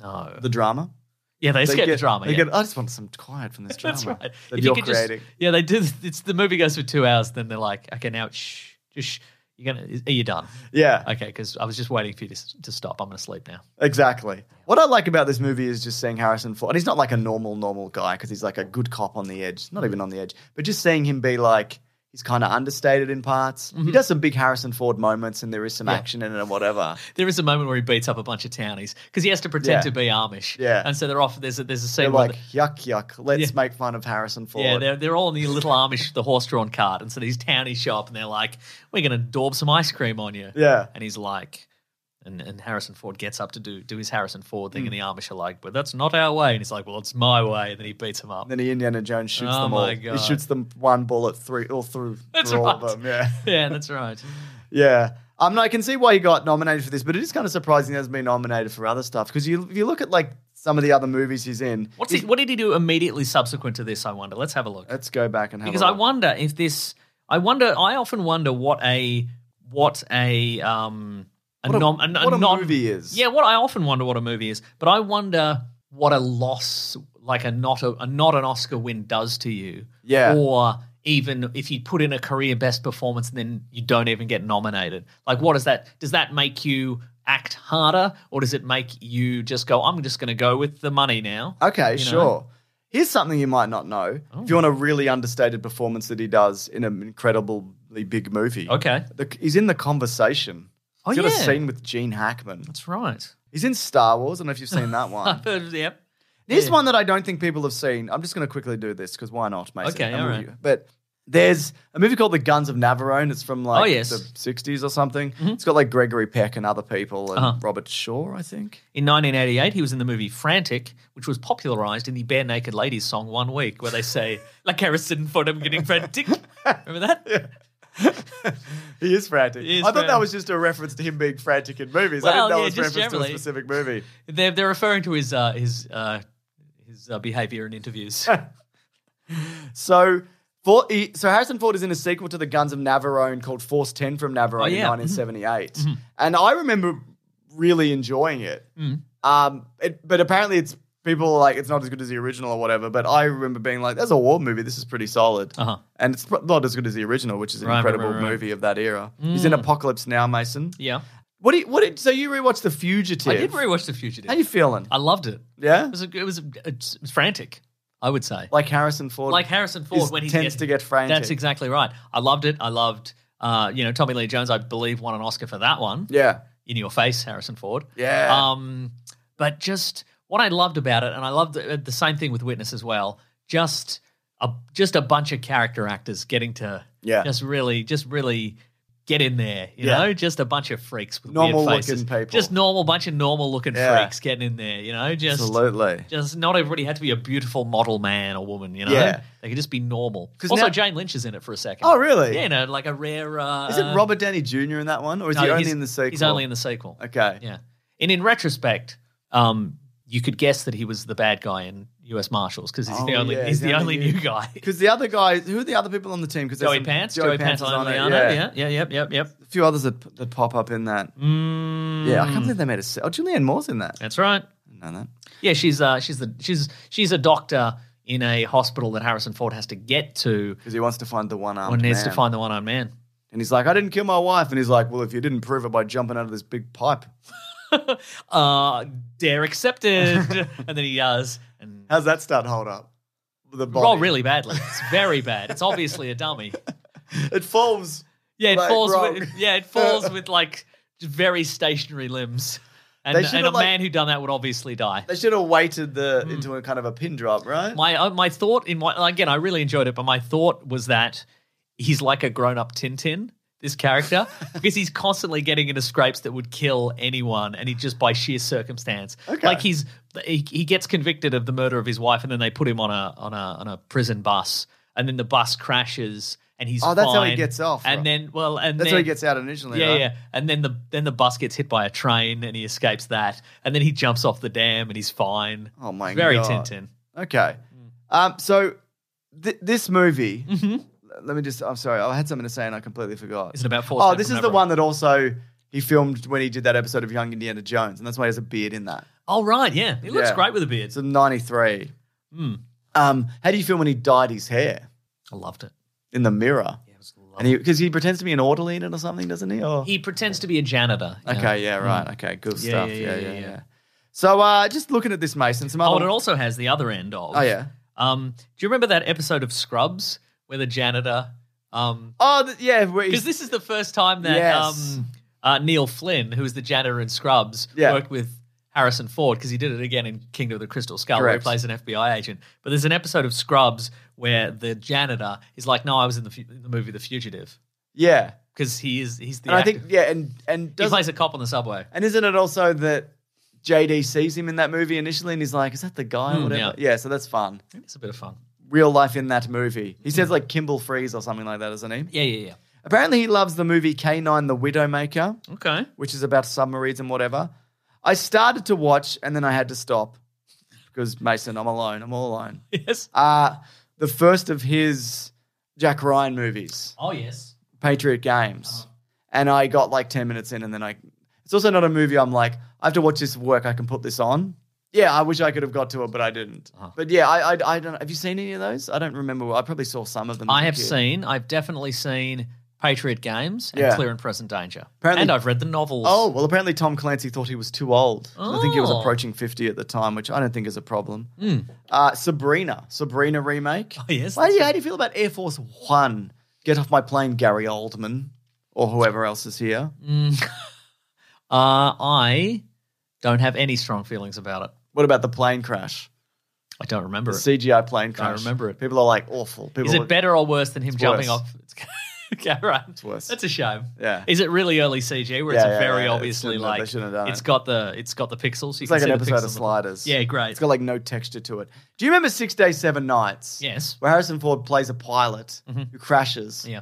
Speaker 3: No.
Speaker 2: The drama.
Speaker 3: yeah, they escape
Speaker 2: get,
Speaker 3: the drama.
Speaker 2: They
Speaker 3: yeah.
Speaker 2: get, I just want some quiet from this drama.
Speaker 3: That's right.
Speaker 2: That
Speaker 3: If you
Speaker 2: you're
Speaker 3: could just-
Speaker 2: creating.
Speaker 3: yeah, they do. It's the movie goes for two hours. Then they're like, okay, now shh, just shh. You're gonna. Are you done?
Speaker 2: Yeah,
Speaker 3: Okay, because I was just waiting for you to, s- to stop. I'm gonna sleep now.
Speaker 2: exactly. What I like about this movie is just seeing Harrison Ford. And he's not like a normal, normal guy because he's like a good cop on the edge. Not even on the edge, but just seeing him be like, he's kind of understated in parts.
Speaker 3: Mm-hmm.
Speaker 2: He does some big Harrison Ford moments and there is some action in it and whatever.
Speaker 3: There is a moment where he beats up a bunch of townies because he has to pretend
Speaker 2: Yeah.
Speaker 3: to be Amish.
Speaker 2: Yeah.
Speaker 3: and so they're off. There's a, there's a
Speaker 2: They're
Speaker 3: scene where
Speaker 2: like, yuck, yuck, let's
Speaker 3: Yeah.
Speaker 2: make fun of Harrison Ford.
Speaker 3: Yeah, they're, they're all in the little Amish, the horse drawn cart. And so these townies show up and they're like, we're going to daub some ice cream on you.
Speaker 2: Yeah.
Speaker 3: And he's like, And, and Harrison Ford gets up to do do his Harrison Ford
Speaker 2: Hmm.
Speaker 3: thing, and the Amish are like, "But that's not our way." And he's like, "Well, it's my way." And then he beats him up.
Speaker 2: And then he Indiana Jones shoots
Speaker 3: Oh
Speaker 2: them all.
Speaker 3: my
Speaker 2: He
Speaker 3: God.
Speaker 2: shoots them one bullet three all through,
Speaker 3: That's
Speaker 2: through all
Speaker 3: right.
Speaker 2: of them. Yeah,
Speaker 3: yeah, that's right.
Speaker 2: yeah. Um, no, I can see why he got nominated for this, but it is kind of surprising he hasn't been nominated for other stuff because you if you look at like some of the other movies he's in.
Speaker 3: What's he, what did he do immediately subsequent to this? I wonder. Let's have a look.
Speaker 2: Let's go back and have
Speaker 3: because
Speaker 2: a
Speaker 3: I
Speaker 2: look.
Speaker 3: wonder if this. I wonder. I often wonder what a what a um a,
Speaker 2: What a-
Speaker 3: nom, a,
Speaker 2: what a
Speaker 3: non-
Speaker 2: movie is.
Speaker 3: Yeah, what I often wonder what a movie is, but I wonder what a loss like a not a, a not an Oscar win does to you.
Speaker 2: Yeah.
Speaker 3: or even if you put in a career best performance and then you don't even get nominated. Like, what is that? Does that make you? Act harder, or does it make you just go? I'm just going to go with the money now.
Speaker 2: Okay,
Speaker 3: You know? Oh.
Speaker 2: sure. Here's something you might not know. If you want a really understated performance that he does in an incredibly big movie,
Speaker 3: Okay,
Speaker 2: the, he's in The Conversation.
Speaker 3: Oh,
Speaker 2: he's got
Speaker 3: yeah.
Speaker 2: a scene with Gene Hackman.
Speaker 3: that's right.
Speaker 2: He's in Star Wars. I don't know if you've seen that one.
Speaker 3: I've heard of- yep.
Speaker 2: Here's
Speaker 3: Yeah.
Speaker 2: one that I don't think people have seen. I'm just going to quickly do this because why not, Mason?
Speaker 3: Okay,
Speaker 2: I'm
Speaker 3: all
Speaker 2: with
Speaker 3: right.
Speaker 2: you. But there's a movie called The Guns of Navarone. It's from like
Speaker 3: Oh, yes. Mm-hmm.
Speaker 2: the 60s or something. It's got like Gregory Peck and other people and
Speaker 3: Uh-huh.
Speaker 2: Robert Shaw, I think.
Speaker 3: In 1988, he was in the movie Frantic, which was popularized in the Bare Naked Ladies song One Week, where they say, like Harrison Ford, I'm getting frantic. Remember that?
Speaker 2: He is frantic.
Speaker 3: He is
Speaker 2: I thought that
Speaker 3: frantic.
Speaker 2: was just a reference to him being frantic in movies. I
Speaker 3: Well,
Speaker 2: didn't know
Speaker 3: yeah,
Speaker 2: it was a
Speaker 3: just
Speaker 2: reference to
Speaker 3: generally.
Speaker 2: a specific movie.
Speaker 3: They're, they're referring to his uh, his uh, his uh, behavior in interviews.
Speaker 2: So, for, he, so Harrison Ford is in a sequel to The Guns of Navarone called Force 10 from Navarone
Speaker 3: Oh, yeah. Mm-hmm.
Speaker 2: in 1978. And I remember really enjoying it.
Speaker 3: Mm.
Speaker 2: Um, it. But apparently it's people are like, it's not as good as the original or whatever. But I remember being like, that's a war movie. This is pretty solid.
Speaker 3: Uh-huh.
Speaker 2: And it's pro- not as good as the original, which is an
Speaker 3: Right, right,
Speaker 2: incredible
Speaker 3: right, right.
Speaker 2: movie of that era. He's in Apocalypse Now, Mason.
Speaker 3: yeah.
Speaker 2: What do you, what did, so you rewatched The Fugitive.
Speaker 3: I did rewatch The
Speaker 2: How you
Speaker 3: Fugitive.
Speaker 2: feeling?
Speaker 3: I loved it.
Speaker 2: yeah?
Speaker 3: It was, a, it, was a, it was frantic, I would say.
Speaker 2: Like Harrison Ford.
Speaker 3: Like Harrison Ford
Speaker 2: is-
Speaker 3: when he
Speaker 2: tends
Speaker 3: gets-
Speaker 2: to get frantic.
Speaker 3: That's exactly right. I loved it. I loved, uh, you know, Tommy Lee Jones, I believe, won an Oscar for that one.
Speaker 2: Yeah.
Speaker 3: in your face, Harrison Ford.
Speaker 2: Yeah.
Speaker 3: Um, but just what I loved about it, and I loved uh, the, the same thing with Witness as well. Just a just a bunch of character actors getting to
Speaker 2: Yeah.
Speaker 3: just really just really get in there, you
Speaker 2: Yeah.
Speaker 3: know, just a bunch of freaks with
Speaker 2: Normal-looking
Speaker 3: weird faces,
Speaker 2: people.
Speaker 3: just normal bunch of normal looking
Speaker 2: Yeah.
Speaker 3: freaks getting in there, you know, just.
Speaker 2: Absolutely.
Speaker 3: Just not everybody had to be a beautiful model man or woman, you know.
Speaker 2: Yeah.
Speaker 3: They could just be normal.
Speaker 2: 'Cause
Speaker 3: Also,
Speaker 2: now-
Speaker 3: Jane Lynch is in it for a second.
Speaker 2: Oh, really?
Speaker 3: Yeah, you know, like a rare. Uh,
Speaker 2: Is it Robert Downey Jr. in that one, or is
Speaker 3: no,
Speaker 2: he only
Speaker 3: he's-
Speaker 2: in the sequel?
Speaker 3: He's only in the sequel.
Speaker 2: Okay.
Speaker 3: Yeah. And in retrospect, um, you could guess that he was the bad guy in U.S. Marshals because he's the
Speaker 2: Oh,
Speaker 3: only
Speaker 2: yeah,
Speaker 3: he's the, only new guy.
Speaker 2: Because the other guy, who are the other people on the team? Because
Speaker 3: Joey Pants, Joey, Pants, on Leona. Yeah. yeah, yep, yep, yep.
Speaker 2: A few others that, that pop up in that.
Speaker 3: Mm,
Speaker 2: Yeah, I can't believe they made a. se- Oh, Julianne Moore's in that.
Speaker 3: that's right.
Speaker 2: I didn't know that.
Speaker 3: Yeah, she's uh, she's the she's she's a doctor in a hospital that Harrison Ford has to get to
Speaker 2: Because he wants to find the one arm.
Speaker 3: when he needs to find the one-armed man.
Speaker 2: And he's like, I didn't kill my wife. And he's like, Well, if you didn't prove it by jumping out of this big pipe,
Speaker 3: Uh, dare accepted, and then he does. And
Speaker 2: how's that start hold up? The body.
Speaker 3: roll really badly. It's very bad. It's obviously a dummy.
Speaker 2: It falls.
Speaker 3: Yeah, it
Speaker 2: Right,
Speaker 3: falls.
Speaker 2: wrong.
Speaker 3: With, yeah, it falls with like very stationary limbs, and,
Speaker 2: They should've,
Speaker 3: and a
Speaker 2: like-
Speaker 3: man who done that would obviously die.
Speaker 2: They should have weighted the into a kind of a pin drop, right?
Speaker 3: Mm. My uh, my thought in my again, I really enjoyed it, but my thought was that he's like a grown up Tintin. This character, because he's constantly getting into scrapes that would kill anyone, and he just by sheer circumstance,
Speaker 2: Okay.
Speaker 3: like he's he, he gets convicted of the murder of his wife, and then they put him on a on a on a prison bus, and then the bus crashes, and he's
Speaker 2: Oh, that's how he
Speaker 3: fined,
Speaker 2: gets off,
Speaker 3: and
Speaker 2: right?
Speaker 3: then well, and
Speaker 2: That's
Speaker 3: then,
Speaker 2: how he gets out initially,
Speaker 3: Yeah,
Speaker 2: right?
Speaker 3: yeah. And then the then the bus gets hit by a train and he escapes that. And then he jumps off the dam and he's fine.
Speaker 2: Oh, my
Speaker 3: Very
Speaker 2: God.
Speaker 3: Tintin.
Speaker 2: Okay.
Speaker 3: Mm.
Speaker 2: Um, so th- this movie, l- let me just, I'm sorry, I had something to say and I completely forgot.
Speaker 3: Mm-hmm. Is it about Force
Speaker 2: Oh,
Speaker 3: Temple
Speaker 2: this is the
Speaker 3: Maverick?
Speaker 2: one that also he filmed when he did that episode of Young Indiana Jones, and that's why he has a beard in that.
Speaker 3: Oh right, yeah. He looks
Speaker 2: Yeah.
Speaker 3: great with a beard.
Speaker 2: It's a 93.
Speaker 3: Hmm.
Speaker 2: Um, how do you feel when he dyed his hair
Speaker 3: I loved it.
Speaker 2: in the mirror?
Speaker 3: It was lovely.
Speaker 2: And he, because he pretends to be an orderly in it or something, doesn't he? Or
Speaker 3: He pretends to be a janitor. you know.
Speaker 2: okay, yeah, right, okay, good
Speaker 3: Yeah,
Speaker 2: stuff.
Speaker 3: yeah,
Speaker 2: Yeah
Speaker 3: yeah,
Speaker 2: yeah,
Speaker 3: yeah,
Speaker 2: yeah,
Speaker 3: yeah.
Speaker 2: So uh, just looking at this, Mason, some
Speaker 3: Oh, and
Speaker 2: other.
Speaker 3: it also has the other end of
Speaker 2: oh yeah.
Speaker 3: Um, do you remember that episode of Scrubs where the janitor um
Speaker 2: Oh th- yeah, where he's-
Speaker 3: because this is the first time that
Speaker 2: Yes.
Speaker 3: um, uh, Neil Flynn, who was the janitor in Scrubs,
Speaker 2: Yeah.
Speaker 3: worked with Harrison Ford because he did it again in Kingdom of the Crystal Skull, where he
Speaker 2: Correct.
Speaker 3: plays an FBI agent. But there's an episode of Scrubs where the janitor is like, "No, I was in the, fu- in the movie The Fugitive."
Speaker 2: Yeah.
Speaker 3: because he is he's the.
Speaker 2: And I
Speaker 3: actor.
Speaker 2: think yeah, and and
Speaker 3: he
Speaker 2: does
Speaker 3: plays a cop on the subway.
Speaker 2: and isn't it also that JD sees him in that movie initially and he's like, "Is that the guy?" or
Speaker 3: Hmm,
Speaker 2: whatever. Yeah. so that's fun.
Speaker 3: It's a bit of fun.
Speaker 2: Real life in that movie. He says like Kimball Freeze or something like that, isn't he?
Speaker 3: Yeah, yeah,
Speaker 2: Apparently, he loves the movie K9 The Widowmaker,
Speaker 3: yeah. Okay.
Speaker 2: which is about submarines and whatever. I started to watch and then I had to stop because Mason, I'm alone. I'm all alone.
Speaker 3: Yes.
Speaker 2: Uh, the first of his Jack Ryan movies.
Speaker 3: Oh yes.
Speaker 2: Patriot Games. And I got like 10 minutes in, and then I. It's also not a movie I'm like, I have to watch this for work. I can put this on. Yeah, I wish I could have got to it, but I didn't.
Speaker 3: Uh-huh.
Speaker 2: But yeah, I, I, I don't. Have you seen any of those? I don't remember. I probably saw some of them. as
Speaker 3: I
Speaker 2: a
Speaker 3: have
Speaker 2: kid.
Speaker 3: seen. I've definitely seen Patriot Games and
Speaker 2: Yeah.
Speaker 3: Clear and Present Danger.
Speaker 2: Apparently-
Speaker 3: and I've read the novels.
Speaker 2: Oh, well, apparently Tom Clancy thought he was too old. I think he was
Speaker 3: Oh. Hmm.
Speaker 2: approaching 50 at the time, which I don't think is a problem. Uh, Sabrina, Sabrina remake.
Speaker 3: Oh, yes,
Speaker 2: Why do
Speaker 3: that's
Speaker 2: you, how do you feel about Air Force One? Get off my plane, Gary Oldman, or whoever else is here.
Speaker 3: Hmm. Uh, I don't have any strong feelings about it.
Speaker 2: What about the plane crash?
Speaker 3: I don't remember it. Is
Speaker 2: CGI plane crash.
Speaker 3: remember it.
Speaker 2: People are like awful. People are-
Speaker 3: it better or worse than him jumping
Speaker 2: worse.
Speaker 3: off? It's, okay, right. It's
Speaker 2: worse.
Speaker 3: That's a shame.
Speaker 2: Yeah.
Speaker 3: Is it really early CG where
Speaker 2: Yeah,
Speaker 3: it's a
Speaker 2: yeah,
Speaker 3: very
Speaker 2: yeah, yeah.
Speaker 3: obviously
Speaker 2: Shouldn't have-
Speaker 3: like
Speaker 2: they shouldn't have done
Speaker 3: it's
Speaker 2: it.
Speaker 3: got the it's got the pixels. You can
Speaker 2: It's like
Speaker 3: see
Speaker 2: an
Speaker 3: the
Speaker 2: episode of
Speaker 3: pixels.
Speaker 2: Sliders.
Speaker 3: Yeah, great.
Speaker 2: It's got like no texture to it. Do you remember Six Days, Seven Nights?
Speaker 3: yes. Mm-hmm.
Speaker 2: Where Harrison Ford plays a pilot who crashes.
Speaker 3: Yeah.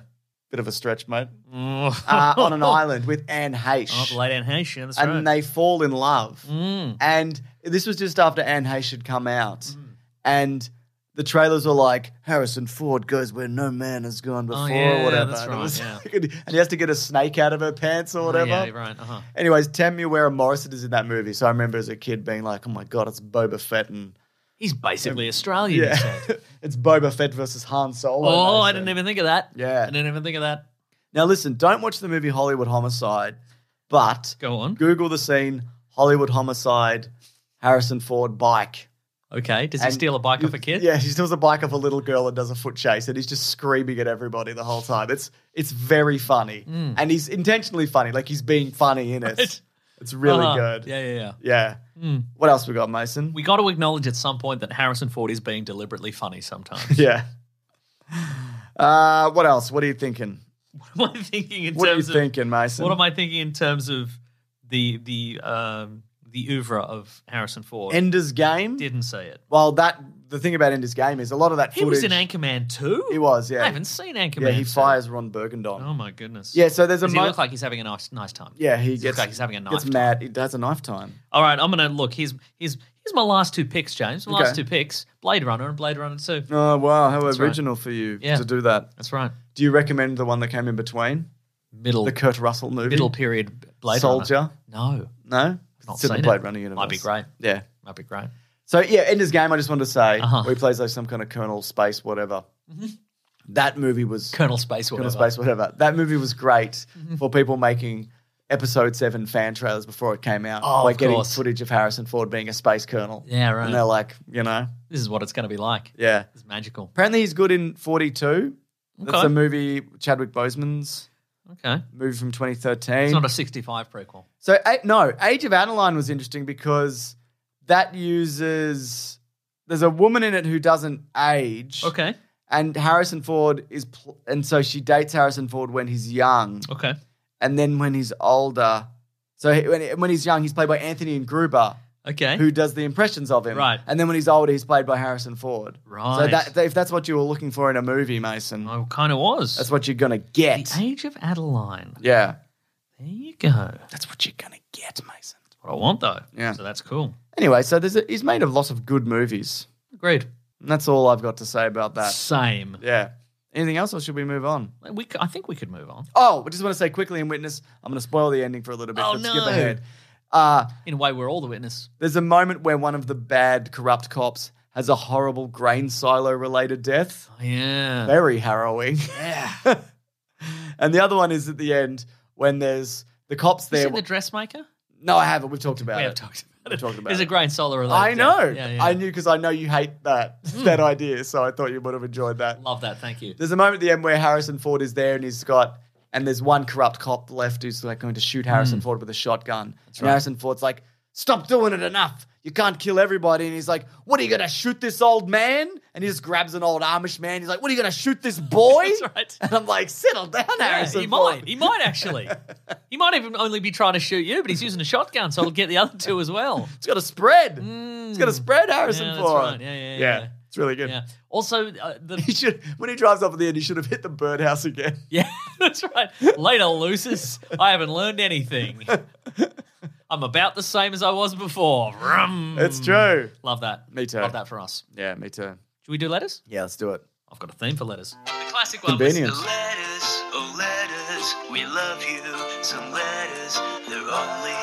Speaker 2: Bit of a stretch, mate. Uh, on an island with Anne Heche.
Speaker 3: Oh, Mm. the late Anne Heche, yeah, that's right.
Speaker 2: and they fall in love. And this was just after Anne Hayes had come out.
Speaker 3: Mm.
Speaker 2: And the trailers were like, Harrison Ford goes where no man has gone before,
Speaker 3: Oh, yeah,
Speaker 2: or whatever.
Speaker 3: that's
Speaker 2: and, it
Speaker 3: right,
Speaker 2: was-
Speaker 3: yeah.
Speaker 2: and he has to get a snake out of her pants or whatever.
Speaker 3: Yeah, right. Uh-huh.
Speaker 2: Anyways, Tamuera Morrison is in that movie. So I remember as a kid being like, oh my God, it's Boba Fett. And
Speaker 3: He's basically Australian. you
Speaker 2: yeah,
Speaker 3: said.
Speaker 2: it's Boba Fett versus Han Solo.
Speaker 3: Oh, I
Speaker 2: Mason.
Speaker 3: didn't even think of that.
Speaker 2: Yeah.
Speaker 3: I didn't even think of that.
Speaker 2: Now listen, don't watch the movie Hollywood Homicide, but
Speaker 3: Go on.
Speaker 2: Google the scene Hollywood Homicide, Harrison Ford bike.
Speaker 3: Okay. Does he
Speaker 2: And
Speaker 3: steal a bike off a kid?
Speaker 2: Yeah, she steals a bike off a little girl and does a foot chase, and he's just screaming at everybody the whole time. It's it's very funny, and he's intentionally funny, like he's being funny in it.
Speaker 3: Mm. Right.
Speaker 2: It's really
Speaker 3: Uh-huh.
Speaker 2: good.
Speaker 3: Yeah, Mm. yeah, yeah.
Speaker 2: Yeah. What else we got, Mason?
Speaker 3: We got to acknowledge at some point that Harrison Ford is being deliberately funny sometimes.
Speaker 2: yeah. Uh, what else? What are you thinking?
Speaker 3: what am I thinking in
Speaker 2: What are you
Speaker 3: terms of
Speaker 2: thinking, Mason?
Speaker 3: what am I thinking in terms of the the um the oeuvre of Harrison Ford?
Speaker 2: Ender's Game.
Speaker 3: Didn't say it.
Speaker 2: Well, that the thing about Ender's Game is a lot of that
Speaker 3: He
Speaker 2: footage.
Speaker 3: was in Anchorman too.
Speaker 2: He was, yeah.
Speaker 3: I haven't seen Anchorman.
Speaker 2: yeah,
Speaker 3: 2.
Speaker 2: he fires Ron Burgundy.
Speaker 3: Oh my goodness.
Speaker 2: Yeah, so there's a
Speaker 3: Does he
Speaker 2: mo-
Speaker 3: look like he's having a nice nice time?
Speaker 2: yeah he
Speaker 3: Does he look
Speaker 2: gets
Speaker 3: like he's having a knife
Speaker 2: gets
Speaker 3: time?
Speaker 2: mad. He has a knife time.
Speaker 3: All right, I'm gonna look. Here's here's here's my last two picks, James. My last
Speaker 2: Okay.
Speaker 3: two picks: Blade Runner and Blade Runner Two.
Speaker 2: Oh wow, how
Speaker 3: right.
Speaker 2: original for you
Speaker 3: Yeah.
Speaker 2: to do that.
Speaker 3: That's right.
Speaker 2: Do you recommend the one that came in between
Speaker 3: Middle
Speaker 2: the Kurt Russell movie,
Speaker 3: middle period Blade
Speaker 2: Soldier?
Speaker 3: Runner. No,
Speaker 2: No,
Speaker 3: not
Speaker 2: it's in the
Speaker 3: seen
Speaker 2: Blade
Speaker 3: it.
Speaker 2: Runner universe.
Speaker 3: Might be great.
Speaker 2: Yeah.
Speaker 3: that'd be great.
Speaker 2: So yeah, Ender's Game. I just wanted to say
Speaker 3: Uh-huh. Mm-hmm.
Speaker 2: where he plays like some kind of Colonel Space whatever. That movie was
Speaker 3: Colonel Space, whatever.
Speaker 2: Colonel Space whatever. That movie was great
Speaker 3: Mm-hmm.
Speaker 2: for people making. Episode seven fan trailers before it came out,
Speaker 3: Oh,
Speaker 2: by
Speaker 3: of
Speaker 2: getting
Speaker 3: course.
Speaker 2: footage of Harrison Ford being a space colonel.
Speaker 3: Yeah, right.
Speaker 2: And they're like, you know,
Speaker 3: This is what it's going to be like.
Speaker 2: yeah.
Speaker 3: It's magical.
Speaker 2: Apparently, he's good in 42. That's
Speaker 3: Okay.
Speaker 2: a movie, Chadwick Boseman's
Speaker 3: Okay,
Speaker 2: movie from 2013.
Speaker 3: it's not a '65 prequel.
Speaker 2: so, a- no, Age of Adeline was interesting because that uses. There's a woman in it who doesn't age.
Speaker 3: Okay,
Speaker 2: And Harrison Ford is. Pl- and so she dates Harrison Ford when he's young.
Speaker 3: okay.
Speaker 2: And then when he's older. So he, when, he- when he's young, he's played by Anthony and Gruber.
Speaker 3: Okay.
Speaker 2: who does the impressions of him.
Speaker 3: Right.
Speaker 2: And then when he's older, he's played by Harrison Ford. So
Speaker 3: Right. Oh.
Speaker 2: that, if that's what you were looking for in a movie, Mason,
Speaker 3: I kind of was.
Speaker 2: that's what you're going to get.
Speaker 3: the Age of Adeline.
Speaker 2: Yeah.
Speaker 3: There you go.
Speaker 2: That's what you're going to get, Mason.
Speaker 3: What I want though.
Speaker 2: Yeah.
Speaker 3: So that's cool.
Speaker 2: Anyway, so there's a, he's made a lot of good movies.
Speaker 3: Agreed.
Speaker 2: And that's all I've got to say about that.
Speaker 3: Same.
Speaker 2: Yeah. Anything else, or should we move on?
Speaker 3: We. c- I think we could move on.
Speaker 2: Oh, I just want to say quickly in Witness, I'm going to spoil the ending for a little bit,
Speaker 3: Oh,
Speaker 2: but
Speaker 3: no.
Speaker 2: skip ahead. Uh,
Speaker 3: In a way, we're all the witness.
Speaker 2: there's a moment where one of the bad, corrupt cops has a horrible grain silo related death.
Speaker 3: Oh, yeah.
Speaker 2: very harrowing. Yeah. and the other one is at the end when there's the cops
Speaker 3: You
Speaker 2: there.
Speaker 3: seen the dressmaker?
Speaker 2: no, I haven't. We've talked about
Speaker 3: We
Speaker 2: it.
Speaker 3: have talked about it.
Speaker 2: talked about
Speaker 3: There's
Speaker 2: it.
Speaker 3: a grain solar related.
Speaker 2: I know.
Speaker 3: Yeah, yeah.
Speaker 2: I knew because I know you hate that that idea, so I thought you would have enjoyed that.
Speaker 3: Love that. Thank you.
Speaker 2: There's a moment at the end where Harrison Ford is there and he's got and there's one corrupt cop
Speaker 3: Hmm.
Speaker 2: left who's like going to shoot Harrison Ford with a shotgun. and Harrison Ford's like, Stop doing it enough. you can't kill everybody. And he's like, what are you going to shoot this old man? And he just grabs an old Amish man. He's like, what are you going to shoot this boy?
Speaker 3: That's right.
Speaker 2: And I'm like, settle down,
Speaker 3: Yeah,
Speaker 2: Harrison.
Speaker 3: he
Speaker 2: Ford."
Speaker 3: might. He might actually. he might even only be trying to shoot you, but he's using a shotgun, so he'll get the other two as well.
Speaker 2: It's got to spread. It's got to spread, Harrison
Speaker 3: Hmm. Yeah, that's
Speaker 2: Ford.
Speaker 3: right. Yeah, yeah, yeah. yeah.
Speaker 2: It's really good.
Speaker 3: Yeah. Also, uh, the
Speaker 2: He should when he drives off at the end, he should have hit the birdhouse again.
Speaker 3: yeah, that's right. Later, losers. I haven't learned anything. I'm about the same as I was before. Vroom.
Speaker 2: It's true.
Speaker 3: Love that.
Speaker 2: Me too.
Speaker 3: Love that for us.
Speaker 2: Yeah, me too.
Speaker 3: Should we do letters?
Speaker 2: Yeah, let's do it.
Speaker 3: I've got a theme for letters.
Speaker 1: The classic
Speaker 2: one was- Convenience.
Speaker 1: letters, oh letters, we love you. Some letters, they're only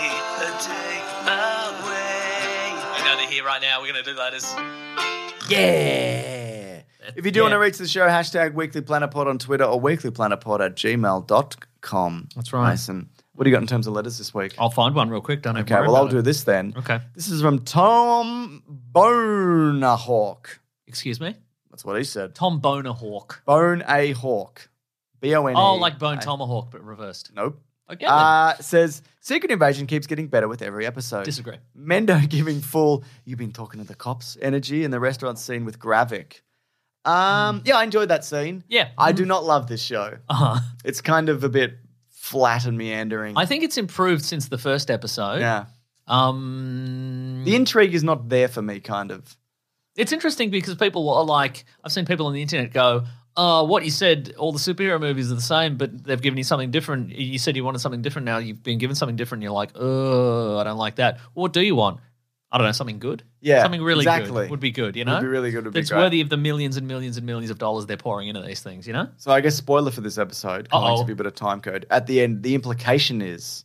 Speaker 1: a day away.
Speaker 3: I know they're here right now. We're gonna do letters.
Speaker 2: Yeah. If you do
Speaker 3: Yeah.
Speaker 2: want to reach the show, hashtag Weekly Planet Pod on Twitter or weeklyplanetpod at gmail.com.
Speaker 3: That's right. Oh,
Speaker 2: Mason, what do you got in terms of letters this week?
Speaker 3: I'll find one real quick. Don't
Speaker 2: okay, well, I'll do this then.
Speaker 3: Okay.
Speaker 2: This is from Tom Bonahawk.
Speaker 3: Excuse me.
Speaker 2: That's what he said.
Speaker 3: Tom Bonahawk.
Speaker 2: Bone A Hawk. B O N.
Speaker 3: Oh, like Bone Tomahawk, but reversed.
Speaker 2: Nope.
Speaker 3: Okay. then.
Speaker 2: Uh, says Secret Invasion keeps getting better with every episode.
Speaker 3: Disagree.
Speaker 2: Mendo giving full "you've been talking to the cops" energy in the restaurant scene with Gravik. Um, yeah, I enjoyed that scene.
Speaker 3: Hmm. Yeah. Hmm.
Speaker 2: I do not love this show.
Speaker 3: Uh-huh.
Speaker 2: It's kind of a bit flat and meandering.
Speaker 3: I think it's improved since the first episode.
Speaker 2: yeah,
Speaker 3: Um,
Speaker 2: the intrigue is not there for me. Kind of.
Speaker 3: it's interesting because people are like, I've seen people on the internet go, uh, what you said, all the superhero movies are the same, but they've given you something different. You said you wanted something different. Now you've been given something different. You're like, oh, I don't like that. What do you want? I don't know, something good?
Speaker 2: Yeah,
Speaker 3: Something really
Speaker 2: exactly.
Speaker 3: good would be good, you know?
Speaker 2: Would be really good, would be
Speaker 3: It's
Speaker 2: great.
Speaker 3: worthy of the millions and millions and millions of dollars they're pouring into these things, you know?
Speaker 2: So I guess spoiler for this episode. Kind of
Speaker 3: Uh-oh.
Speaker 2: like to be a bit of time code at the end. The implication is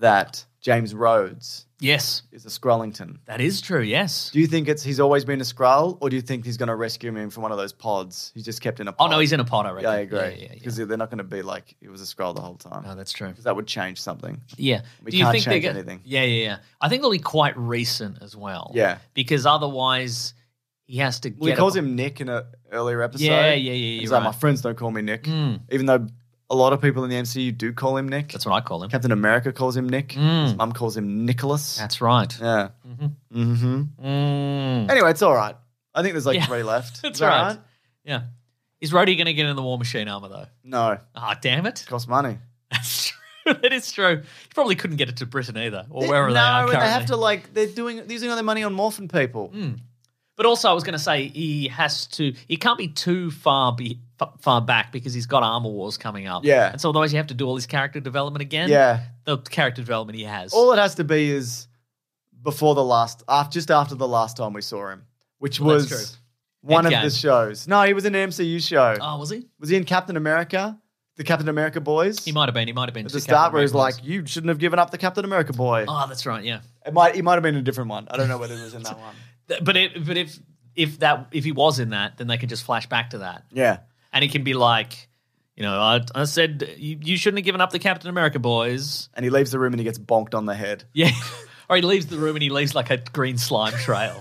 Speaker 2: that James Rhodes
Speaker 3: Yes.
Speaker 2: is a Skrullington.
Speaker 3: That is true, yes.
Speaker 2: Do you think it's he's always been a Skrull, or do you think he's going to rescue him from one of those pods? He's just kept in a
Speaker 3: Oh
Speaker 2: pod.
Speaker 3: no, he's in a pod. I reckon.
Speaker 2: Yeah, I agree.
Speaker 3: Yeah, yeah, yeah.
Speaker 2: Because they're not going to be like it was a scroll the whole time.
Speaker 3: No, that's true.
Speaker 2: 'Cause that would change something.
Speaker 3: Yeah.
Speaker 2: We
Speaker 3: Do you
Speaker 2: can't
Speaker 3: think they're
Speaker 2: change
Speaker 3: gonna-
Speaker 2: anything.
Speaker 3: Yeah, yeah, yeah. I think they'll be quite recent as well.
Speaker 2: Yeah.
Speaker 3: Because otherwise, he has to.
Speaker 2: We
Speaker 3: get
Speaker 2: calls
Speaker 3: a-
Speaker 2: him Nick in an earlier episode.
Speaker 3: Yeah, yeah, yeah, yeah,
Speaker 2: He's
Speaker 3: you're
Speaker 2: like,
Speaker 3: right. Hmm.
Speaker 2: my friends don't call me Nick, even though a lot of people in the MCU do call him Nick.
Speaker 3: That's Hmm. what I call him.
Speaker 2: Captain America calls him Nick. His mum calls him Nicholas.
Speaker 3: That's right.
Speaker 2: yeah. Mm-hmm.
Speaker 3: Mm.
Speaker 2: Anyway, it's all right. I think there's like
Speaker 3: Yeah.
Speaker 2: three left.
Speaker 3: That's
Speaker 2: Is that
Speaker 3: right. Yeah. Is Rhodey going to get in the War Machine armor though?
Speaker 2: No,
Speaker 3: Ah, damn it.
Speaker 2: costs money.
Speaker 3: That's true. That is true. He probably couldn't get it to Britain either, or wherever
Speaker 2: no,
Speaker 3: they are
Speaker 2: and
Speaker 3: currently.
Speaker 2: they have to like they're doing they're using all their money on morphine people.
Speaker 3: But also, I was going to say he has to. He can't be too far be, f- far back because he's got armor wars coming up.
Speaker 2: Yeah.
Speaker 3: and so otherwise you have to do all his character development again.
Speaker 2: Yeah.
Speaker 3: the character development he has.
Speaker 2: All it has to be is before the last, after, just after the last time we saw him, which
Speaker 3: Well, that's
Speaker 2: was
Speaker 3: true.
Speaker 2: one
Speaker 3: Endgame.
Speaker 2: of the shows. No, he was in an MCU show.
Speaker 3: oh, was he?
Speaker 2: Was he in Captain America? The Captain America boys?
Speaker 3: He might have been. He might have been
Speaker 2: At
Speaker 3: two
Speaker 2: the start,
Speaker 3: Captain
Speaker 2: where he's
Speaker 3: Americas.
Speaker 2: like, "You shouldn't have given up the Captain America boy."
Speaker 3: "Oh, that's right, yeah."
Speaker 2: It might, he might have been a different one. I don't know whether it was in that one.
Speaker 3: Th- But it, but if if that if he was in that, then they can just flash back to that,
Speaker 2: Yeah,
Speaker 3: and he can be like, you know, I, I said you, you shouldn't have given up the Captain America boys.
Speaker 2: and he leaves the room and he gets bonked on the head,
Speaker 3: Yeah, or he leaves the room and he leaves like a green slime trail.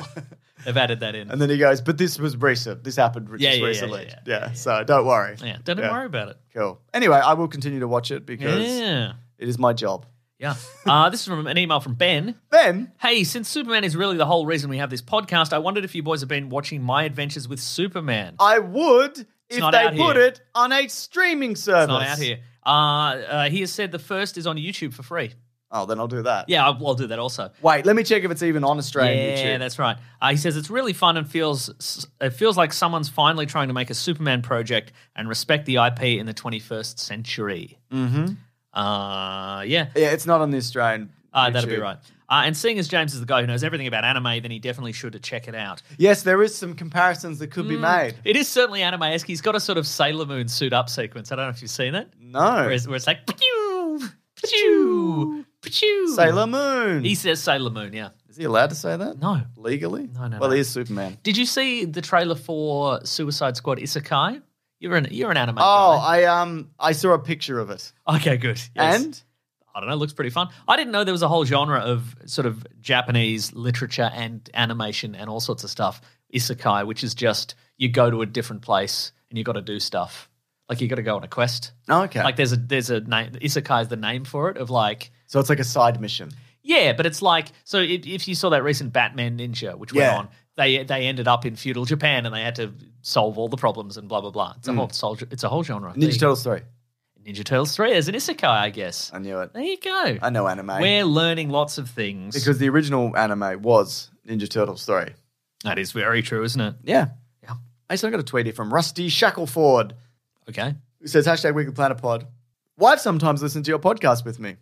Speaker 3: They've added that in.
Speaker 2: and then he goes, "But this was recent. This happened just
Speaker 3: Yeah, yeah, yeah,
Speaker 2: recently.
Speaker 3: yeah, yeah,
Speaker 2: so don't worry.
Speaker 3: Yeah, don't even worry about it.
Speaker 2: Cool. Anyway, I will continue to watch it because
Speaker 3: Yeah.
Speaker 2: it is my job.
Speaker 3: Yeah. Uh, this is from an email from Ben.
Speaker 2: Then
Speaker 3: Hey, since Superman is really the whole reason we have this podcast, I wondered if you boys have been watching My Adventures with Superman.
Speaker 2: I would if
Speaker 3: not
Speaker 2: they
Speaker 3: out
Speaker 2: put
Speaker 3: here.
Speaker 2: it on a streaming service.
Speaker 3: It's not out here. Uh, uh, he has said the first is on YouTube for free.
Speaker 2: Oh, then I'll do that.
Speaker 3: Yeah, I'll, I'll do that also.
Speaker 2: Wait, let me check if it's even on
Speaker 3: yeah,
Speaker 2: Australian YouTube.
Speaker 3: that's right. Uh, he says it's really fun and feels s- it feels like someone's finally trying to make a Superman project and respect the IP in the 21st century. Mm-hmm. Uh, yeah,
Speaker 2: yeah, it's not on the Australian.
Speaker 3: uh, that'll be
Speaker 2: YouTube.
Speaker 3: right. Uh, and seeing as James is the guy who knows everything about anime, then he definitely should check it out.
Speaker 2: Yes, there is some comparisons that could be made.
Speaker 3: It is certainly anime esque. He's got a sort of Sailor Moon suit up sequence. I don't know if you've seen it,
Speaker 2: No,
Speaker 3: where it's, where it's like pachoo, pachoo, pachoo.
Speaker 2: Sailor Moon.
Speaker 3: He says Sailor Moon. Yeah.
Speaker 2: is he allowed to say that?
Speaker 3: No.
Speaker 2: legally.
Speaker 3: No, no,
Speaker 2: Well,
Speaker 3: no.
Speaker 2: he is Superman.
Speaker 3: Did you see the trailer for Suicide Squad Isekai? You're an you're an anime.
Speaker 2: Oh, I um, I saw a picture of it,
Speaker 3: guy. okay, good. Yes.
Speaker 2: and
Speaker 3: I don't know. Looks pretty fun. I didn't know there was a whole genre of sort of Japanese literature and animation and all sorts of stuff. Isekai, which is just you go to a different place and you got to do stuff. Like you got to go on a quest.
Speaker 2: oh, okay,
Speaker 3: Like there's a there's a name isekai is the name for it of like
Speaker 2: so it's like a side mission.
Speaker 3: Yeah, but it's like so. It, if you saw that recent Batman Ninja, which
Speaker 2: Yeah.
Speaker 3: went on, they they ended up in feudal Japan and they had to solve all the problems and blah blah blah. It's a whole sol- it's a whole genre. There
Speaker 2: Hmm. Ninja
Speaker 3: you go.
Speaker 2: Turtles 3.
Speaker 3: Ninja Turtles three is an isekai, I guess.
Speaker 2: I knew it.
Speaker 3: There you go.
Speaker 2: I know anime.
Speaker 3: We're learning lots of things.
Speaker 2: Because the original anime was Ninja Turtles 3.
Speaker 3: that is very true, isn't it?
Speaker 2: Yeah.
Speaker 3: Yeah.
Speaker 2: I still got a tweet here from Rusty Shackleford
Speaker 3: Okay.
Speaker 2: who says hashtag Weekly Planet Pod. Wife sometimes listens to your podcast with me,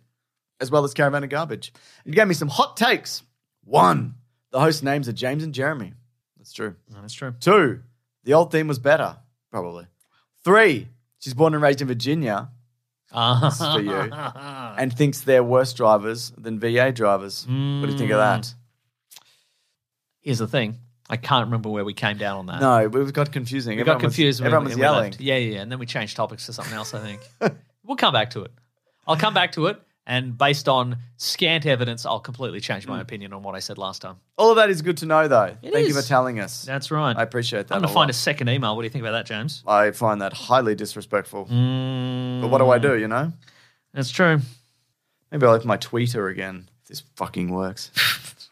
Speaker 2: as well as Caravan of Garbage. You gave me some hot takes. One, the host names are James and Jeremy. That's true.
Speaker 3: That's true.
Speaker 2: Two, the old theme was better, probably. Three, she's born and raised in Virginia
Speaker 3: Uh,
Speaker 2: for you and thinks they're worse drivers than VA drivers. What do you think of
Speaker 3: Mm.
Speaker 2: that?
Speaker 3: here's the thing. I can't remember where we came down on that.
Speaker 2: No, it got
Speaker 3: We
Speaker 2: confusing.
Speaker 3: got
Speaker 2: Everyone was-
Speaker 3: confused. when
Speaker 2: everyone
Speaker 3: we-
Speaker 2: was
Speaker 3: when we
Speaker 2: yelling.
Speaker 3: left. Yeah, yeah, yeah. And then we changed topics to something else, I think. we'll come back to it. I'll come back to it. And based on scant evidence, I'll completely change
Speaker 2: Hmm.
Speaker 3: my opinion on what I said last time.
Speaker 2: All of that is good to know, though.
Speaker 3: It
Speaker 2: Thank you
Speaker 3: is.
Speaker 2: for telling us.
Speaker 3: That's right.
Speaker 2: I appreciate that.
Speaker 3: I'm going to
Speaker 2: a
Speaker 3: find a
Speaker 2: lot.
Speaker 3: second email. What do you think about that, James?
Speaker 2: I find that highly disrespectful. But what do I do, you know?
Speaker 3: That's true.
Speaker 2: Maybe I'll open my Twitter again. If this fucking works.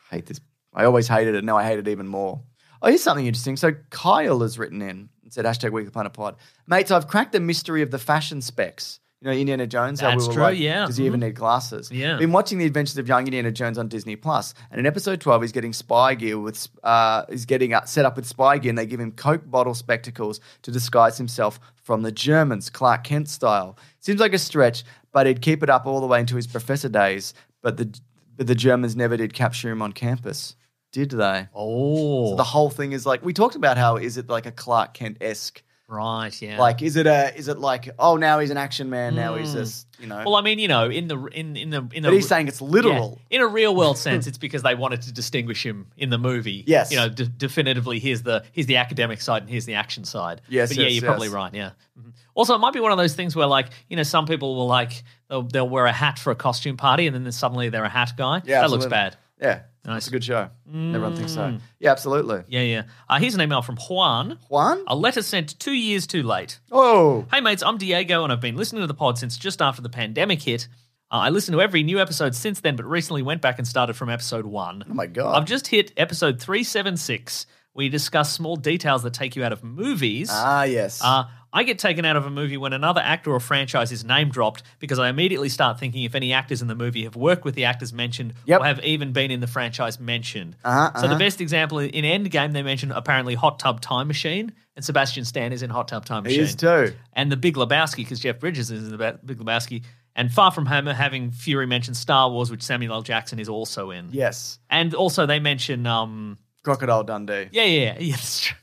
Speaker 2: hate this. I always hated it. Now I hate it even more. Oh, here's something interesting. So Kyle has written in and said, hashtag Weekly Planet Pod. Mates, I've cracked the mystery of the fashion specs. You know, Indiana Jones, how
Speaker 3: That's
Speaker 2: we were
Speaker 3: true,
Speaker 2: like,
Speaker 3: yeah.
Speaker 2: does he even need glasses?
Speaker 3: Yeah.
Speaker 2: Been watching The Adventures of Young Indiana Jones on Disney Plus, and in episode 12, he's getting spy gear with, uh, he's getting uh, set up with spy gear, and they give him Coke bottle spectacles to disguise himself from the Germans, Clark Kent style. Seems like a stretch, but he'd keep it up all the way into his professor days, but the, but the Germans never did capture him on campus. Did they?
Speaker 3: Oh,
Speaker 2: The whole thing is like we talked about how is it like a Clark Kent esque?
Speaker 3: right. Yeah. Hmm.
Speaker 2: Like is it a is it like oh now he's an action man now he's this you know?
Speaker 3: well, I mean, you know, in the in in the in the
Speaker 2: but he's saying it's
Speaker 3: Yeah.
Speaker 2: literal.
Speaker 3: In a real world sense, it's because they wanted to distinguish him in the movie.
Speaker 2: Yes.
Speaker 3: you know, d- definitively here's the here's the academic side and here's the action side.
Speaker 2: Yes,
Speaker 3: but yeah,
Speaker 2: yes,
Speaker 3: you're probably
Speaker 2: yes.
Speaker 3: right. Yeah. Mhm. Also, it might be one of those things where like you know some people will like they'll, they'll wear a hat for a costume party and then suddenly they're a hat guy.
Speaker 2: Yeah,
Speaker 3: that
Speaker 2: absolutely.
Speaker 3: looks bad.
Speaker 2: Yeah,
Speaker 3: Nice. Mm.
Speaker 2: it's a good show. Everyone thinks so. Yeah, absolutely.
Speaker 3: Yeah, yeah. Uh, here's an email from Juan.
Speaker 2: Juan?
Speaker 3: A letter sent two years too late.
Speaker 2: Oh,
Speaker 3: Hey mates, I'm Diego and I've been listening to the pod since just after the pandemic hit. Uh, I listened to every new episode since then, but recently went back and started from episode one.
Speaker 2: oh my god!
Speaker 3: I've just hit episode 376, where you discuss small details that take you out of movies.
Speaker 2: ah yes.
Speaker 3: Uh, I get taken out of a movie when another actor or franchise is name dropped because I immediately start thinking if any actors in the movie have worked with the actors mentioned
Speaker 2: Yep.
Speaker 3: or have even been in the franchise mentioned.
Speaker 2: Uh-huh,
Speaker 3: So the best example in Endgame, they mention apparently Hot Tub Time Machine, and Sebastian Stan is in Hot Tub Time
Speaker 2: he
Speaker 3: Machine
Speaker 2: is too.
Speaker 3: and the Big Lebowski, because Jeff Bridges is in the Ba- Big Lebowski, and Far From Home are having Fury mention Star Wars, which Samuel L. Jackson is also in.
Speaker 2: Yes,
Speaker 3: And also they mention, um,
Speaker 2: Crocodile Dundee.
Speaker 3: yeah, yeah, yeah, yeah, that's true.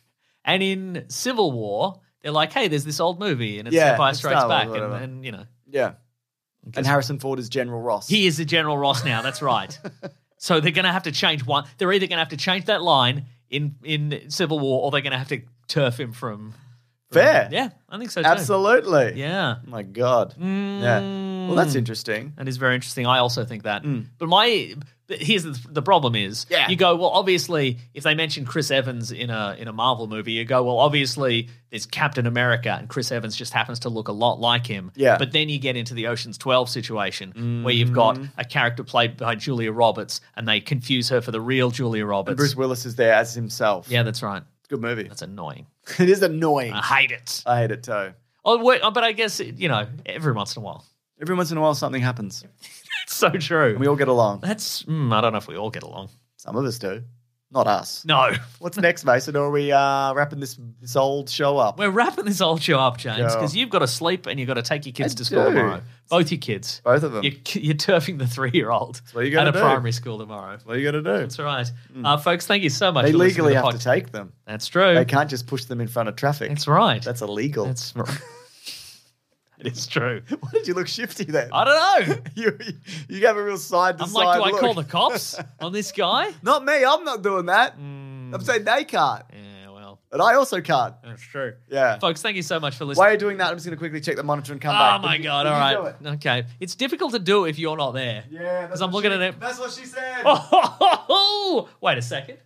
Speaker 3: And in Civil War, they're like, hey, there's this old movie, and it's
Speaker 2: Yeah,
Speaker 3: Empire
Speaker 2: it's
Speaker 3: Strikes
Speaker 2: Star Wars,
Speaker 3: Back, and,
Speaker 2: whatever.
Speaker 3: and, you know,
Speaker 2: Yeah. And Harrison Ford is General Ross.
Speaker 3: he is the General Ross now. That's right. so they're going to have to change one. They're either going to have to change that line in in Civil War, or they're going to have to turf him from. from-
Speaker 2: Fair.
Speaker 3: Yeah, I think so. Too.
Speaker 2: Absolutely.
Speaker 3: Yeah. Mm.
Speaker 2: Oh my god. Yeah. Well, that's interesting.
Speaker 3: That is very interesting. I also think that. But my but here's the, the problem is
Speaker 2: Hmm. Yeah.
Speaker 3: you go well obviously if they mention Chris Evans in a in a Marvel movie you go well obviously there's Captain America and Chris Evans just happens to look a lot like him.
Speaker 2: Yeah.
Speaker 3: But then you get into the Ocean's 12 situation where you've got
Speaker 2: Mm.
Speaker 3: a character played by Julia Roberts and they confuse her for the real Julia Roberts.
Speaker 2: Bruce Willis is there as himself.
Speaker 3: yeah, that's right.
Speaker 2: Good movie.
Speaker 3: That's Ah. annoying.
Speaker 2: it is annoying.
Speaker 3: I hate it.
Speaker 2: I hate it too.
Speaker 3: Oh, wait, oh, but I guess you know every once in a while.
Speaker 2: Every once in a while, something happens.
Speaker 3: It's so true.
Speaker 2: And we all get along.
Speaker 3: That's mm, I don't know if we all get along.
Speaker 2: Some of us do. Not us.
Speaker 3: No.
Speaker 2: What's next, Mason? Or are we uh, wrapping this, this old show up?
Speaker 3: We're wrapping this old show up, James,
Speaker 2: Yeah.
Speaker 3: because you've got to sleep and you've got to take your kids
Speaker 2: I
Speaker 3: to school
Speaker 2: do.
Speaker 3: tomorrow. Both your kids.
Speaker 2: Both of them.
Speaker 3: You're, you're turfing the three year old
Speaker 2: what you
Speaker 3: at
Speaker 2: gotta
Speaker 3: a
Speaker 2: do.
Speaker 3: primary school tomorrow.
Speaker 2: What are you going to do?
Speaker 3: That's right. Uh, folks, thank you so much.
Speaker 2: They
Speaker 3: for listening
Speaker 2: legally
Speaker 3: to the
Speaker 2: have to
Speaker 3: podcast.
Speaker 2: take them.
Speaker 3: That's true.
Speaker 2: They can't just push them in front of traffic.
Speaker 3: That's right.
Speaker 2: That's illegal.
Speaker 3: That's right. it's true.
Speaker 2: Why did you look shifty then?
Speaker 3: I don't know.
Speaker 2: You, you have a real side to
Speaker 3: I'm like,
Speaker 2: side
Speaker 3: do I
Speaker 2: look.
Speaker 3: call the cops on this guy?
Speaker 2: Not me. I'm not doing that.
Speaker 3: Mm.
Speaker 2: I'm saying they can't.
Speaker 3: Yeah, well,
Speaker 2: And I also can't.
Speaker 3: that's true.
Speaker 2: Yeah.
Speaker 3: Folks, thank you so much for listening.
Speaker 2: While you're doing that, I'm just going to quickly check the monitor and come
Speaker 3: Oh
Speaker 2: back.
Speaker 3: my
Speaker 2: You-
Speaker 3: god!
Speaker 2: you
Speaker 3: All
Speaker 2: can
Speaker 3: right, okay. It's difficult to do if you're not there.
Speaker 2: do it. Yeah.
Speaker 3: because
Speaker 2: that's
Speaker 3: I'm
Speaker 2: what
Speaker 3: looking
Speaker 2: she-
Speaker 3: at it.
Speaker 2: That's what she said.
Speaker 3: Oh, wait a second.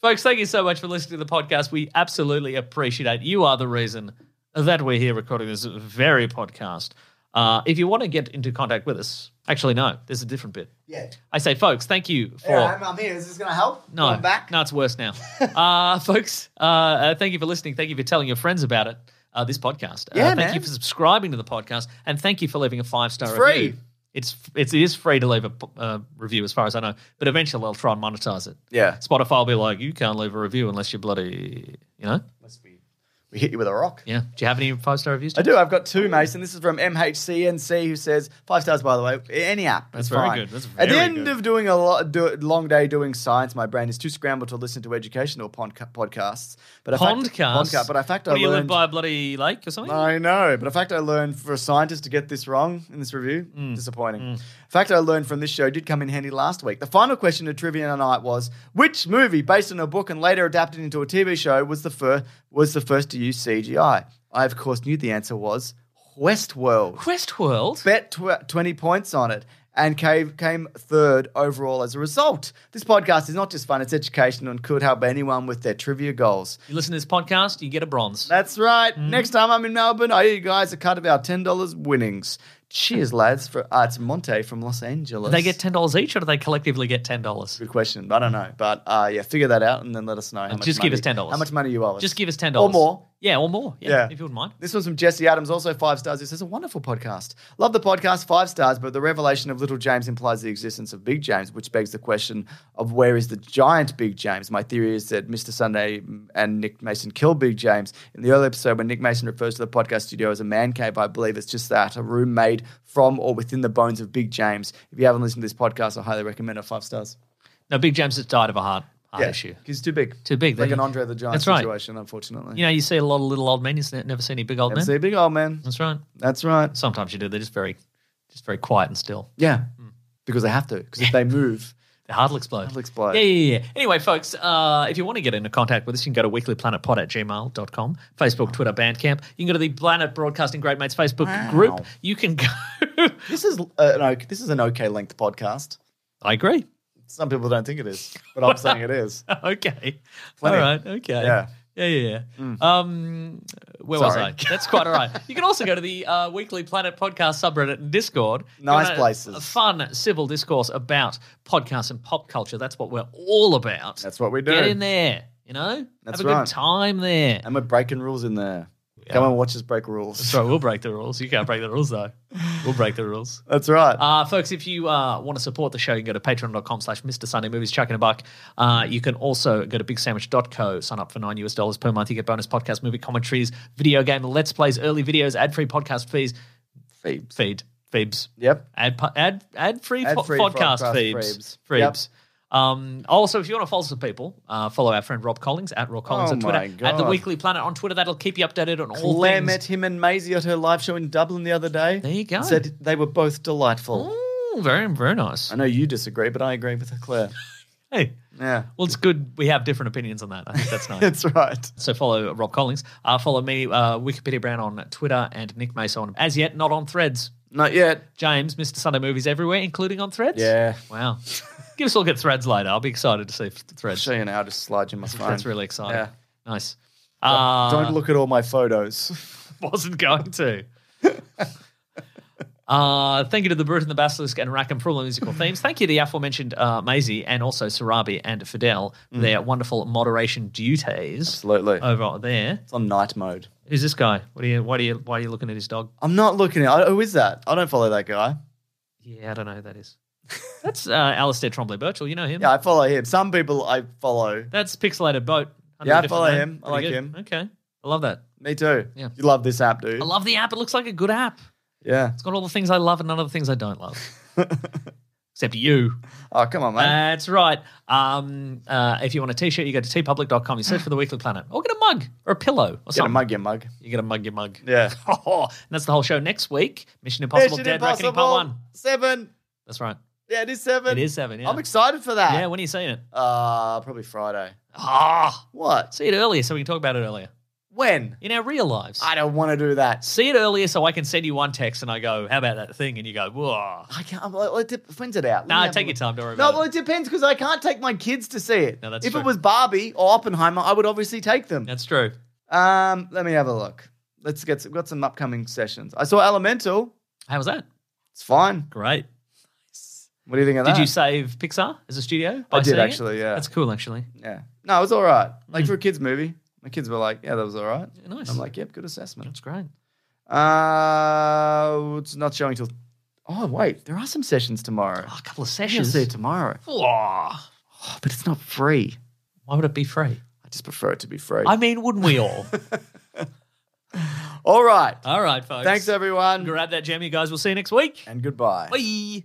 Speaker 3: Folks, thank you so much for listening to the podcast. We absolutely appreciate it. You are the reason that we're here recording this very podcast. Uh, if you want to get into contact with us, actually, no, there's a different bit.
Speaker 2: Yeah.
Speaker 3: I say, folks, thank you for.
Speaker 2: Yeah, I'm, I'm here. Is this going to help?
Speaker 3: No,
Speaker 2: I'm back.
Speaker 3: no, it's worse now. uh, folks, uh, uh, thank you for listening. Thank you for telling your friends about it. Uh, this podcast.
Speaker 2: Yeah,
Speaker 3: uh, thank
Speaker 2: man.
Speaker 3: you for subscribing to the podcast, and thank you for leaving a five star
Speaker 2: It's
Speaker 3: review.
Speaker 2: free.
Speaker 3: It's it's it is free to leave a uh, review, as far as I know. But eventually, I'll try and monetize it.
Speaker 2: Yeah.
Speaker 3: Spotify will be like, you can't leave a review unless you're bloody, you know.
Speaker 2: We hit you with a rock.
Speaker 3: Yeah. Do you have any five star reviews?
Speaker 2: I do. I've got two, Mason. This is from MHCNC, who says five stars. By the way, any app.
Speaker 3: That's
Speaker 2: is
Speaker 3: very
Speaker 2: fine.
Speaker 3: good. That's
Speaker 2: At the
Speaker 3: very
Speaker 2: end
Speaker 3: good.
Speaker 2: of doing a lo- do- long day doing science, my brain is too scrambled to listen to educational pon- podcasts. But I fact-
Speaker 3: Podcast.
Speaker 2: Podca- But I fact
Speaker 3: What
Speaker 2: I
Speaker 3: do you live
Speaker 2: learned.
Speaker 3: by a bloody lake or something?
Speaker 2: I know, but a fact I learned for a scientist to get this wrong in this review, disappointing. A fact I learned from this show did come in handy last week. The final question of Trivia Night was which movie based on a book and later adapted into a TV show was the first was the first to use CGI? I of course knew the answer was Westworld.
Speaker 3: Questworld.
Speaker 2: Bet tw- 20 points on it and came, came third overall as a result. This podcast is not just fun, it's educational and could help anyone with their trivia goals.
Speaker 3: You listen to this podcast, you get a bronze.
Speaker 2: That's right.
Speaker 3: Mm-hmm.
Speaker 2: Next time I'm in Melbourne, I owe you guys a cut of our ten dollars winnings. Cheers, lads. For uh, it's Monte from Los Angeles.
Speaker 3: Do they get ten dollars each, or do they collectively get ten dollars?
Speaker 2: Good question. I don't know, but uh, yeah, figure that out and then let us know. How much
Speaker 3: Just give
Speaker 2: money-
Speaker 3: us $10.
Speaker 2: How much money you owe us?
Speaker 3: Just give us ten
Speaker 2: or
Speaker 3: dollars
Speaker 2: more.
Speaker 3: Yeah, or more. Yeah,
Speaker 2: Yeah.
Speaker 3: if you wouldn't mind.
Speaker 2: This one's from Jesse Adams, also five stars. This is a wonderful podcast. Love the podcast, five stars, but the revelation of Little James implies the existence of Big James, which begs the question of where is the giant Big James? My theory is that Mr. Sunday and Nick Mason kill Big James. In the early episode, when Nick Mason refers to the podcast studio as a man cave, I believe it's just that a room made from or within the bones of Big James. If you haven't listened to this podcast, I highly recommend it. Five stars.
Speaker 3: No, Big James has died of a heart, heart issue.
Speaker 2: He's too big.
Speaker 3: Too big.
Speaker 2: Like
Speaker 3: They-
Speaker 2: an Andre the Giant
Speaker 3: That's right.
Speaker 2: situation, unfortunately.
Speaker 3: You know, you see a lot of little old men. You never see any big old men.
Speaker 2: See, big old man.
Speaker 3: That's right.
Speaker 2: That's right.
Speaker 3: Sometimes you do. They're just very, just very quiet and still.
Speaker 2: Yeah, because they have to. Because if they move,
Speaker 3: The heart will explode.
Speaker 2: Heart will explode.
Speaker 3: Yeah, yeah, yeah. Anyway, folks, uh, if you want to get into contact with us, you can go to weeklyplanetpod at gmail.com, Facebook, Twitter, Bandcamp. You can go to the Planet Broadcasting Great Mates Facebook group. You can go.
Speaker 2: this is uh, an okay, this is an okay length podcast.
Speaker 3: I agree.
Speaker 2: Some people don't think it is, but I'm saying it is.
Speaker 3: okay.
Speaker 2: Plenty.
Speaker 3: All right. Okay.
Speaker 2: Yeah. Mm.
Speaker 3: Yeah, yeah, yeah. Um, where
Speaker 2: Sorry.
Speaker 3: was I? That's quite all right. You can also go to the uh, Weekly Planet podcast subreddit and Discord.
Speaker 2: Nice
Speaker 3: Got a-
Speaker 2: places.
Speaker 3: A fun civil discourse about podcasts and pop culture. That's what we're all about.
Speaker 2: That's what we do.
Speaker 3: Get in there, you know?
Speaker 2: That's
Speaker 3: Have a
Speaker 2: right.
Speaker 3: good time there.
Speaker 2: And we're breaking rules in there. Come and watch us break rules.
Speaker 3: Sorry, we'll break the rules. You can't break the rules, though. We'll break the rules.
Speaker 2: That's right.
Speaker 3: Uh, folks, if you uh, want to support the show, you can go to patreon.com slash Mr. Sunday Movies, chucking a buck. Uh, you can also go to bigsandwich.co, sign up for nine US dollars per month. You get bonus podcast, movie commentaries, video game, let's plays, early videos, ad free podcast fees,
Speaker 2: Feebs.
Speaker 3: feed, feebs,
Speaker 2: Yep.
Speaker 3: ad, po- ad, ad free
Speaker 2: Ad-free
Speaker 3: podcast
Speaker 2: podcast
Speaker 3: feebs.
Speaker 2: feebs. Yep.
Speaker 3: Feebs. Um, also, if you want to follow some people, uh, follow our friend Rob Collins at Rob Collins
Speaker 2: Oh
Speaker 3: on
Speaker 2: my
Speaker 3: Twitter, at The
Speaker 2: God.
Speaker 3: Weekly Planet on Twitter. That'll keep you updated on all
Speaker 2: Blair
Speaker 3: things.
Speaker 2: met him and Maisie at her live show in Dublin the other day.
Speaker 3: There you go.
Speaker 2: and Said they were both delightful.
Speaker 3: Ooh, very, very nice.
Speaker 2: I know you disagree, but I agree with her, Claire.
Speaker 3: Hey,
Speaker 2: Yeah,
Speaker 3: well, it's good we have different opinions on that. I think that's nice.
Speaker 2: that's right.
Speaker 3: So follow Rob Collins. Uh, follow me, uh, Wikipedia Brown on Twitter and Nick Mason. As yet, not on Threads.
Speaker 2: Not yet.
Speaker 3: James, Mr. Sunday Movies everywhere, including on Threads.
Speaker 2: Yeah.
Speaker 3: Wow. Give us a look at Threads later. I'll be excited to see th- Threads.
Speaker 2: Show you now. Just slide you my phone.
Speaker 3: That's really exciting.
Speaker 2: Yeah.
Speaker 3: Nice. Uh,
Speaker 2: Don't look at all my photos.
Speaker 3: Wasn't going to. Uh, thank you to the Brute and the Basilisk and Rack and Prula musical themes. Thank you to the aforementioned uh, Maisie and also Sarabi and Fidel, for
Speaker 2: Mm.
Speaker 3: their wonderful moderation duties
Speaker 2: Absolutely.
Speaker 3: over there.
Speaker 2: It's on night mode.
Speaker 3: Who's this guy? What are you? Why do you? Why are you looking at his dog?
Speaker 2: I'm not looking at. I, who is that? I don't follow that guy.
Speaker 3: Yeah, I don't know who that is. That's uh, Alistair Trombley Birchall. You know him.
Speaker 2: Yeah, I follow him. Some people I follow.
Speaker 3: That's Pixelated Boat. under
Speaker 2: Yeah,
Speaker 3: a
Speaker 2: I
Speaker 3: different
Speaker 2: follow
Speaker 3: name.
Speaker 2: him. I
Speaker 3: Pretty
Speaker 2: like
Speaker 3: good.
Speaker 2: him.
Speaker 3: Okay, I love that.
Speaker 2: Me too.
Speaker 3: Yeah.
Speaker 2: You love this app, dude.
Speaker 3: I love the app. It looks like a good app.
Speaker 2: yeah.
Speaker 3: It's got all the things I love and none of the things I don't love, except you.
Speaker 2: Oh, come on, man.
Speaker 3: That's right. Um, uh, if you want a T-shirt, you go to tpublic.com. You search for the Weekly Planet, or get a mug or a pillow or
Speaker 2: Get a
Speaker 3: something.
Speaker 2: mug, your mug.
Speaker 3: You get a mug. Your mug.
Speaker 2: Yeah.
Speaker 3: and that's the whole show next week. Mission Impossible,
Speaker 2: Mission
Speaker 3: Dead Reckoning Part One.
Speaker 2: Seven.
Speaker 3: That's right.
Speaker 2: Yeah, it is seven.
Speaker 3: It is seven. Yeah.
Speaker 2: I'm excited for that.
Speaker 3: Yeah. When are you seeing it?
Speaker 2: uh, probably Friday.
Speaker 3: Ah,
Speaker 2: What?
Speaker 3: see it earlier so we can talk about it earlier
Speaker 2: When?
Speaker 3: in our real lives.
Speaker 2: I don't want to do that.
Speaker 3: see it earlier so I can send you one text and I go, "How about that thing?" And you go, "Whoa."
Speaker 2: I can't. I'm, well, it dep- when's it out? Let me
Speaker 3: Nah,
Speaker 2: have a
Speaker 3: take your
Speaker 2: look.
Speaker 3: time. Don't worry
Speaker 2: No,
Speaker 3: about
Speaker 2: well,
Speaker 3: it.
Speaker 2: it depends because I can't take my kids to see it.
Speaker 3: No, that's
Speaker 2: if
Speaker 3: true.
Speaker 2: it was Barbie or Oppenheimer, I would obviously take them.
Speaker 3: That's true.
Speaker 2: Um, let me have a look. Let's get some, got some upcoming sessions. I saw Elemental.
Speaker 3: How was that?
Speaker 2: It's fine.
Speaker 3: Great.
Speaker 2: What do you think of that?
Speaker 3: Did you save Pixar as a studio? by
Speaker 2: I did
Speaker 3: seeing it?
Speaker 2: actually, yeah.
Speaker 3: That's cool, actually.
Speaker 2: Yeah. No, it was all right. Like for a kids' movie, my kids were like, Mm. "Yeah, that was all right."
Speaker 3: nice.
Speaker 2: I'm like, "Yep, good assessment."
Speaker 3: That's great.
Speaker 2: Uh, it's not showing till. Oh wait, there are some sessions tomorrow.
Speaker 3: Oh, a couple of
Speaker 2: I'll
Speaker 3: sessions.
Speaker 2: see it tomorrow,
Speaker 3: Whoa.
Speaker 2: Oh, but it's not free.
Speaker 3: Why would it be free?
Speaker 2: I just prefer it to be free.
Speaker 3: I mean, wouldn't we all?
Speaker 2: All right.
Speaker 3: all right, folks.
Speaker 2: Oh, Thanks everyone,
Speaker 3: Grab that gem, you guys. We'll see you next week.
Speaker 2: and goodbye.
Speaker 3: Bye.